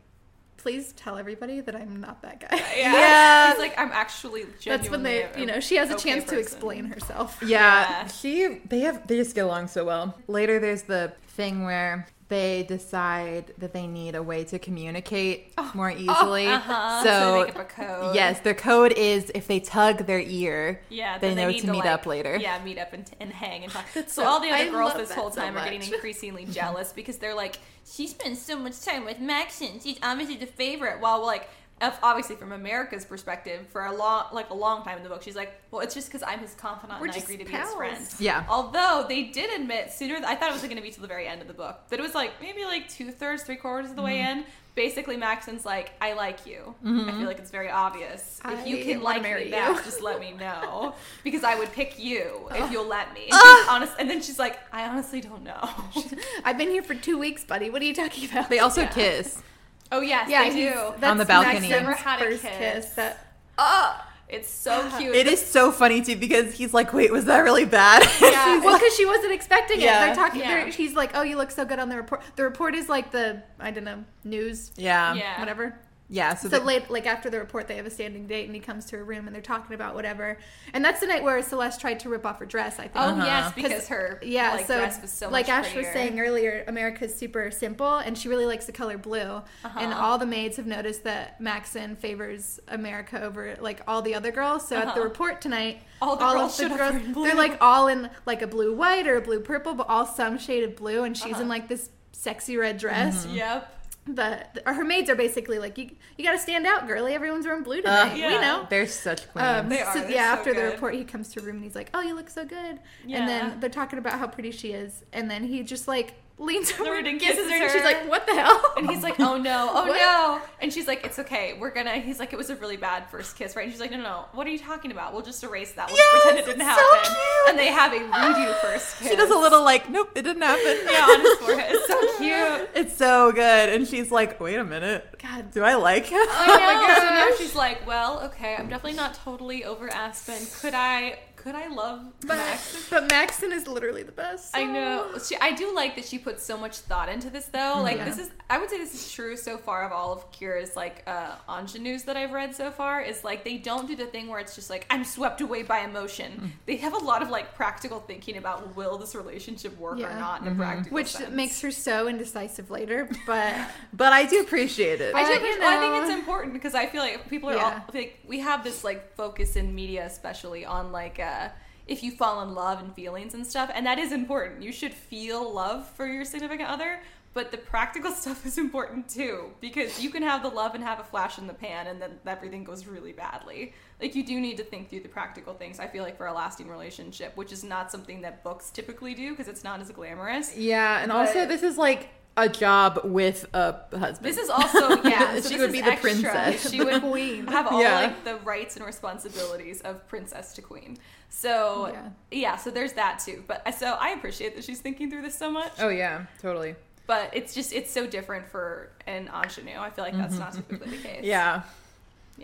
[SPEAKER 3] Please tell everybody that I'm not that guy.
[SPEAKER 2] Uh, Yeah.
[SPEAKER 1] Yeah.
[SPEAKER 2] He's like, I'm actually.
[SPEAKER 3] (laughs) That's when
[SPEAKER 2] genuinely
[SPEAKER 3] they,
[SPEAKER 2] a-
[SPEAKER 3] you know, she has a
[SPEAKER 2] okay
[SPEAKER 3] chance
[SPEAKER 2] person."
[SPEAKER 3] to explain herself. (laughs)
[SPEAKER 1] Yeah,
[SPEAKER 2] Yeah.
[SPEAKER 1] she they have they just get along so well. Later, there's the thing where they decide that they need a way to communicate more easily.
[SPEAKER 2] Uh-huh.
[SPEAKER 1] So,
[SPEAKER 2] they make up a code.
[SPEAKER 1] yes, their code is if they tug their ear,
[SPEAKER 2] Yeah,
[SPEAKER 1] they
[SPEAKER 2] then
[SPEAKER 1] know
[SPEAKER 2] need
[SPEAKER 1] to meet
[SPEAKER 2] like,
[SPEAKER 1] up later.
[SPEAKER 2] Yeah, meet up and, and hang
[SPEAKER 3] (laughs)
[SPEAKER 2] and talk. So
[SPEAKER 3] so-
[SPEAKER 2] all the other
[SPEAKER 3] I
[SPEAKER 2] girls
[SPEAKER 3] love
[SPEAKER 2] this
[SPEAKER 3] that
[SPEAKER 2] whole
[SPEAKER 3] so
[SPEAKER 2] time are getting
[SPEAKER 3] much. (laughs)
[SPEAKER 2] increasingly jealous because they're like, she spends so much time with Maxon. She's obviously the favorite. While like, of- obviously from America's perspective, for a long like a long time in the book, she's like, well, it's just because I'm his confidant
[SPEAKER 3] We're
[SPEAKER 2] and I
[SPEAKER 3] just
[SPEAKER 2] agree to be his
[SPEAKER 3] pals.
[SPEAKER 2] friend.
[SPEAKER 1] Yeah.
[SPEAKER 2] Although they did admit sooner, I thought it was going to be till the very end of the book, but it was like maybe like two thirds, three quarters of the way
[SPEAKER 3] Mm-hmm.
[SPEAKER 2] in. Basically, Maxon's like, I like you. I feel like it's very obvious. If you
[SPEAKER 3] I
[SPEAKER 2] can
[SPEAKER 3] wanna
[SPEAKER 2] like
[SPEAKER 3] marry
[SPEAKER 2] me
[SPEAKER 3] you.
[SPEAKER 2] back, just let me
[SPEAKER 3] (laughs)
[SPEAKER 2] know because I would pick you if you'll let me. And, she's honest, and then she's like, I honestly don't know. (laughs)
[SPEAKER 3] I've been here for two weeks, buddy. What are you talking about?
[SPEAKER 1] They also
[SPEAKER 2] Yeah.
[SPEAKER 1] kiss.
[SPEAKER 2] oh yes,
[SPEAKER 3] yeah,
[SPEAKER 2] they
[SPEAKER 3] he's-
[SPEAKER 2] do.
[SPEAKER 3] that's
[SPEAKER 1] the balcony.
[SPEAKER 3] Maxim's
[SPEAKER 2] Never had a
[SPEAKER 3] first
[SPEAKER 2] kiss.
[SPEAKER 3] That
[SPEAKER 2] Oh, it's so cute.
[SPEAKER 1] It is so funny too because he's like, wait, was that really bad?
[SPEAKER 2] (laughs)
[SPEAKER 1] (laughs)
[SPEAKER 2] Yeah.
[SPEAKER 3] well, because she wasn't expecting
[SPEAKER 1] Yeah.
[SPEAKER 3] it. They're talking.
[SPEAKER 2] Yeah.
[SPEAKER 3] They're, he's like, "Oh, you look so good on the report." The report is like the I don't know news,
[SPEAKER 1] yeah.
[SPEAKER 2] Yeah.
[SPEAKER 3] whatever.
[SPEAKER 1] Yeah. So,
[SPEAKER 3] So
[SPEAKER 1] the-
[SPEAKER 3] late, like after the report, they have a standing date, and he comes to her room, and they're talking about whatever. And that's the night where Celeste tried to rip off her dress. I think.
[SPEAKER 2] Oh yes,
[SPEAKER 3] 'Cause-
[SPEAKER 2] because her
[SPEAKER 3] yeah,
[SPEAKER 2] like,
[SPEAKER 3] so
[SPEAKER 2] dress was so
[SPEAKER 3] like
[SPEAKER 2] much
[SPEAKER 3] Ash was
[SPEAKER 2] prettier.
[SPEAKER 3] saying earlier, America's super simple, and she really likes the color blue.
[SPEAKER 2] Uh-huh.
[SPEAKER 3] And all the maids have noticed that Maxon favors America over like all the other girls. So at the
[SPEAKER 2] Uh-huh.
[SPEAKER 3] report tonight,
[SPEAKER 2] All the girls
[SPEAKER 3] of the
[SPEAKER 2] should have
[SPEAKER 3] girls
[SPEAKER 2] been blue.
[SPEAKER 3] they're like all in like a blue white or a blue purple, but all some shade of blue, and she's in
[SPEAKER 2] Uh-huh.
[SPEAKER 3] like this sexy red dress.
[SPEAKER 2] Yep.
[SPEAKER 3] But or her maids are basically like, you you got to stand out, girly. Everyone's wearing blue tonight. We
[SPEAKER 2] Uh, yeah.
[SPEAKER 3] know.
[SPEAKER 1] they're such queens.
[SPEAKER 3] Um,
[SPEAKER 2] They
[SPEAKER 3] so-
[SPEAKER 2] are. They're
[SPEAKER 3] yeah,
[SPEAKER 2] so
[SPEAKER 3] after the
[SPEAKER 2] good.
[SPEAKER 3] report, he comes to her room and he's like, "Oh, you look so good."
[SPEAKER 2] Yeah.
[SPEAKER 3] And then they're talking about how pretty she is, and then he just like leans over
[SPEAKER 2] Lord,
[SPEAKER 3] and
[SPEAKER 2] and
[SPEAKER 3] kisses
[SPEAKER 2] kisses
[SPEAKER 3] her, and she's
[SPEAKER 2] her.
[SPEAKER 3] like, "What the hell?"
[SPEAKER 2] And
[SPEAKER 3] (laughs)
[SPEAKER 2] he's like, oh no, oh
[SPEAKER 3] What?
[SPEAKER 2] no. And she's like, it's okay. We're gonna. He's like, it was a really bad first kiss, right? And she's like, no, no, no. What are you talking about? We'll just erase that. We'll just
[SPEAKER 1] Yes,
[SPEAKER 2] pretend it didn't
[SPEAKER 1] it's so
[SPEAKER 2] happen.
[SPEAKER 1] cute.
[SPEAKER 2] And they have a redo first kiss.
[SPEAKER 1] she does a little like, nope, it didn't happen.
[SPEAKER 2] Yeah, on his forehead. It's so
[SPEAKER 3] (laughs)
[SPEAKER 2] cute.
[SPEAKER 1] It's so good. And she's like, wait a minute.
[SPEAKER 3] God.
[SPEAKER 1] Do I like him?
[SPEAKER 2] I know. so now she's (laughs) like, well, okay, I'm definitely not totally over Aspen. Could I? Could I love
[SPEAKER 3] But,
[SPEAKER 2] Max?
[SPEAKER 3] but Maxon is literally the best.
[SPEAKER 2] I know. She, I do like that she put so much thought into this, though. Like this is, I would say this is true so far of all of Kira's like uh, ingenues that I've read so far. Is like they don't do the thing where it's just like I'm swept away by emotion.
[SPEAKER 3] Mm.
[SPEAKER 2] They have a lot of like practical thinking about will this relationship work
[SPEAKER 3] Yeah.
[SPEAKER 2] or not in a practical
[SPEAKER 3] Which
[SPEAKER 2] sense.
[SPEAKER 3] makes her so indecisive later,
[SPEAKER 2] (laughs)
[SPEAKER 3] but
[SPEAKER 1] But I do appreciate it.
[SPEAKER 2] I, do
[SPEAKER 3] Uh,
[SPEAKER 2] appreciate-
[SPEAKER 3] you
[SPEAKER 2] well, I think
[SPEAKER 3] know.
[SPEAKER 2] it's important because I feel like people are
[SPEAKER 3] Yeah.
[SPEAKER 2] all like we have this like focus in media, especially on like uh, if you fall in love and feelings and stuff, and that is important. You should feel love for your significant other, but the practical (laughs) stuff is important too because you can have the love and have a flash in the pan, and then everything goes really badly. Like you do need to think through the practical things. I feel like for a lasting relationship, which is not something that books typically do because it's not as glamorous.
[SPEAKER 1] yeah. And also,
[SPEAKER 2] But-
[SPEAKER 1] this is like a job with a husband.
[SPEAKER 2] This is also
[SPEAKER 1] (laughs)
[SPEAKER 2] yeah. so
[SPEAKER 1] She
[SPEAKER 2] this
[SPEAKER 1] would
[SPEAKER 2] is
[SPEAKER 1] be the
[SPEAKER 2] extra.
[SPEAKER 1] princess.
[SPEAKER 2] She
[SPEAKER 1] (laughs)
[SPEAKER 2] would
[SPEAKER 3] queen.
[SPEAKER 2] have all
[SPEAKER 1] Yeah.
[SPEAKER 2] like the rights and responsibilities of princess to queen. So
[SPEAKER 3] Yeah.
[SPEAKER 2] yeah. so there's that too. But uh, so I appreciate that she's thinking through this so much.
[SPEAKER 1] Oh, yeah. Totally.
[SPEAKER 2] But it's just it's so different for an ingenue. I feel like that's not typically the case.
[SPEAKER 1] Mm-hmm. (laughs) Yeah.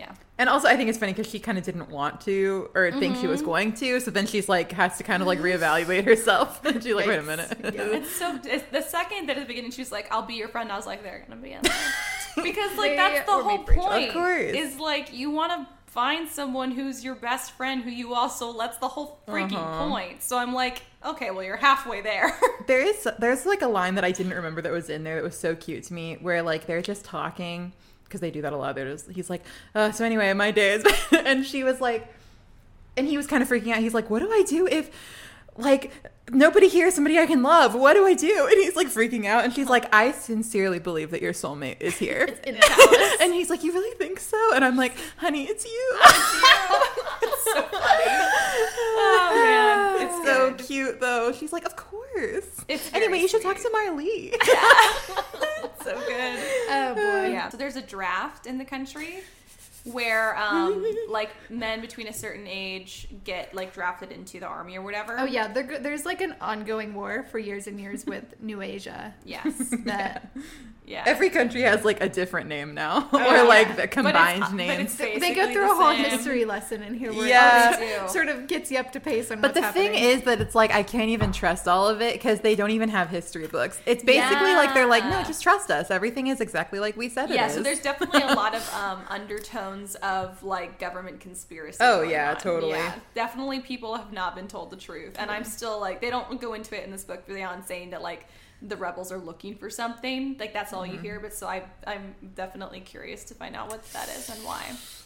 [SPEAKER 2] yeah.
[SPEAKER 1] And also, I think it's funny because she kind of didn't want to or think she was
[SPEAKER 2] Mm-hmm.
[SPEAKER 1] going to. So then she's like, has to kind of like reevaluate herself. (laughs) and she's like, wait a
[SPEAKER 3] Yikes.
[SPEAKER 1] minute.
[SPEAKER 3] Yeah.
[SPEAKER 2] It's so it's the second that at the beginning she's like, "I'll be your friend," I was like, "They're gonna be in." there." Because like
[SPEAKER 3] They
[SPEAKER 2] that's the
[SPEAKER 3] were
[SPEAKER 2] whole
[SPEAKER 3] made for each other.
[SPEAKER 2] point.
[SPEAKER 1] Of course.
[SPEAKER 2] is like you want to find someone who's your best friend who you also. That's the whole freaking
[SPEAKER 1] Uh-huh.
[SPEAKER 2] point. So I'm like, okay, well you're halfway there. (laughs)
[SPEAKER 1] There is there's like a line that I didn't remember that was in there that was so cute to me where like they're just talking because they do that a lot. They're just he's like, uh, so anyway, my days, (laughs) and she was like, and he was kind of freaking out. He's like, what do I do if like nobody here, is somebody I can love? What do I do? And he's like freaking out, and she's like, I sincerely believe that your soulmate is here. (laughs)
[SPEAKER 3] in the palace.
[SPEAKER 1] and he's like, you really think so? And I'm like, honey, it's you. (laughs)
[SPEAKER 2] it's
[SPEAKER 3] (laughs)
[SPEAKER 2] so funny. Oh man,
[SPEAKER 1] It's
[SPEAKER 2] it's
[SPEAKER 1] so
[SPEAKER 2] good.
[SPEAKER 1] cute though. She's like, of course.
[SPEAKER 2] Oh, It's very
[SPEAKER 1] anyway, you should talk to
[SPEAKER 2] sweet.
[SPEAKER 1] Marlee.
[SPEAKER 2] It's so good.
[SPEAKER 3] Oh boy.
[SPEAKER 2] (laughs) Yeah. So there's a draft in the country where
[SPEAKER 3] (laughs)
[SPEAKER 2] um like men between a certain age get like drafted into the army or whatever.
[SPEAKER 3] Oh yeah, there, go- there's like an ongoing war for years and years with New Asia. (laughs)
[SPEAKER 2] Yes.
[SPEAKER 3] That
[SPEAKER 2] Yeah.
[SPEAKER 1] (laughs) Every country has like a different name now, (laughs)
[SPEAKER 2] Oh,
[SPEAKER 1] or like
[SPEAKER 2] yeah. But
[SPEAKER 1] the
[SPEAKER 2] it's- but
[SPEAKER 1] combined
[SPEAKER 2] it's
[SPEAKER 1] names.
[SPEAKER 2] basically
[SPEAKER 3] they go through a
[SPEAKER 2] the
[SPEAKER 3] whole
[SPEAKER 2] same.
[SPEAKER 3] history lesson in here. Where
[SPEAKER 1] Yeah.
[SPEAKER 2] They
[SPEAKER 3] it
[SPEAKER 2] do.
[SPEAKER 3] sort of gets you up to pace on.
[SPEAKER 1] But the
[SPEAKER 3] what's
[SPEAKER 1] thing
[SPEAKER 3] happening.
[SPEAKER 1] is that it's like I can't even trust all of it because they don't even have history books. It's basically like they're like, no,
[SPEAKER 2] Yeah.
[SPEAKER 1] just trust us. Everything is exactly like we said it is.
[SPEAKER 2] Yeah, so there's definitely a lot of um, undertones of like government conspiracy.
[SPEAKER 1] Oh,
[SPEAKER 2] going
[SPEAKER 1] yeah,
[SPEAKER 2] on.
[SPEAKER 1] totally.
[SPEAKER 2] definitely, people have not been told the truth, and I'm still like they don't go into it in this book beyond saying that like the rebels are looking for something. Like that's all
[SPEAKER 1] Mm-hmm.
[SPEAKER 2] you hear. But so I I'm definitely curious to find out what that is and why.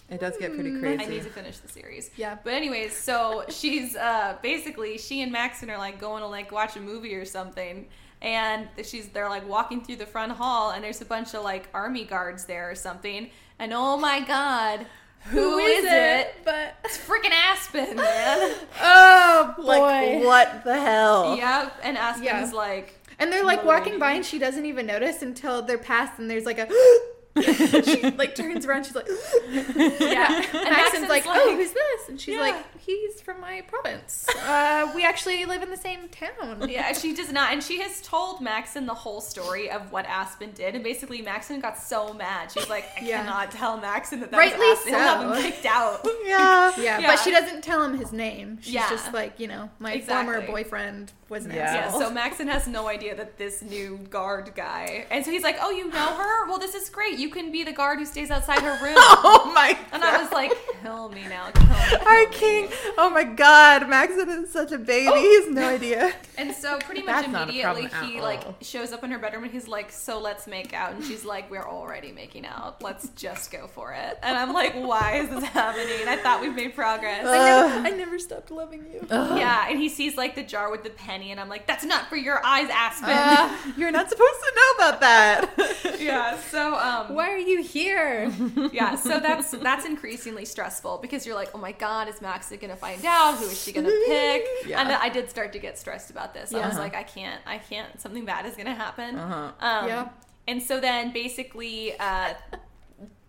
[SPEAKER 1] it does get pretty
[SPEAKER 2] Hmm, I need
[SPEAKER 1] crazy.
[SPEAKER 2] to finish the series.
[SPEAKER 3] Yeah.
[SPEAKER 2] But anyways, so (laughs) she's uh basically she and Maxon are like going to like watch a movie or something. And she's they're like walking through the front hall and there's a bunch of like army guards there or something. And oh my
[SPEAKER 3] (laughs)
[SPEAKER 2] god, who is, it?
[SPEAKER 3] But
[SPEAKER 2] It's freaking Aspen, man.
[SPEAKER 3] (laughs)
[SPEAKER 2] (laughs)
[SPEAKER 3] oh boy.
[SPEAKER 1] (laughs) Like what the hell?
[SPEAKER 2] yep. And Aspen's
[SPEAKER 3] Yeah.
[SPEAKER 2] like
[SPEAKER 3] And they're like
[SPEAKER 2] Literally.
[SPEAKER 3] walking by, and she doesn't even notice until they're past, and there's like a. (gasps)
[SPEAKER 1] (laughs)
[SPEAKER 3] she like turns around. She's like, (gasps)
[SPEAKER 2] (laughs) Yeah.
[SPEAKER 3] And
[SPEAKER 2] And
[SPEAKER 3] Maxon's like, oh, who's this? And she's
[SPEAKER 2] Yeah.
[SPEAKER 3] like, he's from my province. Uh, we actually live in the same town.
[SPEAKER 2] (laughs) Yeah, she does not. And she has told Maxon the whole story of what Aspen did. And basically, Maxon got so mad. She's like, I
[SPEAKER 3] Yeah.
[SPEAKER 2] cannot tell Maxon that that
[SPEAKER 3] Rightly
[SPEAKER 2] was Aspen. He'll have
[SPEAKER 3] so.
[SPEAKER 2] him kicked
[SPEAKER 3] (laughs)
[SPEAKER 2] out.
[SPEAKER 1] Yeah.
[SPEAKER 3] Yeah,
[SPEAKER 2] Yeah.
[SPEAKER 3] but she doesn't tell him his name. She's
[SPEAKER 2] Yeah.
[SPEAKER 3] just like, you know, my
[SPEAKER 2] Exactly.
[SPEAKER 3] former boyfriend was an
[SPEAKER 1] Yeah.
[SPEAKER 2] Yeah,
[SPEAKER 3] asshole.
[SPEAKER 2] so Maxon has no idea that this new guard guy. And so he's like, Oh, you know her? Well, this is great. You can be the guard who stays outside her
[SPEAKER 3] (laughs)
[SPEAKER 2] room.
[SPEAKER 1] Oh my
[SPEAKER 2] And I was like, Kill me now. Kill me, kill
[SPEAKER 1] Our
[SPEAKER 2] me."
[SPEAKER 1] king. Oh my god, Maxon is such a
[SPEAKER 2] Oh.
[SPEAKER 1] baby. He has no idea.
[SPEAKER 2] And so pretty much
[SPEAKER 1] That's not a
[SPEAKER 2] immediately
[SPEAKER 1] problem at
[SPEAKER 2] he like
[SPEAKER 1] all.
[SPEAKER 2] shows up in her bedroom and he's like, "So let's make out." And she's like, "We're already making out. Let's just go for it." And I'm like, "Why is this happening?" I thought we've made progress.
[SPEAKER 3] (laughs) I, never, I never stopped loving you.
[SPEAKER 2] (laughs) Yeah, and he sees like the jar with the penny and I'm like, "That's not for your eyes, (laughs) Aspen."
[SPEAKER 1] (laughs) You're not supposed to know about that.
[SPEAKER 2] (laughs) yeah. So um
[SPEAKER 3] Why are you
[SPEAKER 1] (laughs)
[SPEAKER 3] here?
[SPEAKER 2] yeah, so that's that's increasingly stressful because you're like, "Oh my god, is Max going to find out? Who is she going to pick?"
[SPEAKER 1] (laughs) Yeah. Uh-huh.
[SPEAKER 2] And I did start to get stressed about this. I was
[SPEAKER 1] Yeah.
[SPEAKER 2] like, "I can't. I can't. Something bad is going to happen."
[SPEAKER 1] (laughs) Uh-huh.
[SPEAKER 2] Um,
[SPEAKER 3] Yeah.
[SPEAKER 2] And so then basically, uh,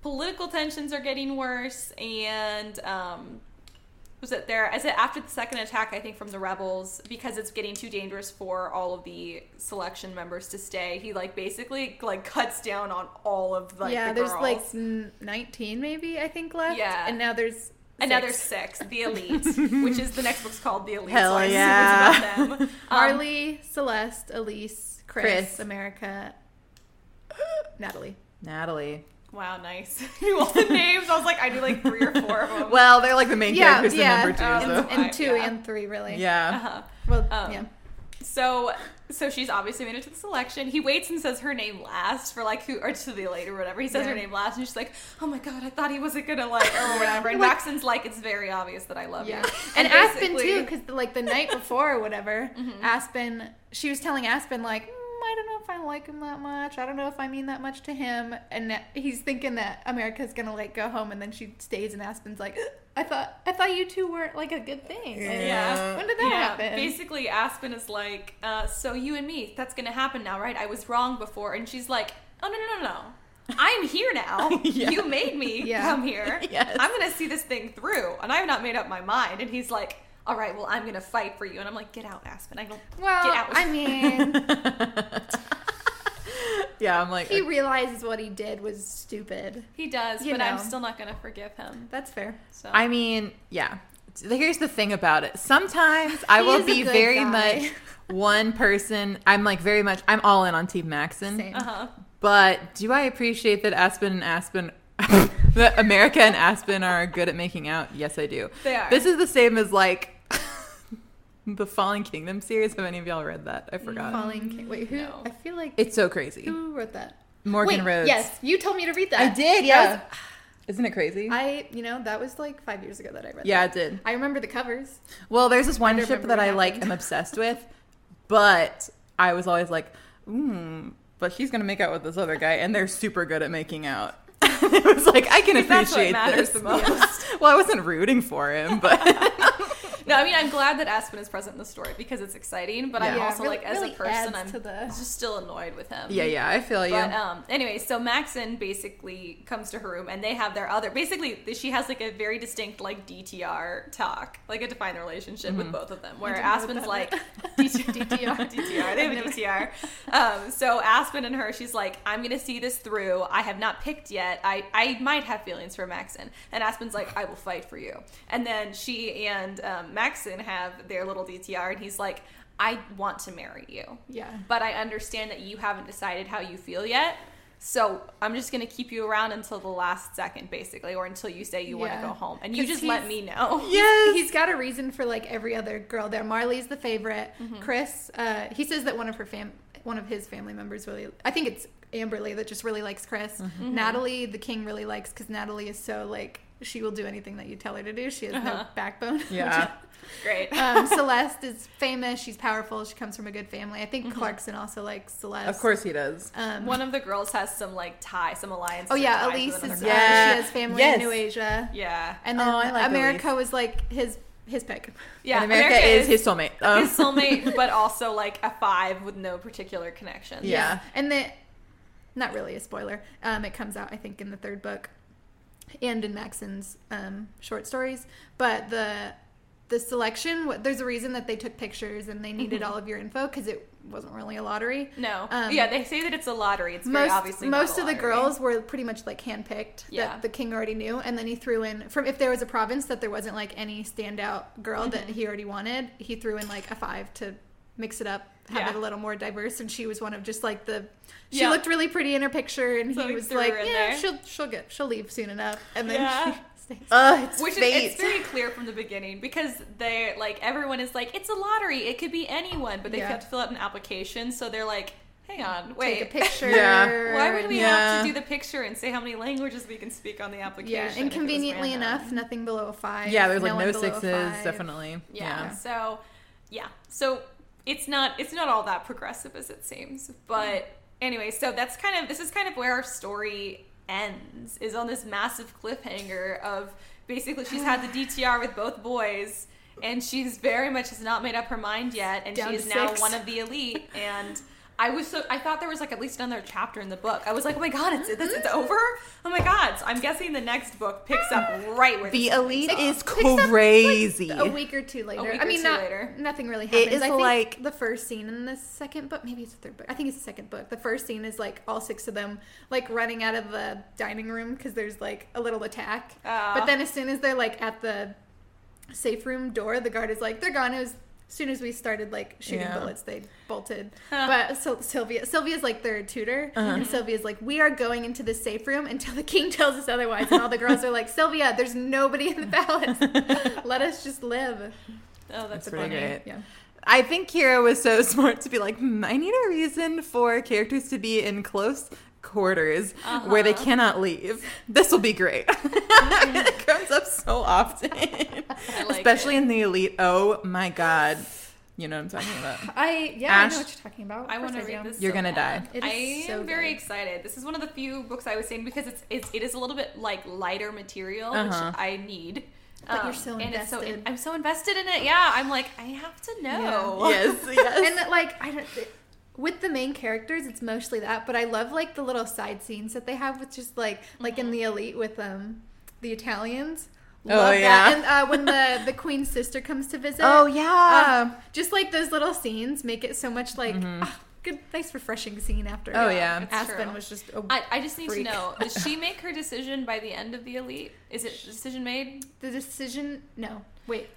[SPEAKER 2] political tensions are getting worse. And um, was it there? Is it after the second attack, I think, from the rebels, because it's getting too dangerous for all of the selection members to stay? He, like, basically, like, cuts down on all of, like,
[SPEAKER 3] yeah,
[SPEAKER 2] the
[SPEAKER 3] there's
[SPEAKER 2] girls.
[SPEAKER 3] like n- 19 maybe I think left.
[SPEAKER 2] Yeah.
[SPEAKER 3] and now there's
[SPEAKER 2] Another six,
[SPEAKER 3] six. (laughs)
[SPEAKER 2] The Elite, which is the next book's called The Elite.
[SPEAKER 1] Hell
[SPEAKER 2] so I assume
[SPEAKER 1] yeah.
[SPEAKER 2] It's about them. Um,
[SPEAKER 3] Marley, Celeste, Elise, Chris,
[SPEAKER 1] Chris. (gasps)
[SPEAKER 3] America, Natalie.
[SPEAKER 1] Natalie.
[SPEAKER 2] wow, nice. (laughs) You all the names. I was like, I knew like three or
[SPEAKER 1] (laughs)
[SPEAKER 2] four of
[SPEAKER 3] (laughs)
[SPEAKER 2] them.
[SPEAKER 1] Well, they're like the main
[SPEAKER 3] Yeah,
[SPEAKER 1] characters
[SPEAKER 3] yeah.
[SPEAKER 1] in
[SPEAKER 2] Um,
[SPEAKER 1] number two.
[SPEAKER 2] Five,
[SPEAKER 3] And two
[SPEAKER 2] yeah.
[SPEAKER 3] and three,
[SPEAKER 1] so.
[SPEAKER 3] really.
[SPEAKER 1] Yeah.
[SPEAKER 2] uh-huh.
[SPEAKER 3] Well,
[SPEAKER 2] Um,
[SPEAKER 3] yeah.
[SPEAKER 2] So so she's obviously made it to the selection. He waits and says her name last for like who or to the late or whatever. He says her
[SPEAKER 3] Yeah.
[SPEAKER 2] name last and she's like, Oh my god, I thought he wasn't gonna like
[SPEAKER 3] (laughs)
[SPEAKER 2] or whatever. And
[SPEAKER 3] Like-
[SPEAKER 2] Maxon's like, It's very obvious that I love
[SPEAKER 3] Yeah.
[SPEAKER 2] (laughs) you.
[SPEAKER 3] And, Aspen too,
[SPEAKER 2] basically- Mm-hmm.
[SPEAKER 3] because like the night before
[SPEAKER 2] (laughs)
[SPEAKER 3] or whatever, Aspen, she was telling Aspen like, "Mm, I don't know if I like him that much. I don't know if I mean that much to him. And he's thinking that America's gonna like go home, and then she stays, and Aspen's like, I thought, I thought you two were like a good thing. Like,
[SPEAKER 2] Yeah.
[SPEAKER 3] When did that
[SPEAKER 2] Yeah,
[SPEAKER 3] happen?
[SPEAKER 2] basically Aspen is like, uh, so you and me, that's gonna happen now, right? I was wrong before, and she's like, oh no no no no, I'm here now.
[SPEAKER 1] Yeah.
[SPEAKER 2] You made me
[SPEAKER 3] (laughs) Yeah.
[SPEAKER 2] come
[SPEAKER 3] (laughs)
[SPEAKER 2] here.
[SPEAKER 1] Yes.
[SPEAKER 2] I'm gonna see this thing through, and I've not made up my mind. And he's like, all right, well I'm gonna fight for you, and I'm like, get out, Aspen. I don't. Get
[SPEAKER 3] Well,
[SPEAKER 2] out.
[SPEAKER 3] I mean,
[SPEAKER 1] (laughs) yeah, I'm like,
[SPEAKER 3] he realizes what he did was stupid.
[SPEAKER 2] (laughs) He does,
[SPEAKER 3] You
[SPEAKER 2] but I'm
[SPEAKER 3] know.
[SPEAKER 2] still not gonna forgive him.
[SPEAKER 3] That's fair.
[SPEAKER 2] So
[SPEAKER 1] I mean, yeah. Here's the thing about it. Sometimes I
[SPEAKER 3] He
[SPEAKER 1] will
[SPEAKER 3] is a
[SPEAKER 1] be
[SPEAKER 3] good
[SPEAKER 1] very
[SPEAKER 3] guy.
[SPEAKER 1] much one person. I'm like very much. I'm all in on Team Maxon.
[SPEAKER 3] Same.
[SPEAKER 2] Uh huh.
[SPEAKER 1] But do I appreciate that Aspen and Aspen, (laughs) that America and Aspen are good at making out? Yes, I do.
[SPEAKER 2] They are.
[SPEAKER 1] This is the same as like (laughs) the Fallen Kingdom series. Have any of y'all read that? I forgot.
[SPEAKER 3] Falling. King. Wait, who?
[SPEAKER 2] No.
[SPEAKER 3] I feel like
[SPEAKER 1] It's so crazy.
[SPEAKER 3] who wrote that?
[SPEAKER 1] Morgan
[SPEAKER 3] Wait,
[SPEAKER 1] Rhodes.
[SPEAKER 3] Yes, you told me to read that.
[SPEAKER 1] I did.
[SPEAKER 3] That
[SPEAKER 1] Yeah. (sighs) Isn't it crazy?
[SPEAKER 3] was- I, you know, that was like five years ago that I read.
[SPEAKER 1] yeah,
[SPEAKER 3] that.
[SPEAKER 1] it did.
[SPEAKER 3] I remember the covers.
[SPEAKER 1] Well, there's this one
[SPEAKER 3] don't
[SPEAKER 1] ship
[SPEAKER 3] remember
[SPEAKER 1] that
[SPEAKER 3] what
[SPEAKER 1] I like am
[SPEAKER 3] happened.
[SPEAKER 1] obsessed with, but I was always like, mm, but she's gonna make out with this other guy, and they're super good at making out. (laughs) it was like I can appreciate
[SPEAKER 2] That's what matters
[SPEAKER 1] this.
[SPEAKER 3] (laughs)
[SPEAKER 2] the most.
[SPEAKER 1] well, I wasn't rooting for him, but (laughs)
[SPEAKER 2] No, I mean I'm glad that Aspen is present in the story because it's exciting, but I'm
[SPEAKER 1] Yeah.
[SPEAKER 2] also
[SPEAKER 3] really-
[SPEAKER 2] like as
[SPEAKER 3] really
[SPEAKER 2] a person,
[SPEAKER 3] adds
[SPEAKER 2] I'm
[SPEAKER 3] to the-
[SPEAKER 2] just still annoyed with him.
[SPEAKER 1] yeah, yeah, I feel you.
[SPEAKER 2] But um, anyway, so Maxon basically comes to her room, and they have their other. Basically, she has like a very distinct like DTR talk, like a defined relationship with both of them, where
[SPEAKER 3] didn't know what
[SPEAKER 2] Aspen's
[SPEAKER 3] that
[SPEAKER 2] like (laughs)
[SPEAKER 3] DTR.
[SPEAKER 2] DTR. They have
[SPEAKER 3] (laughs)
[SPEAKER 2] a DTR. Um, so Aspen and her, she's like, I'm gonna see this through. I have not picked yet. I I might have feelings for Maxon, and Aspen's like, I will fight for you. And then she and um, Maxon have their little DTR, and he's like. I want to marry you
[SPEAKER 3] Yeah.
[SPEAKER 2] but I understand that you haven't decided how you feel yet. So I'm just gonna keep you around until the last second, basically, or until you say you want to
[SPEAKER 3] Yeah.
[SPEAKER 2] go home, and you
[SPEAKER 3] 'Cause
[SPEAKER 2] just let
[SPEAKER 3] he's-
[SPEAKER 2] me know. (laughs)
[SPEAKER 1] yes,
[SPEAKER 3] He's got a reason for like every other girl there. Marley's the favorite. Chris, uh, he says that one of her fam, one of his family members really. I think it's Amberly that just really likes Chris.
[SPEAKER 1] Mm-hmm.
[SPEAKER 3] Natalie, the king, really likes because Natalie is so like she will do anything that you tell her to do. She has no backbone.
[SPEAKER 1] yeah,
[SPEAKER 2] Great.
[SPEAKER 3] (laughs) um, Celeste is famous. She's powerful. She comes from a good family. I think Clarkson also likes Celeste.
[SPEAKER 1] of course he does.
[SPEAKER 3] Um,
[SPEAKER 2] One of the girls has some like tie, some alliance.
[SPEAKER 3] oh yeah,
[SPEAKER 2] ties with
[SPEAKER 3] Elise is.
[SPEAKER 2] another
[SPEAKER 3] Uh,
[SPEAKER 2] girl.
[SPEAKER 1] Yeah.
[SPEAKER 3] She has family
[SPEAKER 1] Yes.
[SPEAKER 3] in New Asia.
[SPEAKER 2] yeah,
[SPEAKER 3] And then
[SPEAKER 1] Oh, I like
[SPEAKER 3] America was like his his pick.
[SPEAKER 2] yeah.
[SPEAKER 1] and America, is, his soulmate. Um,
[SPEAKER 2] his
[SPEAKER 1] (laughs)
[SPEAKER 3] (laughs)
[SPEAKER 2] soulmate, but also like a five with no particular connection.
[SPEAKER 1] Yeah.
[SPEAKER 3] (laughs) And the not really a spoiler. Um, it comes out I think in the third book, and in Maxon's um, short stories. But the the selection what- there's a reason that they took pictures and they needed all of your info because it wasn't really a lottery.
[SPEAKER 2] No.
[SPEAKER 3] Um,
[SPEAKER 2] yeah, they say that it's a lottery. It's very
[SPEAKER 3] most
[SPEAKER 2] obviously not
[SPEAKER 3] most
[SPEAKER 2] a
[SPEAKER 3] of the
[SPEAKER 2] lottery.
[SPEAKER 3] girls were pretty much like handpicked
[SPEAKER 2] Yeah.
[SPEAKER 3] that the king already knew, and then he threw in from if there was a
[SPEAKER 2] Mm-hmm.
[SPEAKER 3] province that there wasn't like any standout girl that he already wanted, he threw in like a five to mix it up, have
[SPEAKER 2] Yeah.
[SPEAKER 3] it a little more diverse. And she was one of just like the. She
[SPEAKER 2] Yeah.
[SPEAKER 3] looked really pretty in her picture, and
[SPEAKER 2] So
[SPEAKER 3] he
[SPEAKER 2] we
[SPEAKER 3] was
[SPEAKER 2] threw
[SPEAKER 3] like,
[SPEAKER 2] her
[SPEAKER 3] "Yeah,
[SPEAKER 2] in there."
[SPEAKER 3] she'll she'll get she'll leave soon enough," and then
[SPEAKER 2] Yeah.
[SPEAKER 3] (laughs) she stays.
[SPEAKER 1] Ugh, uh, it's
[SPEAKER 2] Which is,
[SPEAKER 1] fate.
[SPEAKER 2] it's very clear from the beginning because they like everyone is like it's a lottery. It could be anyone, but they
[SPEAKER 3] Yeah.
[SPEAKER 2] have to fill out an application. So they're like, hang on, wait,
[SPEAKER 3] Take a picture.
[SPEAKER 2] (laughs)
[SPEAKER 1] Yeah.
[SPEAKER 2] Why would we have
[SPEAKER 1] Yeah.
[SPEAKER 2] to do the picture and say how many languages we can speak on the application?
[SPEAKER 3] Yeah,
[SPEAKER 2] if it
[SPEAKER 3] and
[SPEAKER 2] was
[SPEAKER 3] conveniently
[SPEAKER 2] random?
[SPEAKER 3] enough, nothing below a five.
[SPEAKER 1] yeah, there's like
[SPEAKER 3] one
[SPEAKER 1] no,
[SPEAKER 3] below a
[SPEAKER 1] sixes,
[SPEAKER 3] five.
[SPEAKER 1] definitely.
[SPEAKER 2] Yeah,
[SPEAKER 1] Yeah.
[SPEAKER 2] So, yeah. So it's not it's not all that progressive as it seems. But
[SPEAKER 3] Mm-hmm.
[SPEAKER 2] anyway, so that's kind of this is kind of where our story ends is on this massive cliffhanger of basically she's had
[SPEAKER 3] (sighs)
[SPEAKER 2] the DTR with both boys and she's very much has not made up her mind yet and
[SPEAKER 3] Down
[SPEAKER 2] she
[SPEAKER 3] to
[SPEAKER 2] is now
[SPEAKER 3] six.
[SPEAKER 2] one of the
[SPEAKER 3] (laughs)
[SPEAKER 2] elite and I was so I thought there was like at least another chapter in the book. I was like, oh my god, it's it's,
[SPEAKER 3] Mm-hmm.
[SPEAKER 2] it's over. Oh my god! So I'm guessing the next book picks
[SPEAKER 3] (gasps)
[SPEAKER 2] up right where
[SPEAKER 1] The
[SPEAKER 2] this-
[SPEAKER 1] elite is
[SPEAKER 3] Except, like,
[SPEAKER 1] crazy.
[SPEAKER 3] a week or two later.
[SPEAKER 2] week
[SPEAKER 3] I
[SPEAKER 2] or
[SPEAKER 3] mean,
[SPEAKER 2] two
[SPEAKER 3] not,
[SPEAKER 2] later.
[SPEAKER 3] nothing really happens.
[SPEAKER 1] is
[SPEAKER 3] I think
[SPEAKER 1] like-
[SPEAKER 3] the first scene in the second book. Maybe it's the third book. I think it's the second book. The first scene is like all six of them like running out of the dining room because there's like a little attack.
[SPEAKER 2] Ah.
[SPEAKER 1] Uh-huh.
[SPEAKER 3] but then as soon as they're like at the safe room door, the guard is like, "They're gone." It was, as soon as we started like shooting
[SPEAKER 1] Yeah.
[SPEAKER 3] bullets, they
[SPEAKER 1] (laughs)
[SPEAKER 3] bolted. But Syl- Sylvia, Sylvia's like their tutor,
[SPEAKER 1] Uh-huh.
[SPEAKER 3] and Sylvia's like, "We are going into this safe room until the king (laughs) tells us otherwise." And all the girls are like, "Sylvia, there's nobody in the palace.
[SPEAKER 1] (laughs)
[SPEAKER 3] Let us just live."
[SPEAKER 2] oh that's,
[SPEAKER 1] pretty
[SPEAKER 2] funny.
[SPEAKER 1] great.
[SPEAKER 3] Yeah.
[SPEAKER 1] I think Kira was so (laughs) smart to be like, hmm, I need a reason for characters to be in close quarters where they cannot leave. This will be great. (laughs) it comes up so often,
[SPEAKER 2] like
[SPEAKER 3] eh.
[SPEAKER 1] especially in the elite. Oh my god, you know what I'm talking about.
[SPEAKER 3] (sighs) I yeah,
[SPEAKER 1] Ash-
[SPEAKER 3] I know what you're talking about.
[SPEAKER 2] I
[SPEAKER 3] Of course
[SPEAKER 2] want to read
[SPEAKER 3] do.
[SPEAKER 2] this.
[SPEAKER 1] You're
[SPEAKER 2] so
[SPEAKER 1] gonna
[SPEAKER 2] bad.
[SPEAKER 1] die.
[SPEAKER 3] It
[SPEAKER 2] I
[SPEAKER 3] is
[SPEAKER 2] am
[SPEAKER 3] so
[SPEAKER 2] very
[SPEAKER 3] good.
[SPEAKER 2] excited. This is one of the few books I was saying because it's it's it is a little bit like lighter material,
[SPEAKER 1] Uh-huh.
[SPEAKER 2] which I need. Um,
[SPEAKER 3] But you're so
[SPEAKER 2] and it's so
[SPEAKER 3] invested.
[SPEAKER 2] I'm so invested in it. Yeah, I'm like I have to know.
[SPEAKER 1] yes, yes.
[SPEAKER 3] and that, like I don't. with the main characters, it's mostly that, but I love like the little side scenes that they have with just like like in the elite with um the Italians.
[SPEAKER 1] Mm-hmm. Oh,
[SPEAKER 3] Love
[SPEAKER 1] yeah.
[SPEAKER 3] that. And uh, when
[SPEAKER 1] (laughs)
[SPEAKER 3] the the queen's sister comes to visit.
[SPEAKER 1] oh yeah. Mm-hmm.
[SPEAKER 3] um, just like those little scenes make it so much like ah, good, nice, refreshing scene after. uh,
[SPEAKER 1] Oh, yeah.
[SPEAKER 2] It's
[SPEAKER 3] Aspen
[SPEAKER 2] true.
[SPEAKER 3] was just. A,
[SPEAKER 2] I, I just need
[SPEAKER 3] Freak.
[SPEAKER 2] to know. Does she make her decision by the end of the elite? Is it decision made
[SPEAKER 3] the decision. No, wait.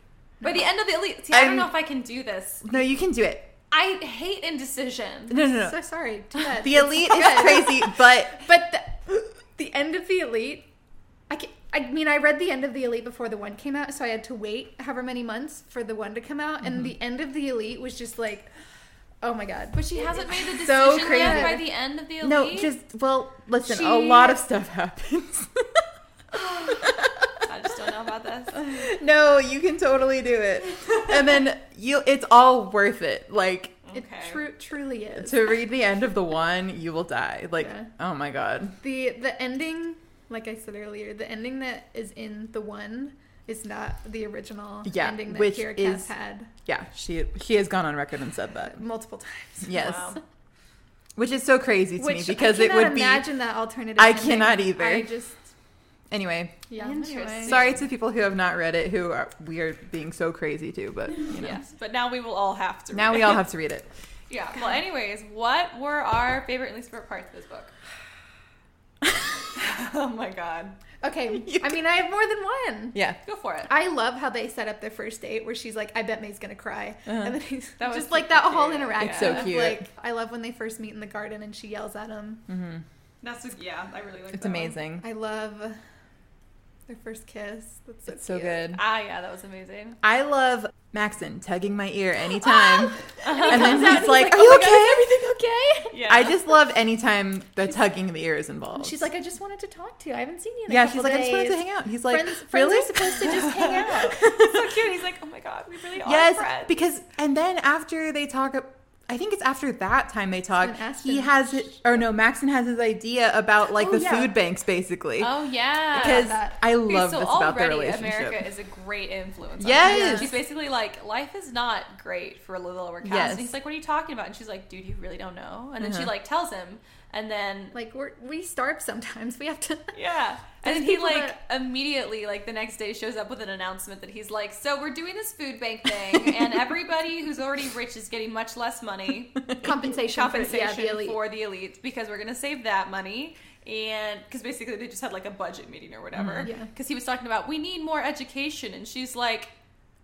[SPEAKER 2] by the end of the elite? See, I don't
[SPEAKER 1] I'm-
[SPEAKER 2] know if I can do this.
[SPEAKER 1] no, you can do it.
[SPEAKER 2] I hate indecision.
[SPEAKER 1] No, no, no.
[SPEAKER 3] So (laughs) sorry.
[SPEAKER 1] (laughs)
[SPEAKER 3] Do that.
[SPEAKER 1] The
[SPEAKER 3] It's
[SPEAKER 1] elite
[SPEAKER 3] good.
[SPEAKER 1] is crazy, but
[SPEAKER 3] But the, (gasps) the end of the Elite, I, can, I mean, I read the end of the Elite before the one came out, so I had to wait however many months for the one to come out, and
[SPEAKER 1] Mm-hmm.
[SPEAKER 3] the end of the Elite was just like, oh my god.
[SPEAKER 2] But she hasn't made the decision
[SPEAKER 1] So
[SPEAKER 2] yet
[SPEAKER 1] crazy.
[SPEAKER 2] by the end of the elite.
[SPEAKER 1] no, just well, listen. a
[SPEAKER 3] She-
[SPEAKER 1] lot of stuff
[SPEAKER 3] (laughs)
[SPEAKER 1] happens.
[SPEAKER 2] (sighs) I just don't know about this.
[SPEAKER 1] no, you can totally do it. And
[SPEAKER 3] (laughs)
[SPEAKER 1] then you it's all worth it. Like
[SPEAKER 3] It
[SPEAKER 2] Okay.
[SPEAKER 3] tru- truly is.
[SPEAKER 1] to read the end of the one, you will die. Like,
[SPEAKER 3] Yeah.
[SPEAKER 1] oh my god.
[SPEAKER 3] the the ending, like I said earlier, the ending that is in the one is not the original
[SPEAKER 1] Yeah,
[SPEAKER 3] ending that
[SPEAKER 1] which
[SPEAKER 3] Kira
[SPEAKER 1] is- uh,
[SPEAKER 3] Cass had
[SPEAKER 1] Yeah, she she has gone on record and said that.
[SPEAKER 3] multiple times. (laughs)
[SPEAKER 1] Yes.
[SPEAKER 2] Wow.
[SPEAKER 1] Which is so crazy to
[SPEAKER 3] Which
[SPEAKER 1] me because
[SPEAKER 3] I
[SPEAKER 1] it
[SPEAKER 3] cannot
[SPEAKER 1] would
[SPEAKER 3] imagine that alternative.
[SPEAKER 1] I
[SPEAKER 3] ending.
[SPEAKER 1] cannot either.
[SPEAKER 3] I just
[SPEAKER 1] be anyway.
[SPEAKER 3] yeah.
[SPEAKER 2] Interesting.
[SPEAKER 1] Sorry to people who have not read it who are we are being so crazy too, but you know.
[SPEAKER 2] Yes, but now we will all have to.
[SPEAKER 1] Now
[SPEAKER 2] read
[SPEAKER 1] we
[SPEAKER 2] it.
[SPEAKER 1] all have to read it.
[SPEAKER 2] Yeah. Well, anyways, what were our favorite and least favorite parts of this
[SPEAKER 1] (laughs)
[SPEAKER 2] book? oh my god.
[SPEAKER 3] Okay,
[SPEAKER 1] (laughs)
[SPEAKER 3] I mean, I have more than one.
[SPEAKER 1] Yeah.
[SPEAKER 2] Go for it.
[SPEAKER 3] I love how they set up their first date where she's like, I bet May's gonna cry. And then (laughs) he's
[SPEAKER 2] That was
[SPEAKER 3] just like that
[SPEAKER 2] super
[SPEAKER 3] whole
[SPEAKER 2] cute.
[SPEAKER 3] interaction.
[SPEAKER 1] It's so
[SPEAKER 3] of,
[SPEAKER 1] cute.
[SPEAKER 3] Like, I love when they first meet in the garden and she yells at him.
[SPEAKER 2] That's just, yeah. I really like.
[SPEAKER 1] It's
[SPEAKER 2] that one.
[SPEAKER 1] amazing.
[SPEAKER 3] I love their first kiss. That's so,
[SPEAKER 1] It's so
[SPEAKER 3] cute.
[SPEAKER 1] good.
[SPEAKER 2] Ah, yeah, that was amazing.
[SPEAKER 1] I love Maxon tugging my ear
[SPEAKER 3] (laughs)
[SPEAKER 1] anytime. and then
[SPEAKER 3] out and
[SPEAKER 1] he's like,
[SPEAKER 3] he's like,
[SPEAKER 1] Are
[SPEAKER 3] "Oh
[SPEAKER 1] you
[SPEAKER 3] my
[SPEAKER 1] okay?
[SPEAKER 3] God,
[SPEAKER 1] everything okay?
[SPEAKER 2] Yeah.
[SPEAKER 1] I just love anytime the tugging of the ear is
[SPEAKER 3] And
[SPEAKER 1] involved.
[SPEAKER 3] she's like, I just wanted to talk to you. I haven't seen you in a
[SPEAKER 1] Yeah,
[SPEAKER 3] couple
[SPEAKER 1] she's like, I just wanted to
[SPEAKER 3] days."
[SPEAKER 1] hang out. He's like,
[SPEAKER 3] friends, friends
[SPEAKER 1] Really?
[SPEAKER 3] are supposed
[SPEAKER 1] (laughs)
[SPEAKER 3] to just hang out.
[SPEAKER 2] so cute. He's like, oh my god, we really are
[SPEAKER 1] yes,
[SPEAKER 2] friends.
[SPEAKER 1] because and then after they talk, I think it's after that time they talk.
[SPEAKER 3] When Aston-
[SPEAKER 1] He has it, or no, Maxon has his idea about like
[SPEAKER 3] Oh,
[SPEAKER 1] the
[SPEAKER 3] yeah.
[SPEAKER 1] food banks, basically.
[SPEAKER 2] oh yeah.
[SPEAKER 1] because
[SPEAKER 3] that.
[SPEAKER 1] I
[SPEAKER 2] Okay,
[SPEAKER 1] love
[SPEAKER 2] so
[SPEAKER 1] this
[SPEAKER 2] already
[SPEAKER 1] about their relationship.
[SPEAKER 2] America is a great influence. on
[SPEAKER 1] Yes.
[SPEAKER 2] her. she's basically like, life is not great for the lower class.
[SPEAKER 1] Yes.
[SPEAKER 2] And he's like, what are you talking about? And she's like, dude, you really don't know. And then she
[SPEAKER 1] Uh-huh.
[SPEAKER 2] like tells him, and then
[SPEAKER 3] Like we're we starve sometimes. We
[SPEAKER 2] (laughs)
[SPEAKER 3] have to
[SPEAKER 2] Yeah. And
[SPEAKER 3] There's
[SPEAKER 2] then he
[SPEAKER 3] people
[SPEAKER 2] like
[SPEAKER 3] that-
[SPEAKER 2] immediately like the next day shows up with an announcement that he's like, "So we're doing this food bank thing and everybody who's already rich is getting much less
[SPEAKER 3] (laughs)
[SPEAKER 2] money
[SPEAKER 3] compensation,
[SPEAKER 2] compensation
[SPEAKER 3] for, yeah, the elite.
[SPEAKER 2] for the elites because we're going to save that money." And because basically they just had like a budget meeting or whatever.
[SPEAKER 3] Mm-hmm. Yeah.
[SPEAKER 2] Cuz he was talking about we need more education and she's like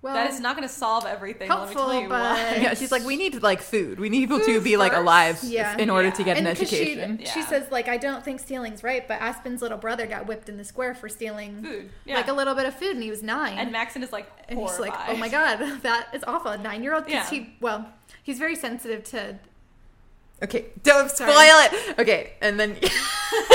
[SPEAKER 3] Well,
[SPEAKER 2] that is not going to solve everything. let
[SPEAKER 3] helpful,
[SPEAKER 2] me tell you
[SPEAKER 3] but
[SPEAKER 2] why.
[SPEAKER 1] (laughs) Yeah, she's like, we need like food. We need people to
[SPEAKER 3] Food
[SPEAKER 1] be like
[SPEAKER 3] first?
[SPEAKER 1] alive
[SPEAKER 3] Yeah.
[SPEAKER 1] in order to
[SPEAKER 2] Yeah.
[SPEAKER 1] get an
[SPEAKER 3] And 'cause
[SPEAKER 1] education.
[SPEAKER 3] She,
[SPEAKER 2] Yeah.
[SPEAKER 3] she says like I don't think stealing's right, but Aspen's little brother got whipped in the square for stealing
[SPEAKER 2] (laughs) Food, yeah.
[SPEAKER 3] like a little bit of food, and he was nine.
[SPEAKER 2] and Maxon is like,
[SPEAKER 3] and he's like,
[SPEAKER 2] horrified.
[SPEAKER 3] oh my god, (laughs) that is awful. A nine year old,
[SPEAKER 2] Yeah.
[SPEAKER 3] because he well, he's very sensitive to.
[SPEAKER 1] Okay, don't spoil
[SPEAKER 3] Sorry.
[SPEAKER 1] it. Okay, and then (laughs)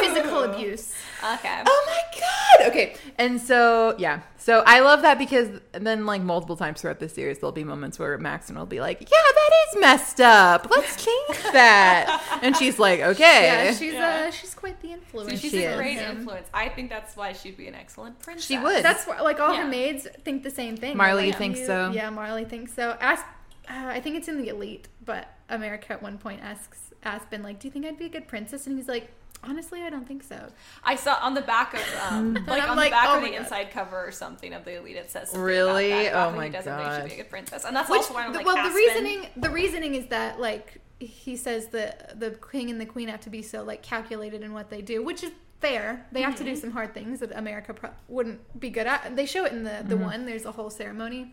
[SPEAKER 3] Physical abuse. (laughs)
[SPEAKER 2] Okay.
[SPEAKER 1] oh my god. Okay, and so yeah, so I love that because then like multiple times throughout the series, there'll be moments where Maxon will be like, yeah, that is messed up. Let's (laughs) change that. and she's like, okay.
[SPEAKER 3] Yeah, she's
[SPEAKER 2] Yeah.
[SPEAKER 3] uh, she's quite the influence.
[SPEAKER 2] So she's
[SPEAKER 1] she
[SPEAKER 2] a
[SPEAKER 1] is.
[SPEAKER 2] great
[SPEAKER 3] Yeah.
[SPEAKER 2] influence. I think that's why she'd be an excellent princess.
[SPEAKER 1] She would.
[SPEAKER 3] That's why, like all
[SPEAKER 2] Yeah.
[SPEAKER 3] her maids think the same thing.
[SPEAKER 1] Marley
[SPEAKER 3] Like,
[SPEAKER 1] thinks
[SPEAKER 3] you-
[SPEAKER 1] so.
[SPEAKER 3] Yeah, Marley thinks so. Asp, uh, I think it's in the elite, but America at one point asks Aspen, like, "Do you think I'd be a good princess?" And he's like, "Honestly, I don't think so."
[SPEAKER 2] I saw on the back of um, like
[SPEAKER 3] I'm
[SPEAKER 2] on the
[SPEAKER 3] like,
[SPEAKER 2] back
[SPEAKER 3] oh
[SPEAKER 2] or
[SPEAKER 3] my
[SPEAKER 2] the
[SPEAKER 3] God.
[SPEAKER 2] inside cover or something of the elite. It says something
[SPEAKER 1] Really?
[SPEAKER 2] About that, about
[SPEAKER 1] Oh
[SPEAKER 2] who
[SPEAKER 1] my
[SPEAKER 2] doesn't think she'd
[SPEAKER 1] God.
[SPEAKER 2] be a good princess, and that's
[SPEAKER 3] Which,
[SPEAKER 2] also why I'm
[SPEAKER 3] the-
[SPEAKER 2] like,
[SPEAKER 3] well, the
[SPEAKER 2] Aspen-
[SPEAKER 3] reasoning the reasoning is that like he says that the king and the queen have to be so like calculated in what they do, which is fair. They have to
[SPEAKER 2] Mm-hmm.
[SPEAKER 3] do some hard things that America pro- wouldn't be good at. They show it in the the
[SPEAKER 2] Mm-hmm.
[SPEAKER 3] one. There's a whole ceremony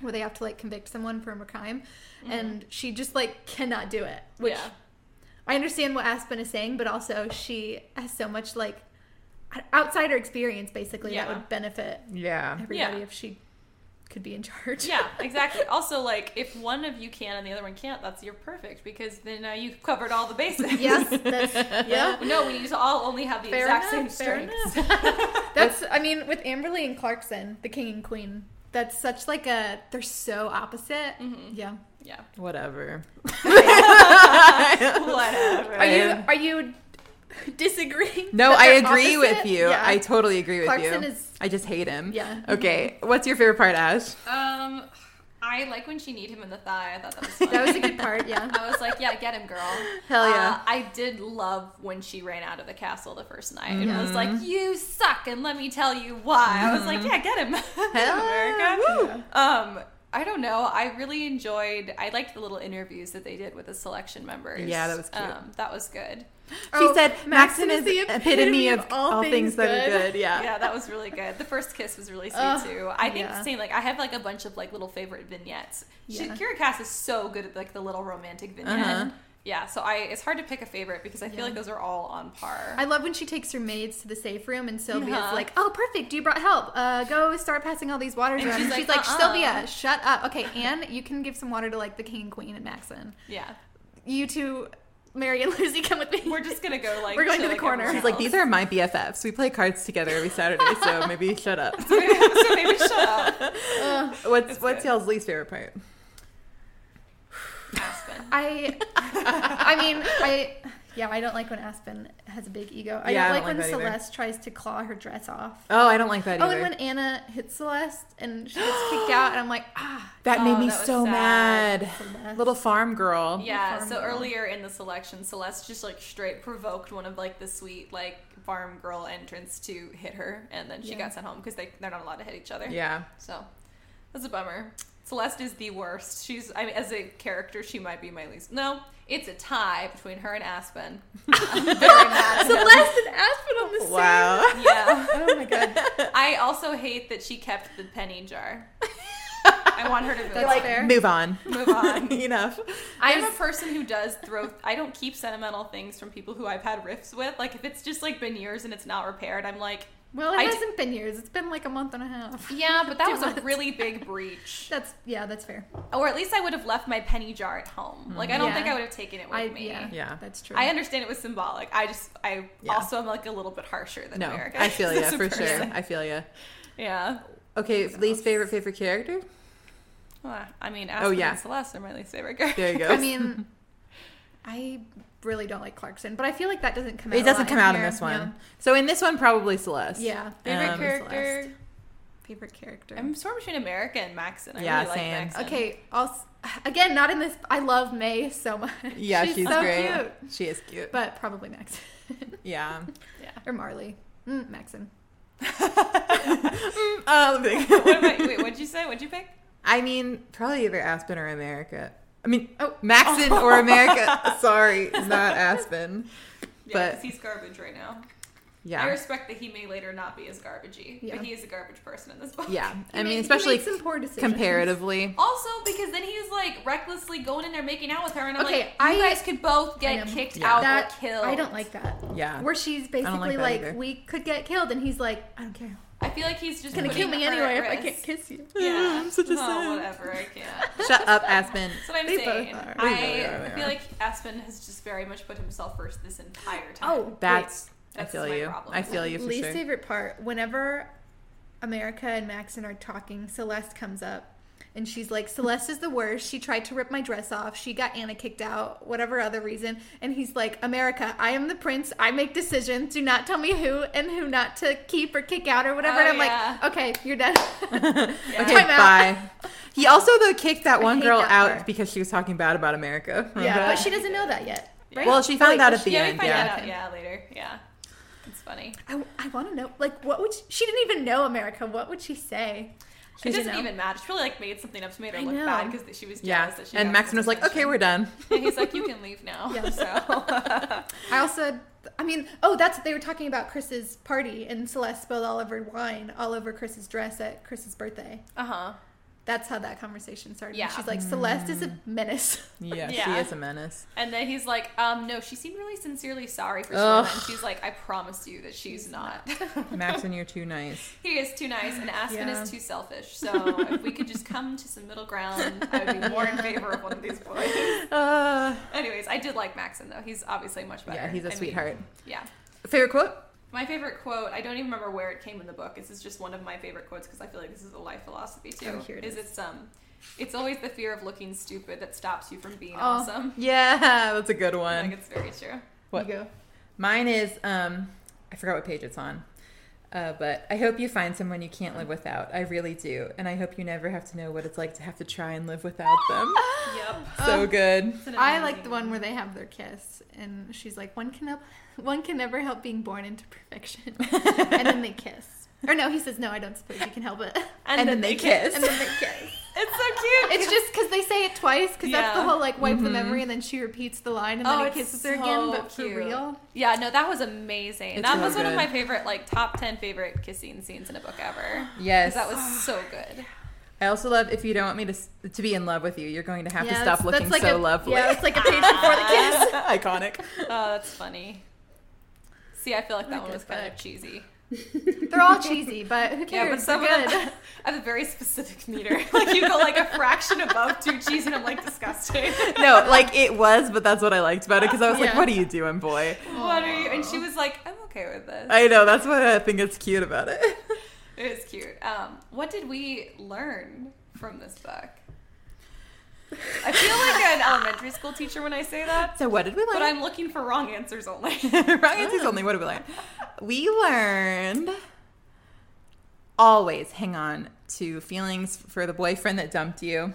[SPEAKER 3] where they have to like convict someone for a crime, and she just like cannot do it. Which
[SPEAKER 2] Mm-hmm. Yeah.
[SPEAKER 3] I understand what Aspen is saying, but also she has so much like outsider experience basically
[SPEAKER 2] Yeah.
[SPEAKER 3] that would benefit
[SPEAKER 1] yeah.
[SPEAKER 3] everybody
[SPEAKER 2] Yeah.
[SPEAKER 3] if she could be in charge.
[SPEAKER 2] Yeah, exactly. Also, like if one of you can and the other one can't, that's you're perfect because then uh, you covered all the bases.
[SPEAKER 3] (laughs) yes.
[SPEAKER 2] (laughs)
[SPEAKER 3] That's, yeah.
[SPEAKER 2] No, we need to all only have the
[SPEAKER 3] Fair
[SPEAKER 2] exact
[SPEAKER 3] enough,
[SPEAKER 2] same
[SPEAKER 3] fair
[SPEAKER 2] strengths.
[SPEAKER 3] (laughs) That's I mean with Amberly and Clarkson, the king and queen. That's such like a they're so opposite.
[SPEAKER 2] Mm-hmm.
[SPEAKER 3] Yeah.
[SPEAKER 2] yeah. (laughs)
[SPEAKER 1] Whatever.
[SPEAKER 2] Whatever.
[SPEAKER 3] Are you are you disagreeing?
[SPEAKER 1] (laughs) No,
[SPEAKER 3] that
[SPEAKER 1] I
[SPEAKER 3] they're
[SPEAKER 1] agree with
[SPEAKER 3] opposite?
[SPEAKER 1] you.
[SPEAKER 3] Yeah.
[SPEAKER 1] I totally agree with
[SPEAKER 3] Clarkson
[SPEAKER 1] you.
[SPEAKER 3] is-
[SPEAKER 1] I just hate him.
[SPEAKER 3] Yeah.
[SPEAKER 1] Okay. What's your favorite part, Ash?
[SPEAKER 2] Um, I like when she kneed him in the thigh. I thought (laughs) that was fun.
[SPEAKER 3] that was a good part, yeah.
[SPEAKER 2] (laughs) I was like, yeah, get him, girl.
[SPEAKER 1] Hell yeah.
[SPEAKER 2] Uh, I did love when she ran out of the castle the first night. It was
[SPEAKER 1] Mm-hmm.
[SPEAKER 2] like, you suck, and let me tell you why. I was like, yeah, get him. (laughs) Get him, America.
[SPEAKER 1] America.
[SPEAKER 2] Um, I don't know. I really enjoyed. I liked the little interviews that they did with the selection members.
[SPEAKER 1] Yeah, that was cute.
[SPEAKER 2] Um, that was good.
[SPEAKER 1] She
[SPEAKER 3] Oh,
[SPEAKER 1] said,
[SPEAKER 3] Maxim
[SPEAKER 1] Maxim is the epitome, of, all, things, that are good. Yeah.
[SPEAKER 2] Yeah, that was really good. The first kiss was really sweet
[SPEAKER 3] Ugh,
[SPEAKER 2] too. I think
[SPEAKER 3] yeah.
[SPEAKER 2] same. Like I have like a bunch of like little favorite vignettes. She,
[SPEAKER 3] Yeah.
[SPEAKER 2] Kira Cass is so good at like the little romantic vignette.
[SPEAKER 1] Uh-huh.
[SPEAKER 2] Yeah, so I it's hard to pick a favorite because I feel
[SPEAKER 3] Yeah.
[SPEAKER 2] like those are all on par.
[SPEAKER 3] I love when she takes her maids to the safe room and Sylvia's
[SPEAKER 2] Uh-huh.
[SPEAKER 3] like, "Oh, perfect! You brought help. Uh, go start passing all these waters
[SPEAKER 2] And
[SPEAKER 3] around."
[SPEAKER 2] she's
[SPEAKER 3] And
[SPEAKER 2] like,
[SPEAKER 3] she's like,
[SPEAKER 2] "Uh-uh."
[SPEAKER 3] "Sylvia, shut up. Okay, Anne, you can give some water to like the king and queen and Maxon.
[SPEAKER 2] yeah,
[SPEAKER 3] You two, Mary and Lucy, come with me.
[SPEAKER 2] we're just gonna go like
[SPEAKER 3] We're going to the
[SPEAKER 2] like,
[SPEAKER 3] corner.
[SPEAKER 2] everyone
[SPEAKER 3] She's
[SPEAKER 1] She's like,
[SPEAKER 2] else.
[SPEAKER 1] these are my BFFs. We play cards together every Saturday, (laughs) so maybe shut up.
[SPEAKER 2] (laughs) so maybe, so maybe shut
[SPEAKER 3] (laughs)
[SPEAKER 2] up,
[SPEAKER 3] Ugh.
[SPEAKER 1] What's what's
[SPEAKER 2] good.
[SPEAKER 1] y'all's least favorite part?
[SPEAKER 2] Aspen.
[SPEAKER 3] I, I mean, I, yeah, I don't like when Aspen has a big ego. I
[SPEAKER 1] Yeah,
[SPEAKER 3] don't
[SPEAKER 1] I
[SPEAKER 3] like
[SPEAKER 1] don't
[SPEAKER 3] when
[SPEAKER 1] like that either.
[SPEAKER 3] Celeste tries to claw her dress off.
[SPEAKER 1] Oh, I don't like that
[SPEAKER 3] Oh,
[SPEAKER 1] either.
[SPEAKER 3] and when Anna hits Celeste and she gets kicked out, and I'm like, ah,
[SPEAKER 1] that made
[SPEAKER 2] Oh,
[SPEAKER 1] me
[SPEAKER 2] that was
[SPEAKER 1] so
[SPEAKER 2] sad.
[SPEAKER 1] mad.
[SPEAKER 3] Celeste.
[SPEAKER 1] Little farm girl.
[SPEAKER 2] Yeah,
[SPEAKER 3] farm
[SPEAKER 2] so
[SPEAKER 3] girl.
[SPEAKER 2] earlier in the selection, Celeste just like straight provoked one of like the sweet like farm girl entrants to hit her, and then she
[SPEAKER 3] Yeah.
[SPEAKER 2] got sent home because they they're not allowed to hit each other.
[SPEAKER 1] Yeah.
[SPEAKER 2] So that's a bummer. Celeste is the worst. She's I mean as a character, she might be my least. No, it's a tie between her and Aspen. I'm very mad at him.
[SPEAKER 3] (laughs) Celeste and Aspen on the
[SPEAKER 1] Wow.
[SPEAKER 2] (laughs) Yeah.
[SPEAKER 3] Oh my god.
[SPEAKER 1] (laughs)
[SPEAKER 2] I also hate that she kept the penny jar. I want her to move
[SPEAKER 3] That's
[SPEAKER 2] on.
[SPEAKER 3] fair.
[SPEAKER 1] Move on.
[SPEAKER 2] Move (laughs) on.
[SPEAKER 1] (laughs) Enough.
[SPEAKER 2] I am a person who does throw. I don't keep sentimental things from people who I've had rifts with. Like if it's just like been years and it's not repaired, I'm like,
[SPEAKER 3] Well, it
[SPEAKER 2] I d-
[SPEAKER 3] hasn't been years. It's been like a month and a half.
[SPEAKER 2] yeah, but that
[SPEAKER 3] Two
[SPEAKER 2] was a
[SPEAKER 3] months.
[SPEAKER 2] really big breach.
[SPEAKER 3] That's yeah, that's fair.
[SPEAKER 2] Or at least I would have left my penny jar at home. Like I don't
[SPEAKER 3] Yeah.
[SPEAKER 2] think I would have taken it with
[SPEAKER 3] I
[SPEAKER 2] me.
[SPEAKER 3] yeah,
[SPEAKER 1] Yeah.
[SPEAKER 3] that's true.
[SPEAKER 2] I understand it was symbolic. I just I
[SPEAKER 1] Yeah.
[SPEAKER 2] also am like a little bit harsher than
[SPEAKER 1] No,
[SPEAKER 2] America. (laughs)
[SPEAKER 1] I feel you
[SPEAKER 2] as a
[SPEAKER 1] for sure.
[SPEAKER 2] person.
[SPEAKER 1] I feel you.
[SPEAKER 2] Yeah.
[SPEAKER 1] Okay, least favorite favorite character.
[SPEAKER 2] Well, I mean, Aspen
[SPEAKER 1] Oh, yeah.
[SPEAKER 2] and Celeste are my least favorite characters. (laughs)
[SPEAKER 1] There you go.
[SPEAKER 3] (laughs) I mean, I really don't like Clarkson, but I feel like that doesn't come. out
[SPEAKER 1] it
[SPEAKER 3] a
[SPEAKER 1] doesn't
[SPEAKER 3] lot
[SPEAKER 1] come out in
[SPEAKER 3] here.
[SPEAKER 1] this one. So in this one, probably Celeste.
[SPEAKER 3] Yeah. yeah.
[SPEAKER 2] Favorite
[SPEAKER 1] Um,
[SPEAKER 2] character.
[SPEAKER 3] Celeste. Favorite character.
[SPEAKER 2] I'm sort of between America and Maxon. I
[SPEAKER 1] Yeah,
[SPEAKER 2] really
[SPEAKER 1] same.
[SPEAKER 2] like Maxon.
[SPEAKER 3] okay. Also, again, not in this. I love May so much.
[SPEAKER 1] Yeah, she's,
[SPEAKER 3] so
[SPEAKER 1] great.
[SPEAKER 3] cute.
[SPEAKER 1] She is cute.
[SPEAKER 3] But probably Max
[SPEAKER 1] yeah. (laughs)
[SPEAKER 2] Yeah.
[SPEAKER 3] (laughs) or Marley. Mm, Maxon.
[SPEAKER 1] Uh, let me think.
[SPEAKER 2] (laughs) what about wait? What'd you say? What'd you pick?
[SPEAKER 1] (laughs) I mean, probably either Aspen or America. I mean,
[SPEAKER 3] Oh.
[SPEAKER 1] Maxon or America. (laughs) Sorry, not Aspen.
[SPEAKER 2] Yeah,
[SPEAKER 1] But-
[SPEAKER 2] because he's garbage right now. I
[SPEAKER 1] Yeah.
[SPEAKER 2] respect that he may later not be as garbagey,
[SPEAKER 3] Yeah.
[SPEAKER 2] but he is a garbage person in this book.
[SPEAKER 1] Yeah. I
[SPEAKER 3] He made-
[SPEAKER 1] mean,
[SPEAKER 3] he
[SPEAKER 1] especially
[SPEAKER 3] made some poor decisions.
[SPEAKER 1] comparatively.
[SPEAKER 2] (laughs) Also, because then he was like recklessly going in there making out with her, and I'm
[SPEAKER 3] Okay,
[SPEAKER 2] like, you
[SPEAKER 3] I-
[SPEAKER 2] guys could both
[SPEAKER 3] I
[SPEAKER 2] get
[SPEAKER 3] know.
[SPEAKER 2] kicked
[SPEAKER 1] Yeah.
[SPEAKER 2] out
[SPEAKER 3] That-
[SPEAKER 2] or killed.
[SPEAKER 3] I don't like that.
[SPEAKER 1] Yeah.
[SPEAKER 3] Where she's basically
[SPEAKER 1] that
[SPEAKER 3] like,
[SPEAKER 1] either.
[SPEAKER 3] we could get killed, and he's like, I don't care.
[SPEAKER 2] I feel like he's just
[SPEAKER 3] It's gonna kill
[SPEAKER 2] putting
[SPEAKER 3] me
[SPEAKER 2] her
[SPEAKER 3] anyway if
[SPEAKER 2] at
[SPEAKER 3] I can't
[SPEAKER 2] risk.
[SPEAKER 3] kiss you.
[SPEAKER 2] Yeah,
[SPEAKER 1] I'm such a
[SPEAKER 2] no,
[SPEAKER 1] simp.
[SPEAKER 2] whatever. I can't.
[SPEAKER 1] Shut up, Aspen.
[SPEAKER 2] That's what I'm
[SPEAKER 3] They both
[SPEAKER 2] saying.
[SPEAKER 3] are.
[SPEAKER 2] I
[SPEAKER 1] They really are, they
[SPEAKER 2] feel
[SPEAKER 1] are.
[SPEAKER 2] like Aspen has just very much put himself first this entire time.
[SPEAKER 3] Oh,
[SPEAKER 1] That's. I
[SPEAKER 2] That's
[SPEAKER 1] feel
[SPEAKER 2] my
[SPEAKER 1] you.
[SPEAKER 2] problem.
[SPEAKER 1] I feel you for
[SPEAKER 3] least
[SPEAKER 1] sure. (laughs)
[SPEAKER 3] favorite part whenever america and maxon are talking celeste comes up and she's like celeste is the worst she tried to rip my dress off she got anna kicked out whatever other reason and he's like america i am the prince i make decisions do not tell me who and who not to keep or kick out or whatever
[SPEAKER 2] Oh,
[SPEAKER 3] and i'm
[SPEAKER 2] yeah.
[SPEAKER 3] like okay
[SPEAKER 1] (laughs)
[SPEAKER 3] you're done
[SPEAKER 1] Okay,
[SPEAKER 3] Time out.
[SPEAKER 1] bye. He also though kicked that one
[SPEAKER 3] hate
[SPEAKER 1] girl
[SPEAKER 3] that
[SPEAKER 1] out
[SPEAKER 3] part.
[SPEAKER 1] because she was talking bad about America.
[SPEAKER 3] yeah
[SPEAKER 1] Remember?
[SPEAKER 3] but she doesn't know that yet right?
[SPEAKER 1] Well, she
[SPEAKER 3] Oh,
[SPEAKER 1] found
[SPEAKER 3] wait,
[SPEAKER 1] out
[SPEAKER 3] does
[SPEAKER 1] at
[SPEAKER 3] she-
[SPEAKER 1] the
[SPEAKER 2] yeah, we
[SPEAKER 1] end.
[SPEAKER 2] find
[SPEAKER 1] yeah.
[SPEAKER 2] that out. Yeah, later. Yeah, it's funny.
[SPEAKER 3] I, I want to know, like, what would she, she didn't even know America? What would she say?
[SPEAKER 2] It
[SPEAKER 3] Did you
[SPEAKER 2] doesn't
[SPEAKER 3] know?
[SPEAKER 2] even matter. She probably like made something up to make her
[SPEAKER 3] I
[SPEAKER 2] look
[SPEAKER 3] know.
[SPEAKER 2] bad because she was
[SPEAKER 1] Yeah.
[SPEAKER 2] jealous that she.
[SPEAKER 1] And
[SPEAKER 2] got
[SPEAKER 1] Maxon
[SPEAKER 2] this
[SPEAKER 1] was like, "Okay,
[SPEAKER 2] attention.
[SPEAKER 1] we're done."
[SPEAKER 2] (laughs) And he's like, "You can leave now." (laughs)
[SPEAKER 3] Yeah.
[SPEAKER 2] So (laughs)
[SPEAKER 3] I also, I mean, oh, that's they were talking about Chris's party, and Celeste spilled all over wine all over Chris's dress at Chris's birthday.
[SPEAKER 2] Uh huh.
[SPEAKER 3] That's how that conversation started.
[SPEAKER 2] Yeah.
[SPEAKER 3] She's like, Celeste is
[SPEAKER 1] Mm.
[SPEAKER 3] a menace. (laughs)
[SPEAKER 1] Yeah,
[SPEAKER 2] Yeah.
[SPEAKER 1] she is a menace.
[SPEAKER 2] And then he's like, um, no, she seemed really sincerely sorry for
[SPEAKER 1] Ugh.
[SPEAKER 2] Shlomo. And she's like, I promise you that she's, not.
[SPEAKER 1] Maxon, you're
[SPEAKER 2] (laughs)
[SPEAKER 1] too nice.
[SPEAKER 2] he is too nice, and Aspen
[SPEAKER 3] Yeah.
[SPEAKER 2] is too selfish. So if we could just come to some middle ground, I would be more in favor of one of these boys. (laughs)
[SPEAKER 1] Uh,
[SPEAKER 2] Anyways, I did like Maxon, though. He's obviously much better.
[SPEAKER 1] yeah, he's
[SPEAKER 2] I
[SPEAKER 1] a
[SPEAKER 2] mean,
[SPEAKER 1] sweetheart.
[SPEAKER 2] yeah.
[SPEAKER 1] Favorite quote?
[SPEAKER 2] My favorite quote, I don't even remember where it came in the book. This is just one of my favorite quotes because I feel like this is a life philosophy, too.
[SPEAKER 3] Oh, here it
[SPEAKER 2] is
[SPEAKER 3] is.
[SPEAKER 2] it's, um, it's always the fear of looking stupid that stops you from being
[SPEAKER 3] Oh.
[SPEAKER 2] awesome.
[SPEAKER 1] Yeah, that's a good
[SPEAKER 2] I
[SPEAKER 1] one.
[SPEAKER 2] think it's very true.
[SPEAKER 1] What?
[SPEAKER 3] You go.
[SPEAKER 1] Mine is um, I forgot what page it's on. Uh, but I hope you find someone you can't live without. I really do, and I hope you never have to know what it's like to have to try and live without them.
[SPEAKER 2] Yep.
[SPEAKER 1] So good.
[SPEAKER 2] It's an
[SPEAKER 3] "Ah!" I like
[SPEAKER 2] amazing
[SPEAKER 3] the one where they have their kiss, and she's like, one can up, one can never help being born into
[SPEAKER 1] (laughs)
[SPEAKER 3] perfection, and then they kiss. Or no, he says, no, I don't suppose you can help it, (laughs)
[SPEAKER 1] And, then, they kiss.
[SPEAKER 3] and then they kiss.
[SPEAKER 2] It's so cute. (laughs)
[SPEAKER 3] It's just because they say it twice, because that's the
[SPEAKER 2] Yeah.
[SPEAKER 3] whole like wipe
[SPEAKER 1] Mm-hmm.
[SPEAKER 3] the memory, and then she repeats the line, and then
[SPEAKER 2] Oh,
[SPEAKER 3] he
[SPEAKER 2] it's
[SPEAKER 3] kisses her again.
[SPEAKER 2] so
[SPEAKER 3] But
[SPEAKER 2] cute.
[SPEAKER 3] for real,
[SPEAKER 2] yeah, no, that was amazing.
[SPEAKER 1] It's
[SPEAKER 2] that
[SPEAKER 1] so
[SPEAKER 2] was one of
[SPEAKER 1] good.
[SPEAKER 2] my favorite, like top ten favorite kissing scenes in a book ever. 'Cause
[SPEAKER 1] yes,
[SPEAKER 2] that was so good.
[SPEAKER 1] I also love if you don't want me to s- to be in love with you, you're going to have to stop
[SPEAKER 3] that's-
[SPEAKER 1] looking
[SPEAKER 3] that's like
[SPEAKER 1] so
[SPEAKER 3] a,
[SPEAKER 1] lovely.
[SPEAKER 3] Yeah, it's like a page before the kiss.
[SPEAKER 1] (laughs) Iconic.
[SPEAKER 2] (laughs) Oh, that's funny. See, I feel like that
[SPEAKER 3] Like
[SPEAKER 2] one
[SPEAKER 3] a
[SPEAKER 2] was kind of
[SPEAKER 3] book.
[SPEAKER 2] cheesy.
[SPEAKER 3] They're all cheesy,
[SPEAKER 1] (laughs)
[SPEAKER 3] but who
[SPEAKER 2] Yeah, but
[SPEAKER 3] cares?
[SPEAKER 2] some of
[SPEAKER 3] They're
[SPEAKER 2] them I have a very specific meter. (laughs) Like you go like a fraction above too cheesy, and I'm like disgusting.
[SPEAKER 1] no, like it was, but that's what I liked about it because I was like,
[SPEAKER 3] Yeah.
[SPEAKER 1] "What are you doing, boy?"
[SPEAKER 2] what are you? And she was like, I'm okay with this.
[SPEAKER 1] I know that's what I think is cute about it.
[SPEAKER 2] it was cute. Um, what did we learn from this book? I feel like an elementary school teacher when I say that.
[SPEAKER 1] So, what did we
[SPEAKER 2] But
[SPEAKER 1] learn?
[SPEAKER 2] I'm looking for wrong answers only.
[SPEAKER 1] (laughs) Wrong
[SPEAKER 2] Oh.
[SPEAKER 1] answers only. What did we learn? We learned always hang on to feelings for the boyfriend that dumped you,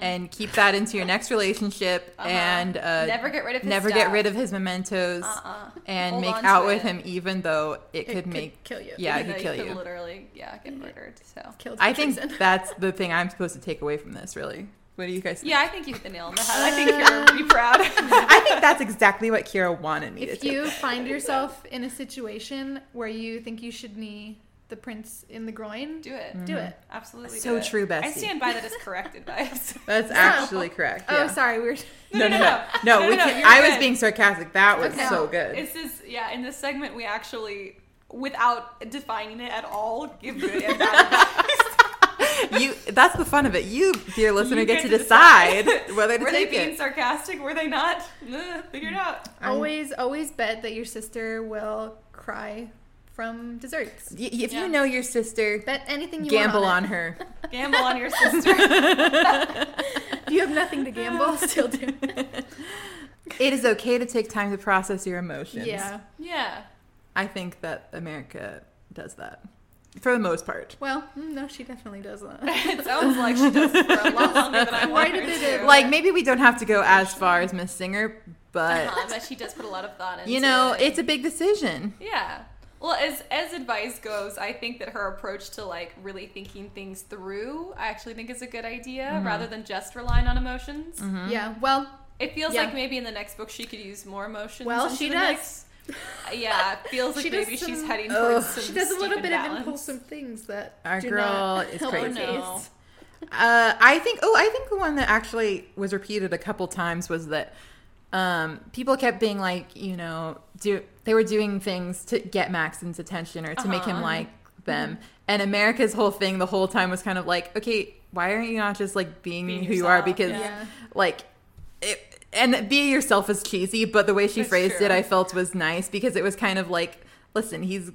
[SPEAKER 1] and keep that into your next relationship,
[SPEAKER 2] Mm-hmm. Uh-huh.
[SPEAKER 1] and uh,
[SPEAKER 2] never get rid of his
[SPEAKER 1] never
[SPEAKER 2] stuff.
[SPEAKER 1] get rid of his mementos
[SPEAKER 2] Uh-uh.
[SPEAKER 1] and
[SPEAKER 2] Hold
[SPEAKER 1] make
[SPEAKER 2] on
[SPEAKER 1] out
[SPEAKER 2] to
[SPEAKER 1] with
[SPEAKER 2] it.
[SPEAKER 1] him even though (laughs) it,
[SPEAKER 3] It
[SPEAKER 1] could
[SPEAKER 3] could
[SPEAKER 1] make
[SPEAKER 3] kill you.
[SPEAKER 1] yeah it
[SPEAKER 2] Even
[SPEAKER 1] could
[SPEAKER 2] though
[SPEAKER 1] kill you Mm-hmm.
[SPEAKER 2] Literally, yeah, get murdered. So.
[SPEAKER 3] killed.
[SPEAKER 1] i think
[SPEAKER 3] Jason. (laughs)
[SPEAKER 1] that's the thing i'm supposed to take away from this really what do you guys think
[SPEAKER 2] Yeah, I think you hit the nail on the head. I think you're be proud. (laughs)
[SPEAKER 1] (laughs) i think that's exactly what kira wanted me
[SPEAKER 3] if
[SPEAKER 1] to do
[SPEAKER 3] you find yourself in a situation where you think you should knee the prince in the groin,
[SPEAKER 2] do it.
[SPEAKER 3] do it.
[SPEAKER 2] Absolutely.
[SPEAKER 1] Mm. So
[SPEAKER 2] do it.
[SPEAKER 1] true, Bessie.
[SPEAKER 2] I stand by that as correct
[SPEAKER 1] (laughs)
[SPEAKER 2] advice.
[SPEAKER 1] that's actually correct
[SPEAKER 3] Oh,
[SPEAKER 1] Mm-hmm. yeah.
[SPEAKER 3] sorry, we were.
[SPEAKER 1] no no no
[SPEAKER 2] no,
[SPEAKER 1] no, we
[SPEAKER 2] no,
[SPEAKER 1] can't
[SPEAKER 2] you're
[SPEAKER 1] i was
[SPEAKER 2] good.
[SPEAKER 1] being sarcastic that was
[SPEAKER 3] Okay.
[SPEAKER 1] so
[SPEAKER 3] No,
[SPEAKER 1] good
[SPEAKER 2] It's this, yeah, in this segment, we actually, without defining it at all, give good and bad
[SPEAKER 1] (laughs) you that's the fun of it you dear listener
[SPEAKER 2] You
[SPEAKER 1] get, to decide, (laughs) whether to
[SPEAKER 2] Were they
[SPEAKER 1] take
[SPEAKER 2] being
[SPEAKER 1] it Mm.
[SPEAKER 2] sarcastic? Were they not? Ugh, Figure it out.
[SPEAKER 1] I'm-
[SPEAKER 3] Always, always bet that your sister will cry from desserts.
[SPEAKER 1] Y- if
[SPEAKER 2] Yeah.
[SPEAKER 1] you know your sister
[SPEAKER 3] Bet anything you
[SPEAKER 1] gamble on
[SPEAKER 3] want
[SPEAKER 1] her (laughs)
[SPEAKER 2] Gamble on your sister.
[SPEAKER 3] it. If (laughs) you have nothing to gamble, still do.
[SPEAKER 1] (laughs)
[SPEAKER 3] it.
[SPEAKER 1] it is okay to take time to process your emotions
[SPEAKER 3] Yeah.
[SPEAKER 2] Yeah.
[SPEAKER 1] I think that America does that for the most part.
[SPEAKER 3] Well, mm, no, she definitely does that.
[SPEAKER 2] (laughs) It sounds like she does it for a lot longer than I
[SPEAKER 3] Why
[SPEAKER 2] wanted
[SPEAKER 3] did
[SPEAKER 2] her
[SPEAKER 3] they do-
[SPEAKER 2] to.
[SPEAKER 1] Like maybe we don't have to go as far as Miss Singer,
[SPEAKER 2] uh-huh,
[SPEAKER 1] but
[SPEAKER 2] but she does put a lot of thought into
[SPEAKER 1] you know,
[SPEAKER 2] it.
[SPEAKER 1] it's a big decision.
[SPEAKER 2] Yeah. Well, as as advice goes, I think that her approach to like really thinking things through, I actually think is a good idea
[SPEAKER 1] Mm-hmm.
[SPEAKER 2] rather than just relying on emotions.
[SPEAKER 3] Yeah. Well,
[SPEAKER 2] It feels
[SPEAKER 3] Yeah.
[SPEAKER 2] like maybe in the next book she could use more emotions.
[SPEAKER 3] Well,
[SPEAKER 2] into
[SPEAKER 3] she
[SPEAKER 2] the
[SPEAKER 3] does.
[SPEAKER 2] next- Yeah, feels like
[SPEAKER 3] She does
[SPEAKER 2] maybe
[SPEAKER 3] some-
[SPEAKER 2] she's heading
[SPEAKER 1] Ugh.
[SPEAKER 2] towards some
[SPEAKER 3] She does a little
[SPEAKER 2] Stephen
[SPEAKER 3] bit
[SPEAKER 2] Balance.
[SPEAKER 3] of impulsive things that
[SPEAKER 1] Our
[SPEAKER 3] do
[SPEAKER 1] girl
[SPEAKER 3] not
[SPEAKER 1] is
[SPEAKER 3] help our
[SPEAKER 1] crazy.
[SPEAKER 2] Oh, No.
[SPEAKER 3] case.
[SPEAKER 1] Uh, I think. Oh, I think the one that actually was repeated a couple times was that um, people kept being like, you know, do they were doing things to get Maxon's attention or to make
[SPEAKER 2] Uh-huh.
[SPEAKER 1] him like them. And America's whole thing the whole time was kind of like, okay, why aren't you not just like being,
[SPEAKER 2] Being
[SPEAKER 1] who you are?
[SPEAKER 2] yourself,
[SPEAKER 1] Because
[SPEAKER 2] Yeah.
[SPEAKER 3] Yeah.
[SPEAKER 1] like. It, and be yourself is cheesy, but the way she
[SPEAKER 2] That's
[SPEAKER 1] phrased
[SPEAKER 2] true.
[SPEAKER 1] it, I felt was nice because it was kind of like, listen, he's,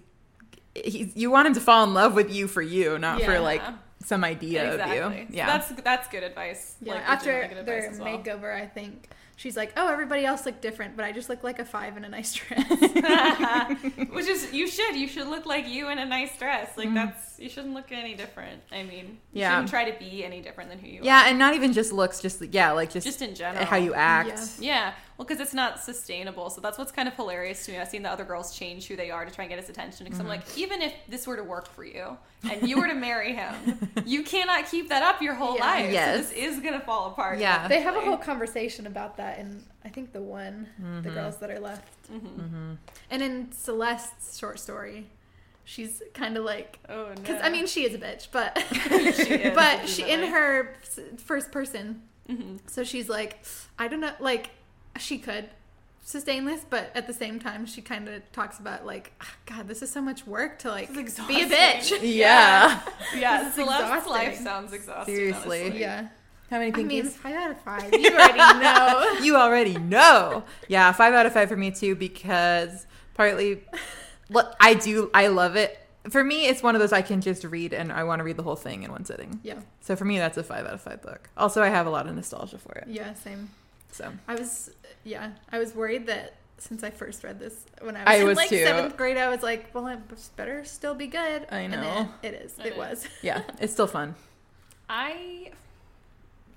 [SPEAKER 1] he's, you want him to fall in love with you for you, not for
[SPEAKER 3] Yeah.
[SPEAKER 1] like some idea
[SPEAKER 2] exactly.
[SPEAKER 1] of you. Yeah.
[SPEAKER 2] that's that's good advice.
[SPEAKER 3] Yeah,
[SPEAKER 2] Like, legitimately
[SPEAKER 3] after
[SPEAKER 2] good
[SPEAKER 3] their
[SPEAKER 2] advice as well.
[SPEAKER 3] makeover, I think she's like, "Oh, everybody else looked different, but I just look like a five in a
[SPEAKER 1] (laughs)
[SPEAKER 3] nice dress."
[SPEAKER 2] (laughs) Which is you should you should look like you in a nice dress. Like that's you shouldn't look any different. I mean, you
[SPEAKER 1] Yeah.
[SPEAKER 2] shouldn't try to be any different than who you
[SPEAKER 1] yeah,
[SPEAKER 2] are.
[SPEAKER 1] and not even just looks, just yeah, like just,
[SPEAKER 2] just in general.
[SPEAKER 1] how you act.
[SPEAKER 2] Yeah, well, because it's not sustainable. So that's what's kind of hilarious to me. I've seen the other girls change who they are to try and get his attention. Because I'm like, even if this were to work for you and you were to marry
[SPEAKER 1] (laughs)
[SPEAKER 2] him, you cannot keep that up your whole
[SPEAKER 3] Yeah.
[SPEAKER 2] life. So
[SPEAKER 1] Yes.
[SPEAKER 2] this is gonna fall apart.
[SPEAKER 1] Yeah.
[SPEAKER 3] They have a whole conversation about that in I think the one
[SPEAKER 1] Mm-hmm.
[SPEAKER 3] the girls that are left.
[SPEAKER 2] Mm-hmm.
[SPEAKER 3] And in Celeste's short story, she's kind of like
[SPEAKER 2] Oh no.
[SPEAKER 3] cuz I mean she is a bitch, but
[SPEAKER 2] (laughs) She is,
[SPEAKER 3] (laughs) but she in
[SPEAKER 2] definitely.
[SPEAKER 3] her s- first person.
[SPEAKER 2] Mm-hmm.
[SPEAKER 3] So she's like I don't know like she could sustain this, but at the same time she kind of talks about like "Ah, god, this is so much work to like
[SPEAKER 2] This is
[SPEAKER 3] be a
[SPEAKER 2] exhausting.
[SPEAKER 3] bitch.
[SPEAKER 2] (laughs)
[SPEAKER 1] (laughs) Yeah.
[SPEAKER 2] yeah,
[SPEAKER 3] is
[SPEAKER 2] Celeste's
[SPEAKER 3] exhausting.
[SPEAKER 2] life sounds exhausting.
[SPEAKER 1] Seriously.
[SPEAKER 2] honestly.
[SPEAKER 3] Yeah.
[SPEAKER 1] How many
[SPEAKER 3] I
[SPEAKER 1] pinkies?
[SPEAKER 2] (laughs)
[SPEAKER 3] mean, 5 out of (laughs) 5. You
[SPEAKER 1] (laughs)
[SPEAKER 3] already know.
[SPEAKER 1] you already know. Yeah, five out of five for me too because partly, look, I do I love it. For me, it's one of those I can just read and I want to read the whole thing in one sitting.
[SPEAKER 3] Yeah.
[SPEAKER 1] So for me, that's a five out of five book. Also, I have a lot of nostalgia for it.
[SPEAKER 3] Yeah, same.
[SPEAKER 1] So
[SPEAKER 3] I was, yeah, I was worried that since I first read this when I was,
[SPEAKER 1] I
[SPEAKER 3] in
[SPEAKER 1] was
[SPEAKER 3] like
[SPEAKER 1] too.
[SPEAKER 3] seventh grade, I was like, well, it better still be good.
[SPEAKER 1] I
[SPEAKER 3] And
[SPEAKER 1] know.
[SPEAKER 3] it, it is.
[SPEAKER 2] It
[SPEAKER 3] It,
[SPEAKER 2] is.
[SPEAKER 3] was.
[SPEAKER 1] yeah, it's still fun.
[SPEAKER 2] I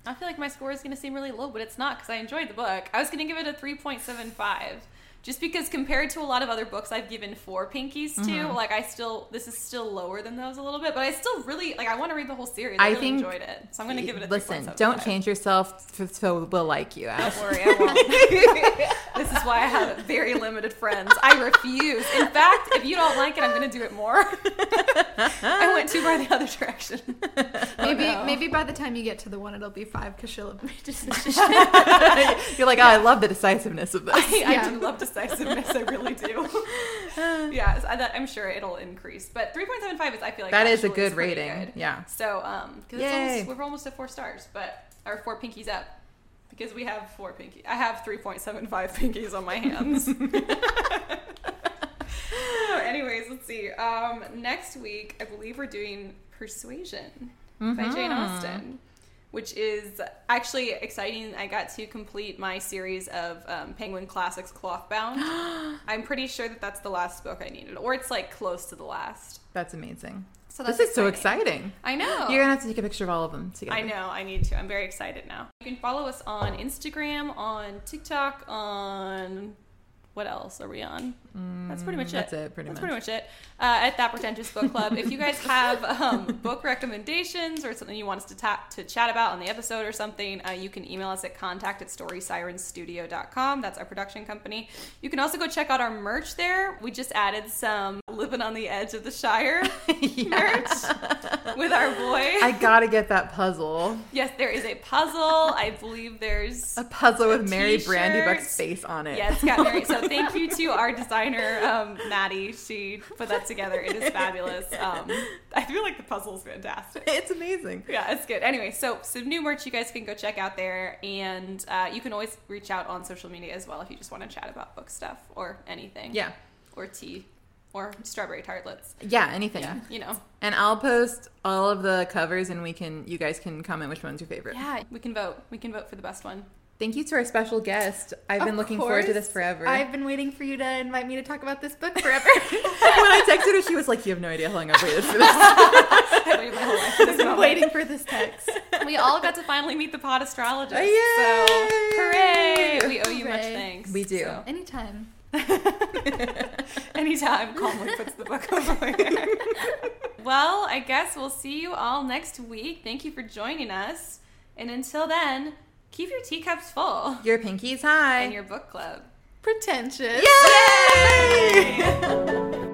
[SPEAKER 2] I feel like my score is going to seem really low, but it's not because I enjoyed the book. I was going to give it a 3.75 just because compared to a lot of other books I've given four pinkies to,
[SPEAKER 1] Mm-hmm.
[SPEAKER 2] like I still this is still lower than those a little bit, but I still really like I want to read the whole series. I,
[SPEAKER 1] I
[SPEAKER 2] really
[SPEAKER 1] think-
[SPEAKER 2] enjoyed it. So I'm going to give it a
[SPEAKER 1] Listen,
[SPEAKER 2] 3.75.
[SPEAKER 1] don't change yourself f- so we'll like you. Ash.
[SPEAKER 2] Don't worry, I
[SPEAKER 1] (laughs)
[SPEAKER 2] won't. this is why I have very limited friends. I refuse. In fact, if you don't like it, I'm going to do it more. I went too far the other direction. (laughs)
[SPEAKER 3] (laughs) Maybe,
[SPEAKER 2] no.
[SPEAKER 3] maybe by the time you get to the one, it'll be five because she'll have just
[SPEAKER 1] (laughs) You're like, oh, I love the decisiveness of this.
[SPEAKER 2] I, I
[SPEAKER 3] Yeah.
[SPEAKER 2] do love decisiveness. I really do.
[SPEAKER 1] (laughs)
[SPEAKER 2] yeah, so I, that, I'm sure it'll increase. But 3.75 is, I feel (laughs) like,
[SPEAKER 1] That is a
[SPEAKER 2] actually
[SPEAKER 1] good
[SPEAKER 2] pretty
[SPEAKER 1] rating.
[SPEAKER 2] good.
[SPEAKER 1] Yeah.
[SPEAKER 2] So, um, because
[SPEAKER 1] Yay.
[SPEAKER 2] we're almost at four stars, but or four pinkies up because we have four pinkies. I have 3.75 (laughs) pinkies on my hands. (laughs) so, anyways, let's see. Um, next week, I believe we're doing Persuasion by
[SPEAKER 1] Mm-hmm.
[SPEAKER 2] Jane Austen, which is actually exciting. I got to complete my series of um, Penguin Classics
[SPEAKER 1] (gasps)
[SPEAKER 2] Clothbound. I'm pretty sure that that's the last book I needed, or it's like close to the last.
[SPEAKER 1] That's amazing.
[SPEAKER 2] So
[SPEAKER 1] this
[SPEAKER 2] that's
[SPEAKER 1] is so Oh, exciting. Oh.
[SPEAKER 2] I know.
[SPEAKER 1] You're gonna have to take a picture of all of them together.
[SPEAKER 2] I know, I need to. I'm very excited now. You can follow us on Instagram, on TikTok, on what else are we on? that's pretty much it.
[SPEAKER 1] Mm, that's it, pretty
[SPEAKER 2] That's
[SPEAKER 1] much.
[SPEAKER 2] pretty much it. Uh, at That Pretentious Book Club. if you guys have um, book recommendations or something you want us to, ta- to chat about on the episode or something, uh, you can email us at contact at storysirenstudio.com. That's our production company. You can also go check out our merch there. We just added some Living on the Edge of the
[SPEAKER 1] (laughs)
[SPEAKER 2] Shire merch with our boy.
[SPEAKER 1] I gotta get that puzzle.
[SPEAKER 2] (laughs) Yes, there is a puzzle. I believe there's.
[SPEAKER 1] A puzzle with Mary
[SPEAKER 2] t-shirt.
[SPEAKER 1] Brandybuck's face on it.
[SPEAKER 2] Yes, got married. So thank you to our designer, um, Maddie. She put that together. It is fabulous. Um, I feel like the puzzle is fantastic.
[SPEAKER 1] (laughs) It's amazing.
[SPEAKER 2] Yeah, it's good. Anyway, so some new merch you guys can go check out there, and uh, you can always reach out on social media as well if you just want to chat about book stuff or anything.
[SPEAKER 1] Yeah.
[SPEAKER 2] Or tea, or strawberry tartlets.
[SPEAKER 1] Yeah, anything.
[SPEAKER 2] You know.
[SPEAKER 1] And I'll post all of the covers and we can you guys can comment which one's your favorite.
[SPEAKER 2] Yeah, we can vote. We can vote for the best one.
[SPEAKER 1] Thank you to our special guest. I've been
[SPEAKER 3] Of
[SPEAKER 1] looking forward to
[SPEAKER 3] course,
[SPEAKER 1] this forever.
[SPEAKER 3] I've been waiting for you to invite me to talk about this book forever. (laughs)
[SPEAKER 1] when I texted her, she was like, You have no idea how long I've waited for (laughs) this.
[SPEAKER 2] I waited my whole life for this
[SPEAKER 1] (laughs)
[SPEAKER 3] I've been
[SPEAKER 2] moment.
[SPEAKER 3] waiting for this text.
[SPEAKER 2] (laughs) we all got to finally meet the pod astrologist.
[SPEAKER 1] Yay!
[SPEAKER 2] So
[SPEAKER 1] (laughs)
[SPEAKER 2] hooray! We owe you much
[SPEAKER 3] Hooray.
[SPEAKER 2] thanks.
[SPEAKER 1] We do.
[SPEAKER 2] So, (laughs)
[SPEAKER 3] Anytime.
[SPEAKER 2] anytime calmly puts the book over there. (laughs) well, I guess we'll see you all next week. Thank you for joining us. And until then, keep your teacups full
[SPEAKER 1] Your pinkies high.
[SPEAKER 2] and your book club.
[SPEAKER 3] pretentious.
[SPEAKER 1] Yay!